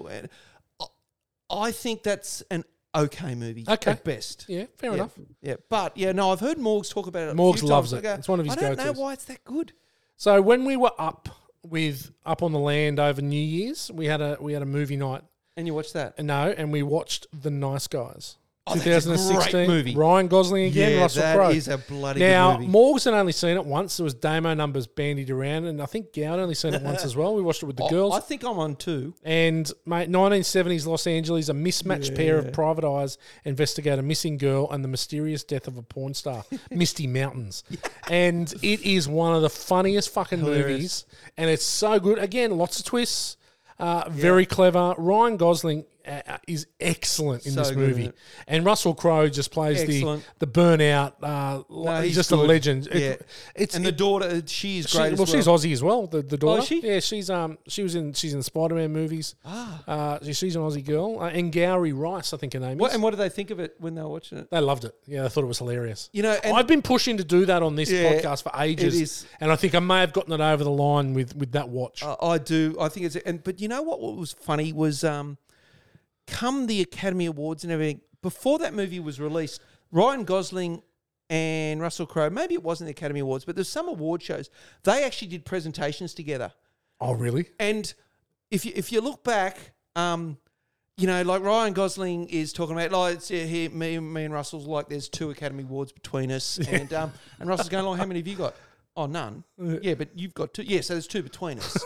[SPEAKER 2] I think that's an okay movie
[SPEAKER 1] Okay.
[SPEAKER 2] at best.
[SPEAKER 1] Yeah, fair
[SPEAKER 2] Yeah,
[SPEAKER 1] enough.
[SPEAKER 2] Yeah, but yeah, no, I've heard Morgs talk about it. a
[SPEAKER 1] Morgs
[SPEAKER 2] few
[SPEAKER 1] loves
[SPEAKER 2] times.
[SPEAKER 1] it.
[SPEAKER 2] I go,
[SPEAKER 1] It's one of his
[SPEAKER 2] I don't know
[SPEAKER 1] go-tos.
[SPEAKER 2] why it's that good.
[SPEAKER 1] So when we were up with up on the land over New Year's, we had a we had a movie night
[SPEAKER 2] And you watch that.
[SPEAKER 1] No, and we watched The Nice Guys.
[SPEAKER 2] Oh, that's a great movie.
[SPEAKER 1] Ryan Gosling again,
[SPEAKER 2] Yeah,
[SPEAKER 1] Russell
[SPEAKER 2] that
[SPEAKER 1] Crowe.
[SPEAKER 2] is a bloody good
[SPEAKER 1] now,
[SPEAKER 2] movie.
[SPEAKER 1] Morgs had only seen it once. There was Damo numbers bandied around, and I think Gowan only seen it once as well. We watched it with the
[SPEAKER 2] I-
[SPEAKER 1] girls.
[SPEAKER 2] Oh, I think I'm on two.
[SPEAKER 1] and mate, 1970s Los Angeles, a mismatched pair of private eyes investigate a missing girl and the mysterious death of a porn star, Misty Mountains. And it is one of the funniest fucking movies, and it's so good. Again, lots of twists. Uh, Very clever. Ryan Gosling uh, uh, is excellent in
[SPEAKER 2] So
[SPEAKER 1] this
[SPEAKER 2] good, isn't
[SPEAKER 1] movie,
[SPEAKER 2] it?
[SPEAKER 1] and Russell Crowe just plays
[SPEAKER 2] Excellent.
[SPEAKER 1] the the burnout. Uh, like- he's,
[SPEAKER 2] he's
[SPEAKER 1] just a
[SPEAKER 2] good.
[SPEAKER 1] legend. It-
[SPEAKER 2] Yeah.
[SPEAKER 1] it's
[SPEAKER 2] and the
[SPEAKER 1] it-
[SPEAKER 2] daughter, uh, she is
[SPEAKER 1] she,
[SPEAKER 2] great.
[SPEAKER 1] well,
[SPEAKER 2] as Oh,
[SPEAKER 1] she's Aussie as well. The, the daughter.
[SPEAKER 2] she?
[SPEAKER 1] Yeah, she's um she was in she's in Spider Man movies. Ah, uh, she- she's an Aussie girl. Uh, and Gowrie Rice, I think her name
[SPEAKER 2] What,
[SPEAKER 1] is.
[SPEAKER 2] and what did they think of it when they were watching it?
[SPEAKER 1] they loved it. Yeah, they thought it was hilarious.
[SPEAKER 2] You know, and-
[SPEAKER 1] I've been pushing to do that on this
[SPEAKER 2] Yeah,
[SPEAKER 1] podcast for ages,
[SPEAKER 2] it is. Oh.
[SPEAKER 1] and I think I may have gotten it over the line with with that watch.
[SPEAKER 2] I, I do. I think it's and but you know what? What was funny was um, come the Academy Awards and everything. Before that movie was released, Ryan Gosling and Russell Crowe. Maybe it wasn't the Academy Awards, but there's some award shows. They actually did presentations together.
[SPEAKER 1] oh, really?
[SPEAKER 2] And if you if you look back, um, you know, like Ryan Gosling is talking about, like it's, uh, he, me, me and Russell's like, there's two Academy Awards between us, and um, and Russell's going, like, how many have you got? Oh, none. Yeah, but you've got two. Yeah, so there's two between us.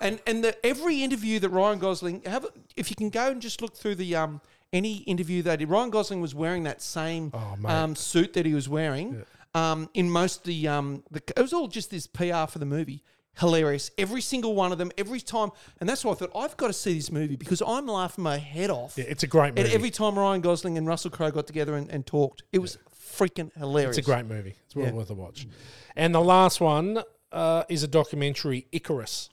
[SPEAKER 2] and and the, every interview that Ryan Gosling have, a- if you can go and just look through the um any interview they did, Ryan Gosling was wearing that same
[SPEAKER 1] Oh, mate.
[SPEAKER 2] um suit that he was wearing. Um, in most of the um, the, it was all just this PR for the movie. Hilarious, every single one of them, every time, and that's why I thought I've got to see this movie because I'm laughing my head off.
[SPEAKER 1] Yeah, it's a great
[SPEAKER 2] and
[SPEAKER 1] movie.
[SPEAKER 2] every time Ryan Gosling and Russell Crowe got together and, and talked, it was freaking hilarious.
[SPEAKER 1] It's a great movie. It's well
[SPEAKER 2] Yeah.
[SPEAKER 1] worth a watch. And the last one uh, is a documentary, Icarus.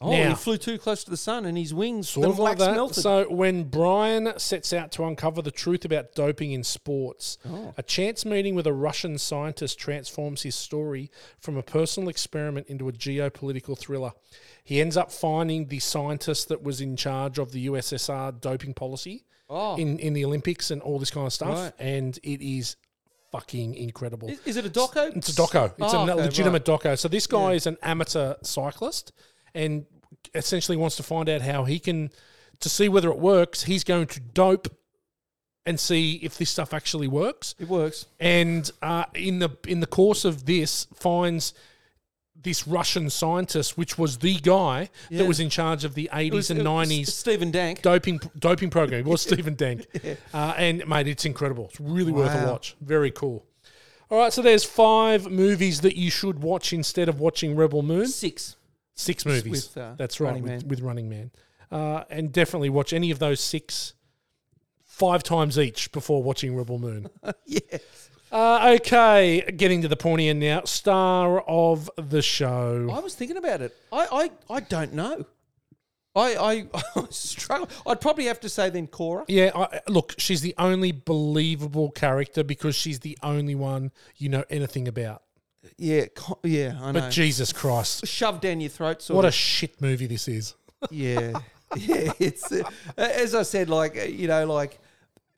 [SPEAKER 2] Oh,
[SPEAKER 1] Now-
[SPEAKER 2] he flew too close to the sun, and his wings
[SPEAKER 1] Sort
[SPEAKER 2] the
[SPEAKER 1] of like
[SPEAKER 2] wax
[SPEAKER 1] that.
[SPEAKER 2] melted.
[SPEAKER 1] So when Brian sets out to uncover the truth about doping in sports,
[SPEAKER 2] Oh.
[SPEAKER 1] a chance meeting with a Russian scientist transforms his story from a personal experiment into a geopolitical thriller. He ends up finding the scientist that was in charge of the USSR doping policy in, in the Olympics and all this kind of stuff.
[SPEAKER 2] Oh. Right.
[SPEAKER 1] And it is fucking incredible.
[SPEAKER 2] is, is it a doco?
[SPEAKER 1] It's a doco. It's
[SPEAKER 2] Oh,
[SPEAKER 1] a
[SPEAKER 2] okay,
[SPEAKER 1] legitimate
[SPEAKER 2] right.
[SPEAKER 1] doco. So this guy is an amateur cyclist and essentially wants to find out how he can to see whether it works. He's going to dope and see if this stuff actually works.
[SPEAKER 2] It works.
[SPEAKER 1] And uh, in the in the course of this, finds this Russian scientist, which was the guy
[SPEAKER 2] Yeah.
[SPEAKER 1] that was in charge of the 80s
[SPEAKER 2] was-
[SPEAKER 1] and
[SPEAKER 2] it was
[SPEAKER 1] 90s
[SPEAKER 2] Stephen Dank.
[SPEAKER 1] doping doping program. It was Stephen Dank, uh, and mate, it's incredible. It's really worth a
[SPEAKER 2] Wow.
[SPEAKER 1] watch. Very cool. All right, so there's five movies that you should watch instead of watching Rebel Moon.
[SPEAKER 2] Six.
[SPEAKER 1] Six movies.
[SPEAKER 2] with, uh,
[SPEAKER 1] That's right,
[SPEAKER 2] Running
[SPEAKER 1] with,
[SPEAKER 2] Man.
[SPEAKER 1] with Running Man, uh, and definitely watch any of those six five times each before watching Rebel Moon.
[SPEAKER 2] Yes.
[SPEAKER 1] Uh, okay, getting to the pointy end now. Star of the show.
[SPEAKER 2] I was thinking about it. I I, I don't know. I, I I struggle. I'd probably have to say then Cora.
[SPEAKER 1] Yeah, I, look, she's the only believable character because she's the only one you know anything about.
[SPEAKER 2] Yeah, co- yeah, I know.
[SPEAKER 1] But Jesus Christ,
[SPEAKER 2] Shoved down your throat. Sort
[SPEAKER 1] what a
[SPEAKER 2] of.
[SPEAKER 1] shit movie this is.
[SPEAKER 2] yeah, yeah. It's uh, as I said, like uh, you know, like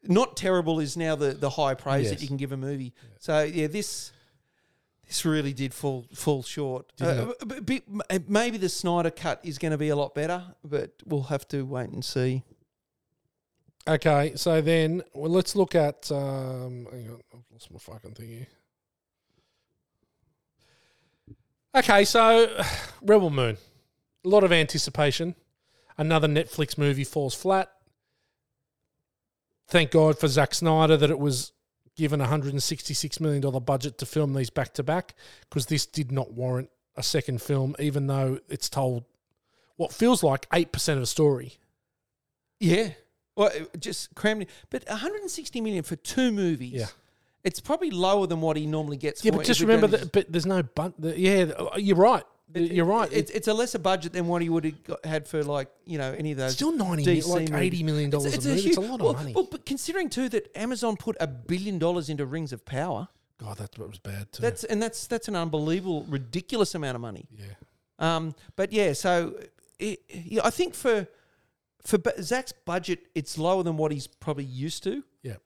[SPEAKER 2] not terrible is now the the high praise
[SPEAKER 1] Yes.
[SPEAKER 2] that you can give a movie. So yeah, this this really did fall fall short. Uh, b- b- m- maybe the Snyder cut is going to be a lot better, but we'll have to wait and see.
[SPEAKER 1] Okay, so then well, let's look at. Um, hang on, I've lost my fucking thing here. Okay, so Rebel Moon, a lot of anticipation. Another Netflix movie falls flat. Thank God for Zack Snyder that it was given a hundred and sixty-six million dollar budget to film these back to back because this did not warrant a second film, even though it's told what feels like eight percent of a story.
[SPEAKER 2] Yeah. Well, it just crammed in. But 160 million for two movies.
[SPEAKER 1] Yeah.
[SPEAKER 2] It's probably lower than what he normally gets.
[SPEAKER 1] Yeah,
[SPEAKER 2] for
[SPEAKER 1] but
[SPEAKER 2] it
[SPEAKER 1] just
[SPEAKER 2] if we're
[SPEAKER 1] remember
[SPEAKER 2] going to
[SPEAKER 1] that. But there's no bun. The, yeah, the- uh, you're right. you're right.
[SPEAKER 2] It's, it's a lesser budget than what he would have got, had for like you know any of those.
[SPEAKER 1] It's still 90
[SPEAKER 2] DC
[SPEAKER 1] like $80 million
[SPEAKER 2] movies.
[SPEAKER 1] a movie. It's a
[SPEAKER 2] huge-
[SPEAKER 1] lot of
[SPEAKER 2] well,
[SPEAKER 1] money.
[SPEAKER 2] Well, but considering too that Amazon put a billion dollars into Rings of Power,
[SPEAKER 1] God, that was bad too.
[SPEAKER 2] that's and that's that's an unbelievable, ridiculous amount of money.
[SPEAKER 1] yeah.
[SPEAKER 2] Um, but yeah, so it, yeah, I think for for bu- Zach's budget, it's lower than what he's probably used to.
[SPEAKER 1] Yeah.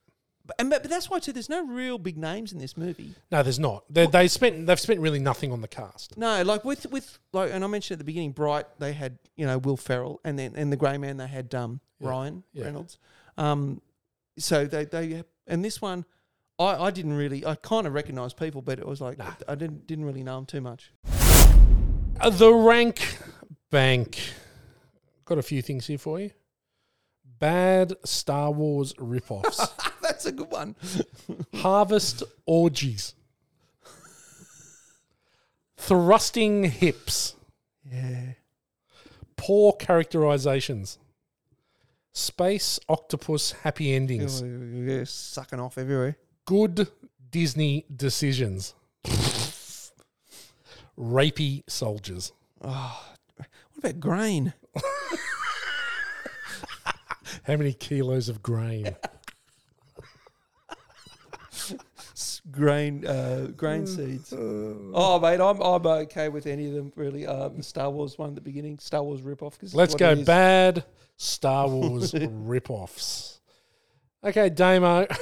[SPEAKER 2] But, and but, but that's why too. There's no real big names in this movie.
[SPEAKER 1] No, there's not. They, they spent. They've spent really nothing on the cast.
[SPEAKER 2] No, like with with like, and I mentioned at the beginning, Bright they had you know Will Ferrell, and then and the Grey Man they had um Ryan
[SPEAKER 1] yeah.
[SPEAKER 2] Reynolds. Um, so they they and this one, I I didn't really I kind of recognised people, but it was like I didn't didn't really know them too much.
[SPEAKER 1] Uh, the rank bank. Got a few things here for you. Bad Star Wars ripoffs.
[SPEAKER 2] That's a good one.
[SPEAKER 1] Harvest orgies. Thrusting hips.
[SPEAKER 2] Yeah.
[SPEAKER 1] Poor characterizations. Space octopus happy endings.
[SPEAKER 2] Oh, Yeah, sucking off everywhere.
[SPEAKER 1] good Disney decisions. Rapey soldiers.
[SPEAKER 2] What about grain?
[SPEAKER 1] How many kilos of grain?
[SPEAKER 2] grain uh, grain seeds. Oh mate, I'm I'm okay with any of them really. Uh, the Star Wars one at the beginning, Star Wars ripoff. Cause it's
[SPEAKER 1] Let's
[SPEAKER 2] what
[SPEAKER 1] go
[SPEAKER 2] it is.
[SPEAKER 1] bad Star Wars ripoffs. Okay, Damo.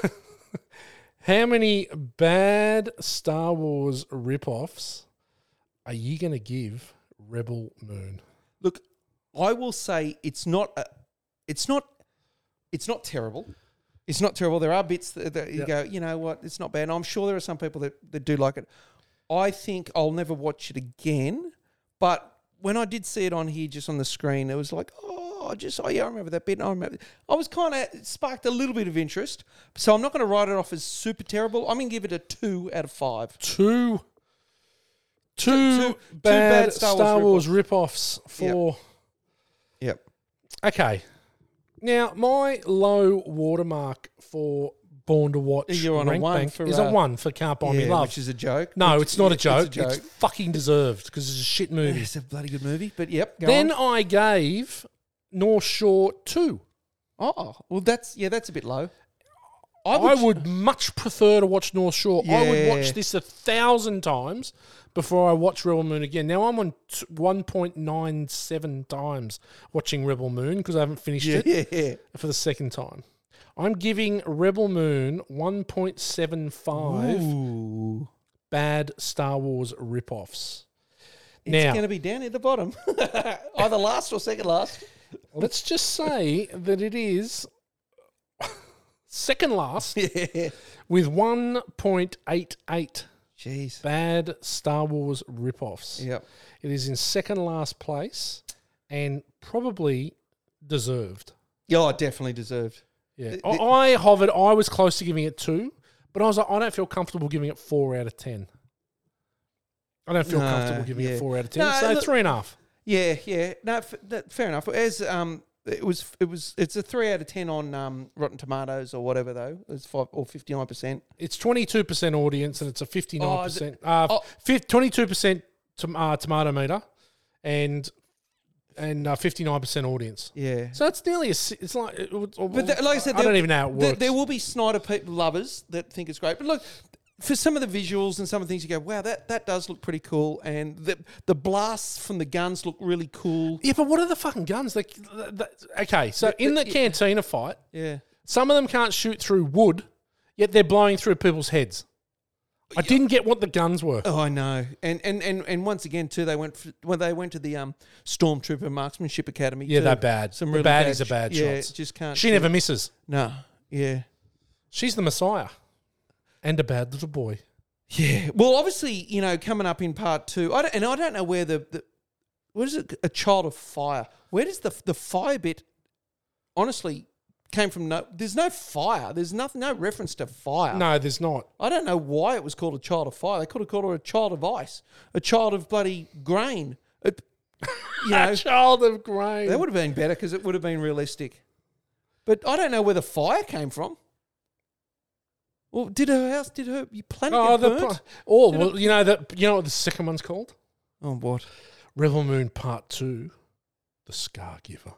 [SPEAKER 1] How many bad Star Wars ripoffs are you going to give Rebel Moon?
[SPEAKER 2] Look, I will say it's not a, it's not it's not terrible. It's not terrible. There are bits that, that you
[SPEAKER 1] Yeah.
[SPEAKER 2] go, you know what, it's not bad. And I'm sure there are some people that, that do like it. I think I'll never watch it again. But when I did see it on here, just on the screen, it was like, oh, I just, oh yeah, I remember that bit. and I remember. I was kind of sparked a little bit of interest. So I'm not going to write it off as super terrible. I'm going to give it a two out of five.
[SPEAKER 1] Two, two
[SPEAKER 2] two- two
[SPEAKER 1] bad, Star, Wars, ripoffs for.
[SPEAKER 2] Yep.
[SPEAKER 1] Okay. Now, my low watermark for Born to Watch
[SPEAKER 2] You're on a
[SPEAKER 1] Rank
[SPEAKER 2] one
[SPEAKER 1] Bank
[SPEAKER 2] for,
[SPEAKER 1] is
[SPEAKER 2] uh,
[SPEAKER 1] a one for Can't Buy Me
[SPEAKER 2] Yeah,
[SPEAKER 1] Love.
[SPEAKER 2] which is a joke.
[SPEAKER 1] no,
[SPEAKER 2] Which-
[SPEAKER 1] it's not a
[SPEAKER 2] yeah,
[SPEAKER 1] joke.
[SPEAKER 2] It's a joke.
[SPEAKER 1] fucking deserved because it's a shit movie.
[SPEAKER 2] It's a bloody good movie, but yep. Go
[SPEAKER 1] then
[SPEAKER 2] on.
[SPEAKER 1] I gave North Shore 2.
[SPEAKER 2] oh well, that's yeah, that's a bit low.
[SPEAKER 1] I would, much prefer to watch North Shore. I would
[SPEAKER 2] Yeah.
[SPEAKER 1] watch this a thousand times before I watch Rebel Moon again. Now I'm on t- 1.97 times watching Rebel Moon because I haven't finished it.
[SPEAKER 2] yeah,
[SPEAKER 1] for the second time. I'm giving Rebel Moon 1.75
[SPEAKER 2] Ooh.
[SPEAKER 1] bad Star Wars ripoffs.
[SPEAKER 2] It's
[SPEAKER 1] now,
[SPEAKER 2] going to be down at the bottom, either last or second last.
[SPEAKER 1] let's just say that it is second last
[SPEAKER 2] Yeah.
[SPEAKER 1] with 1.88
[SPEAKER 2] Jeez.
[SPEAKER 1] Bad Star Wars ripoffs.
[SPEAKER 2] Yep.
[SPEAKER 1] It is in second last place and probably deserved.
[SPEAKER 2] Yeah, oh, definitely deserved.
[SPEAKER 1] Yeah. I, I hovered. I was close to giving it two, but I was like, I don't feel comfortable giving it four out of ten. I don't feel
[SPEAKER 2] No,
[SPEAKER 1] comfortable giving
[SPEAKER 2] yeah.
[SPEAKER 1] it four out of ten.
[SPEAKER 2] No,
[SPEAKER 1] so
[SPEAKER 2] look-
[SPEAKER 1] three and a half.
[SPEAKER 2] Yeah, yeah. No, f- that, fair enough. As um, it was, it was. It's a three out of ten on um, Rotten Tomatoes or whatever though. It's five or fifty nine percent.
[SPEAKER 1] It's twenty two percent audience, and it's a fifty nine percent. uh,
[SPEAKER 2] oh.
[SPEAKER 1] Twenty two percent uh, tomato meter, and and fifty nine percent audience.
[SPEAKER 2] Yeah.
[SPEAKER 1] So it's nearly a. si- It's like, it would-
[SPEAKER 2] But th- like I said,
[SPEAKER 1] I don't
[SPEAKER 2] there-
[SPEAKER 1] even know how it works.
[SPEAKER 2] There, there will be Snyder people lovers that think it's great. But look, for some of the visuals and some of the things, you go, "Wow, that, that does look pretty cool." And the the blasts from the guns look really cool.
[SPEAKER 1] yeah, but what are the fucking guns? Like, th- th- okay, so in the cantina fight,
[SPEAKER 2] Yeah,
[SPEAKER 1] some of them can't shoot through wood, yet they're blowing through people's heads. I didn't get what the guns were.
[SPEAKER 2] Oh, I know, and and and and once again too, they went f when they went to the um stormtrooper marksmanship academy.
[SPEAKER 1] Yeah,
[SPEAKER 2] too.
[SPEAKER 1] they're bad.
[SPEAKER 2] Some
[SPEAKER 1] The
[SPEAKER 2] really
[SPEAKER 1] baddies
[SPEAKER 2] bad
[SPEAKER 1] are bad
[SPEAKER 2] sh- yeah,
[SPEAKER 1] shots.
[SPEAKER 2] Just can't.
[SPEAKER 1] She
[SPEAKER 2] shoot.
[SPEAKER 1] never misses.
[SPEAKER 2] No. Yeah.
[SPEAKER 1] She's the Messiah, and a bad little boy.
[SPEAKER 2] Yeah. Well, obviously, you know, coming up in part two, I don't, and I don't know where the, the what is it? A child of fire. Where does the the fire bit? Honestly, came from no. There's no fire. There's nothing. No reference to fire.
[SPEAKER 1] No, there's not.
[SPEAKER 2] I don't know why it was called a child of fire. They could have called her a child of ice, a child of bloody grain. It, you know,
[SPEAKER 1] Child of grain.
[SPEAKER 2] That would have been better because it would have been realistic. But I don't know where the fire came from. Well, did her house? Did her your planet
[SPEAKER 1] Oh,
[SPEAKER 2] get
[SPEAKER 1] the
[SPEAKER 2] burnt?
[SPEAKER 1] pro- oh well, you know that you know what the second one's called?
[SPEAKER 2] oh, what?
[SPEAKER 1] Rebel Moon Part Two, the Scar Giver.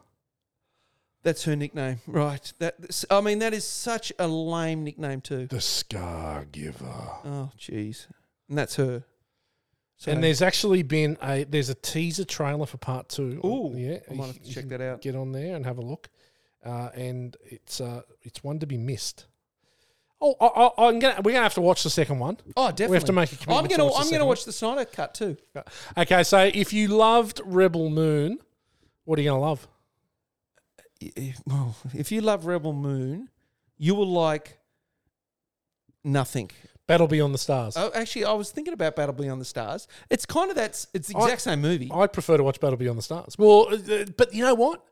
[SPEAKER 2] That's her nickname, right? That I mean, that is such a lame nickname too.
[SPEAKER 1] The Scar Giver.
[SPEAKER 2] Oh, jeez, and that's her. So,
[SPEAKER 1] And there's actually been a there's a teaser trailer for Part Two. Oh,
[SPEAKER 2] Ooh,
[SPEAKER 1] yeah,
[SPEAKER 2] I might have to
[SPEAKER 1] you
[SPEAKER 2] check
[SPEAKER 1] can
[SPEAKER 2] that out.
[SPEAKER 1] Get on there and have a look. Uh, and it's uh, it's one to be missed. Oh, I, I, I'm gonna we're gonna have to watch the second one.
[SPEAKER 2] oh, definitely.
[SPEAKER 1] we have to make a
[SPEAKER 2] I'm
[SPEAKER 1] commitment to
[SPEAKER 2] gonna
[SPEAKER 1] watch the
[SPEAKER 2] I'm
[SPEAKER 1] second
[SPEAKER 2] gonna
[SPEAKER 1] one.
[SPEAKER 2] watch the Snyder cut too.
[SPEAKER 1] Okay, so if you loved Rebel Moon, what are you gonna love?
[SPEAKER 2] if, well, if you love Rebel Moon, you will like nothing.
[SPEAKER 1] Battle Beyond the Stars.
[SPEAKER 2] Oh, actually, I was thinking about Battle Beyond the Stars. It's kind of that's it's the exact same movie.
[SPEAKER 1] I'd prefer to watch Battle Beyond the Stars. Well, uh, but you know what?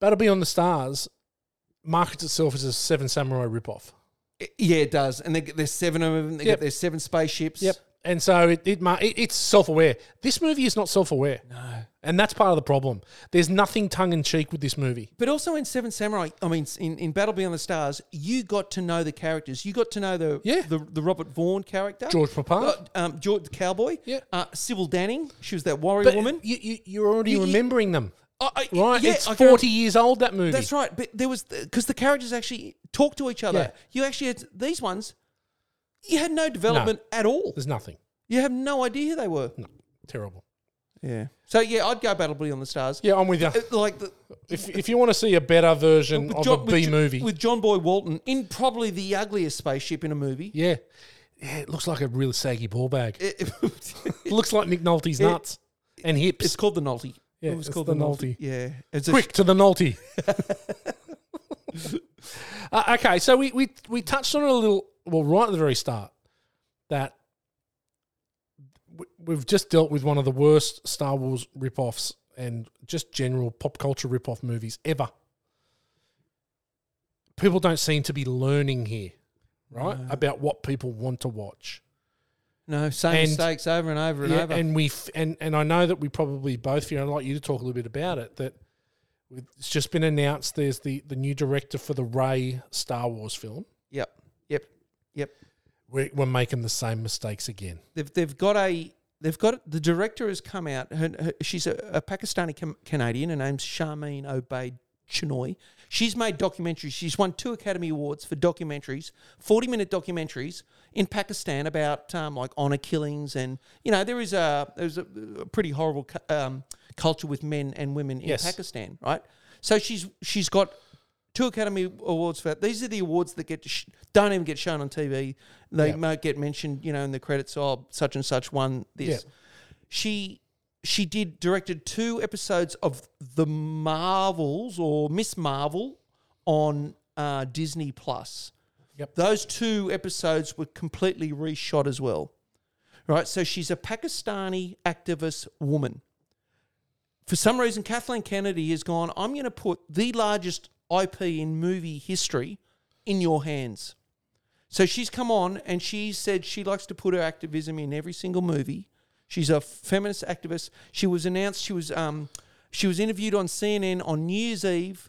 [SPEAKER 1] Battle Beyond the Stars markets itself as a Seven Samurai ripoff.
[SPEAKER 2] yeah, it does. And they get, there's seven of them. They
[SPEAKER 1] Yep.
[SPEAKER 2] get their seven spaceships.
[SPEAKER 1] And so it, it, mar- it it's self aware. This movie is not self aware. No. And that's part of the problem. There's nothing tongue in cheek with this movie.
[SPEAKER 2] But also in Seven Samurai, I mean, in, in Battle Beyond the Stars, you got to know the characters. You got to know the
[SPEAKER 1] Yeah.
[SPEAKER 2] the, the Robert Vaughn character,
[SPEAKER 1] George Papad.
[SPEAKER 2] Uh, um, George the cowboy,
[SPEAKER 1] Yeah.
[SPEAKER 2] uh, Sybil Danning. She was that warrior
[SPEAKER 1] But
[SPEAKER 2] woman.
[SPEAKER 1] You, you, you're already
[SPEAKER 2] You- you-
[SPEAKER 1] remembering them.
[SPEAKER 2] Oh, I-
[SPEAKER 1] Right?
[SPEAKER 2] yeah,
[SPEAKER 1] it's
[SPEAKER 2] I
[SPEAKER 1] 40
[SPEAKER 2] can-
[SPEAKER 1] years old, that movie.
[SPEAKER 2] That's right. But there was because the characters actually talk to each other.
[SPEAKER 1] Yeah.
[SPEAKER 2] You actually had these ones. You had no development at all.
[SPEAKER 1] There's nothing.
[SPEAKER 2] You have no idea who they were.
[SPEAKER 1] Terrible.
[SPEAKER 2] Yeah. So yeah, I'd go Battle Beyond the Stars.
[SPEAKER 1] Yeah, I'm with you.
[SPEAKER 2] Uh, Like the,
[SPEAKER 1] If, if you want to see a better version
[SPEAKER 2] with
[SPEAKER 1] of
[SPEAKER 2] John-
[SPEAKER 1] a
[SPEAKER 2] with
[SPEAKER 1] B
[SPEAKER 2] Jo-
[SPEAKER 1] movie,
[SPEAKER 2] with John Boy Walton in probably the ugliest spaceship in a movie.
[SPEAKER 1] yeah. yeah, it looks like a really saggy ball bag. It,
[SPEAKER 2] It-
[SPEAKER 1] looks like Nick Nolte's nuts and hips.
[SPEAKER 2] it's called the Nolty.
[SPEAKER 1] Yeah,
[SPEAKER 2] it was
[SPEAKER 1] it's
[SPEAKER 2] called
[SPEAKER 1] the
[SPEAKER 2] the Nolty.
[SPEAKER 1] Nolty.
[SPEAKER 2] Yeah. It's a-
[SPEAKER 1] quick to the naughty. Uh, okay, so we, we we touched on it a little, well, right at the very start, that w- we've just dealt with one of the worst Star Wars rip-offs and just general pop culture rip-off movies ever. People don't seem to be learning here, right, about what people want to watch.
[SPEAKER 2] no, same
[SPEAKER 1] And-
[SPEAKER 2] mistakes over and over and
[SPEAKER 1] Yeah,
[SPEAKER 2] over.
[SPEAKER 1] and we f- and and I know that we probably both feel. I'd like you to talk a little bit about it. That with- it's just been announced. There's the the new director for the Ray Star Wars film.
[SPEAKER 2] yep. Yep. Yep.
[SPEAKER 1] We're, we're making the same mistakes again.
[SPEAKER 2] they've they've got a they've got the director has come out. Her, her, she's a, a Pakistani Cam- Canadian. Her name's Sharmeen Obaid Chinoy. She's made documentaries. She's won two Academy Awards for documentaries, forty minute documentaries in Pakistan about um, like honor killings and you know there is a there's a, a pretty horrible cu- um, culture with men and women in
[SPEAKER 1] Yes.
[SPEAKER 2] Pakistan, right? So she's she's got two Academy Awards for that. These are the awards that get sh- don't even get shown on TV. They
[SPEAKER 1] Yep.
[SPEAKER 2] might get mentioned, you know, in the credits. Oh, such and such won this.
[SPEAKER 1] Yep.
[SPEAKER 2] She she did directed two episodes of the Marvels or Miss Marvel on uh, Disney Plus.
[SPEAKER 1] Yep.
[SPEAKER 2] Those two episodes were completely reshot as well. Right? So she's a Pakistani activist woman. For some reason, Kathleen Kennedy has gone, I'm going to put the largest IP in movie history in your hands. So she's come on and she said she likes to put her activism in every single movie. She's a feminist activist. She was announced. She was um, she was interviewed on CNN on New Year's Eve.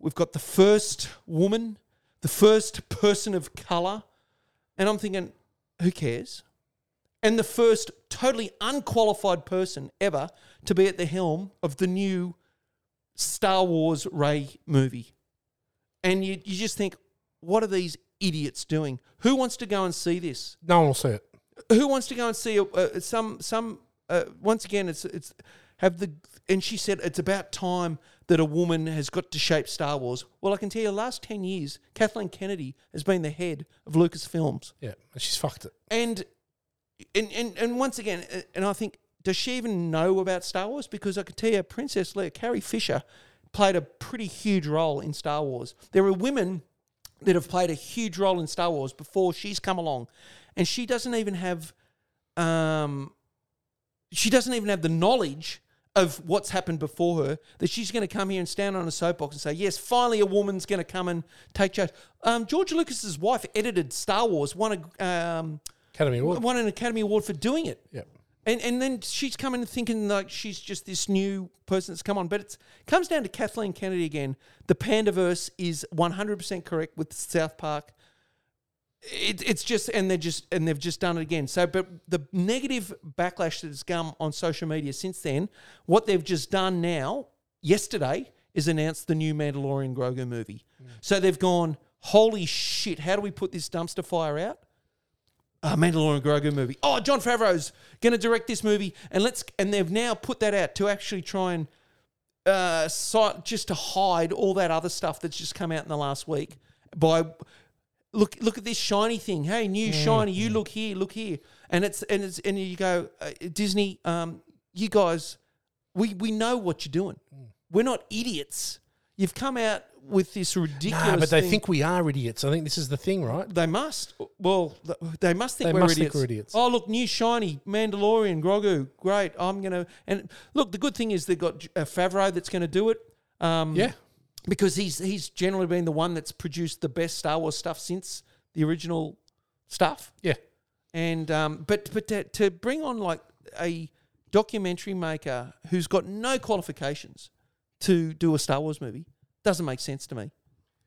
[SPEAKER 2] We've got the first woman, the first person of color, and I'm thinking, who cares? And the first totally unqualified person ever to be at the helm of the new Star Wars Ray movie. And you, you just think, what are these idiots doing? Who wants to go and see this?
[SPEAKER 1] No one will see it.
[SPEAKER 2] who wants to go and see uh, some some uh, once again it's it's have the and she said it's about time that a woman has got to shape Star Wars. Well, I can tell you, the last ten years, Kathleen Kennedy has been the head of Lucasfilms,
[SPEAKER 1] Yeah, and she's fucked it.
[SPEAKER 2] and and and, and once again, uh, and I think does she even know about Star Wars? Because I can tell you, Princess Leia, Carrie Fisher, played a pretty huge role in Star Wars. There are women that have played a huge role in Star Wars before she's come along, and she doesn't even have, um, she doesn't even have the knowledge of what's happened before her that she's going to come here and stand on a soapbox and say, "Yes, finally a woman's going to come and take charge." Um, George Lucas's wife edited Star Wars, won a um,
[SPEAKER 1] Academy Award.
[SPEAKER 2] won an Academy Award for doing it.
[SPEAKER 1] Yep.
[SPEAKER 2] And and then she's coming and thinking like she's just this new person that's come on. But it comes down to Kathleen Kennedy again. The Pandaverse is 100% correct with South Park. It, it's just and they're just and they've just done it again. So, but the negative backlash that has come on social media since then, what they've just done now, yesterday, is announced the new Mandalorian Grogu movie. So they've gone, holy shit! How do we put this dumpster fire out? uh, Mandalorian Grogu movie. Oh, John Favreau's going to direct this movie, and let's and they've now put that out to actually try and uh, si- just to hide all that other stuff that's just come out in the last week. By look, look at this shiny thing. Hey, new
[SPEAKER 1] Mm.
[SPEAKER 2] shiny. You look here, look here, and it's and it's and you go uh, Disney. Um, you guys, we we know what you're doing.
[SPEAKER 1] Mm.
[SPEAKER 2] We're not idiots. You've come out with this ridiculous.
[SPEAKER 1] Nah, but they
[SPEAKER 2] thing.
[SPEAKER 1] think we are idiots. I think this is the thing, right?
[SPEAKER 2] They must. Well, th- they must think
[SPEAKER 1] They
[SPEAKER 2] we're
[SPEAKER 1] must think
[SPEAKER 2] idiots.
[SPEAKER 1] we're idiots.
[SPEAKER 2] Oh, look, new shiny Mandalorian Grogu. Great. I'm gonna. And look, the good thing is they've got uh, Favreau that's going to do it. Um,
[SPEAKER 1] Yeah.
[SPEAKER 2] because he's he's generally been the one that's produced the best Star Wars stuff since the original stuff.
[SPEAKER 1] Yeah.
[SPEAKER 2] And um, but but to, to bring on like a documentary maker who's got no qualifications to do a Star Wars movie doesn't make sense to me,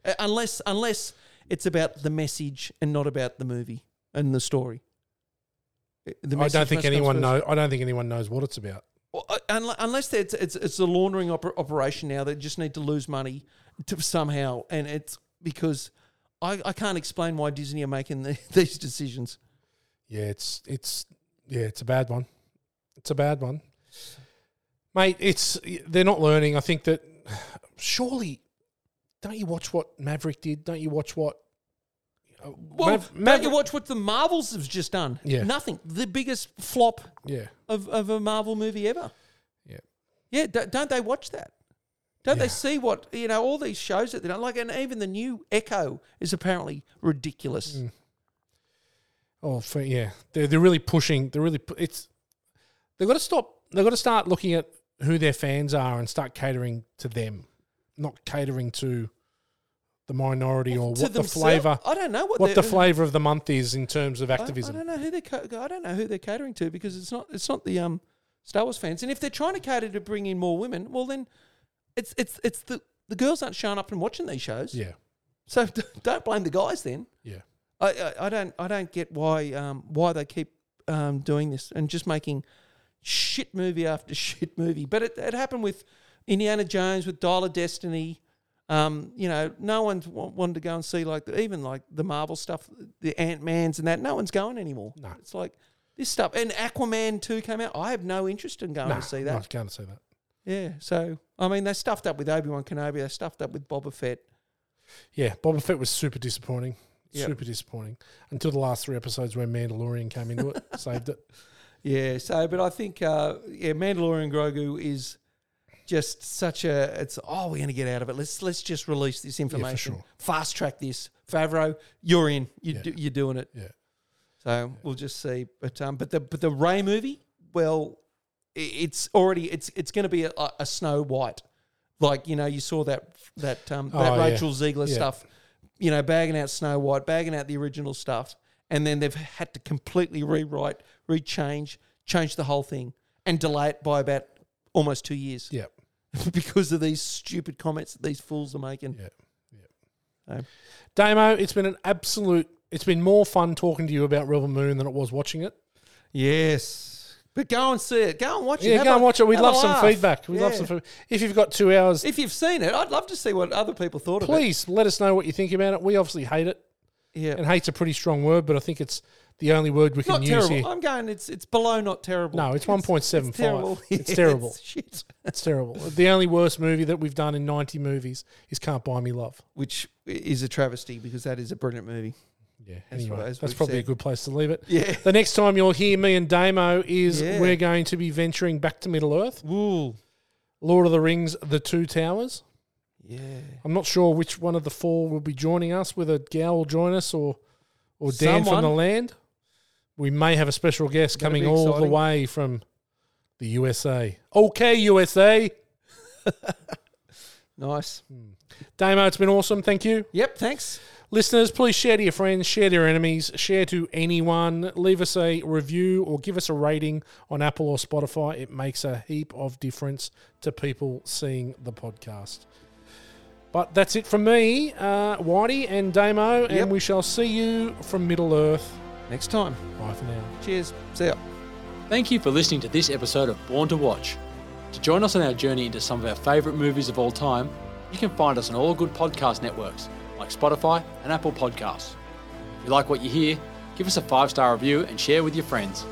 [SPEAKER 2] Uh, unless unless it's about the message and not about the movie and the story. Uh, the
[SPEAKER 1] I
[SPEAKER 2] message
[SPEAKER 1] don't think
[SPEAKER 2] must come
[SPEAKER 1] anyone
[SPEAKER 2] first.
[SPEAKER 1] knows. I don't think anyone knows what it's about.
[SPEAKER 2] Well, uh, unle- unless it's it's it's a laundering oper- operation now. They just need to lose money to somehow, and it's because I, I can't explain why Disney are making the, these decisions.
[SPEAKER 1] Yeah, it's it's yeah, it's a bad one. It's a bad one, mate. It's they're not learning. I think that surely, don't you watch what Maverick did? Don't you watch what? uh,
[SPEAKER 2] Well,
[SPEAKER 1] Mav-
[SPEAKER 2] don't you
[SPEAKER 1] Maverick-
[SPEAKER 2] watch what the Marvels have just done?
[SPEAKER 1] Yeah.
[SPEAKER 2] Nothing. The biggest flop
[SPEAKER 1] Yeah,
[SPEAKER 2] of, of a Marvel movie ever.
[SPEAKER 1] yeah.
[SPEAKER 2] Yeah, d- don't they watch that? Don't
[SPEAKER 1] Yeah.
[SPEAKER 2] they see what, you know, all these shows that they don't like? And even the new Echo is apparently ridiculous.
[SPEAKER 1] Mm. Oh, for, yeah. They're they're really pushing. They're really pu- it's. They've got to stop. They've got to start looking at who their fans are and start catering to them, not catering to the minority or
[SPEAKER 2] To
[SPEAKER 1] what the
[SPEAKER 2] themselves-
[SPEAKER 1] flavor.
[SPEAKER 2] I don't know what
[SPEAKER 1] what the
[SPEAKER 2] they're-
[SPEAKER 1] flavor of the month is in terms of
[SPEAKER 2] I-
[SPEAKER 1] activism.
[SPEAKER 2] I, don't know who they're ca- I don't know who they're catering to because it's not it's not the um Star Wars fans. And if they're trying to cater to bring in more women, well then it's it's it's the the girls aren't showing up and watching these shows.
[SPEAKER 1] Yeah,
[SPEAKER 2] So don't blame the guys then.
[SPEAKER 1] yeah.
[SPEAKER 2] I, I, I don't I don't get why um, why they keep um, doing this and just making shit movie after shit movie. But it, it happened with Indiana Jones with Dial of Destiny. Um, you know, no one's w- wanted to go and see like the, even like the Marvel stuff, the Ant Man's and that. No one's going anymore.
[SPEAKER 1] No.
[SPEAKER 2] It's like this stuff and Aquaman two came out. I have no interest in going
[SPEAKER 1] Nah,
[SPEAKER 2] to see
[SPEAKER 1] no, I
[SPEAKER 2] that.
[SPEAKER 1] can't say that.
[SPEAKER 2] Yeah, so I mean they stuffed up with Obi Wan Kenobi. They stuffed up with Boba Fett.
[SPEAKER 1] Yeah, Boba Fett was super disappointing.
[SPEAKER 2] Yep.
[SPEAKER 1] Super disappointing until the last three episodes where Mandalorian came into it, saved it.
[SPEAKER 2] Yeah, so but I think uh yeah, Mandalorian Grogu is just such a it's oh we're gonna get out of it. Let's let's just release this information.
[SPEAKER 1] sure.
[SPEAKER 2] Fast track this. Favreau, you're in. You
[SPEAKER 1] Yeah.
[SPEAKER 2] do, you're doing it.
[SPEAKER 1] Yeah,
[SPEAKER 2] So we'll just see. But um, but the but the Ray movie, well, i- it's already it's it's going to be a, a Snow White, like you know you saw that that um that
[SPEAKER 1] Oh, yeah.
[SPEAKER 2] Rachel Ziegler
[SPEAKER 1] Yeah.
[SPEAKER 2] stuff, you know bagging out Snow White, bagging out the original stuff, and then they've had to completely rewrite, rechange, change the whole thing, and delay it by about almost two years
[SPEAKER 1] Yeah.
[SPEAKER 2] because of these stupid comments that these fools are making.
[SPEAKER 1] Yeah.
[SPEAKER 2] So,
[SPEAKER 1] Damo, it's been an absolute. It's been more fun talking to you about Rebel Moon than it was watching it.
[SPEAKER 2] yes. But go and see it. Go and watch it.
[SPEAKER 1] Yeah,
[SPEAKER 2] Have
[SPEAKER 1] go
[SPEAKER 2] a-
[SPEAKER 1] and watch it. We'd
[SPEAKER 2] have a
[SPEAKER 1] love some
[SPEAKER 2] laugh.
[SPEAKER 1] feedback. We'd love
[SPEAKER 2] Yeah.
[SPEAKER 1] some feedback. If you've got two hours,
[SPEAKER 2] If you've seen it, I'd love to see what other people thought
[SPEAKER 1] please let us know what you think about it. We obviously hate it,
[SPEAKER 2] of it. Yeah.
[SPEAKER 1] and hate's a pretty strong word, but I think it's the only word we
[SPEAKER 2] not
[SPEAKER 1] can
[SPEAKER 2] terrible.
[SPEAKER 1] use here.
[SPEAKER 2] I'm going. It's it's below not terrible.
[SPEAKER 1] No, it's 1.75.
[SPEAKER 2] terrible.
[SPEAKER 1] It's
[SPEAKER 2] Yeah,
[SPEAKER 1] terrible.
[SPEAKER 2] it's shit.
[SPEAKER 1] It's terrible. The only worst movie that we've done in 90 movies is Can't Buy Me Love.
[SPEAKER 2] Which is a travesty because that is a brilliant movie.
[SPEAKER 1] Yeah,
[SPEAKER 2] That's
[SPEAKER 1] anyway,
[SPEAKER 2] what- as
[SPEAKER 1] that's
[SPEAKER 2] we've
[SPEAKER 1] probably a
[SPEAKER 2] said.
[SPEAKER 1] good place to leave it.
[SPEAKER 2] Yeah.
[SPEAKER 1] The next time you'll hear me and Damo is
[SPEAKER 2] Yeah.
[SPEAKER 1] we're going to be venturing back to Middle Earth,
[SPEAKER 2] Woo.
[SPEAKER 1] Lord of the Rings, The Two Towers.
[SPEAKER 2] Yeah.
[SPEAKER 1] I'm not sure which one of the four will be joining us, whether Gal will join us or or Dan from the
[SPEAKER 2] Someone.
[SPEAKER 1] land. We may have a special guest
[SPEAKER 2] That'd
[SPEAKER 1] coming
[SPEAKER 2] be
[SPEAKER 1] all the
[SPEAKER 2] exciting.
[SPEAKER 1] way from the USA. Okay, USA.
[SPEAKER 2] Nice.
[SPEAKER 1] Damo, it's been awesome. Thank you.
[SPEAKER 2] Yep. Thanks.
[SPEAKER 1] Listeners, please share to your friends, share to your enemies, share to anyone. Leave us a review or give us a rating on Apple or Spotify. It makes a heap of difference to people seeing the podcast. But that's it from me, uh, Whitey and Damo, and
[SPEAKER 2] Yep.
[SPEAKER 1] we shall see you from Middle Earth.
[SPEAKER 2] Next time.
[SPEAKER 1] Bye for now.
[SPEAKER 2] Cheers. See ya.
[SPEAKER 8] Thank you for listening to this episode of Born to Watch. To join us on our journey into some of our favourite movies of all time, you can find us on all good podcast networks like Spotify and Apple Podcasts. If you like what you hear, give us a five star review and share with your friends.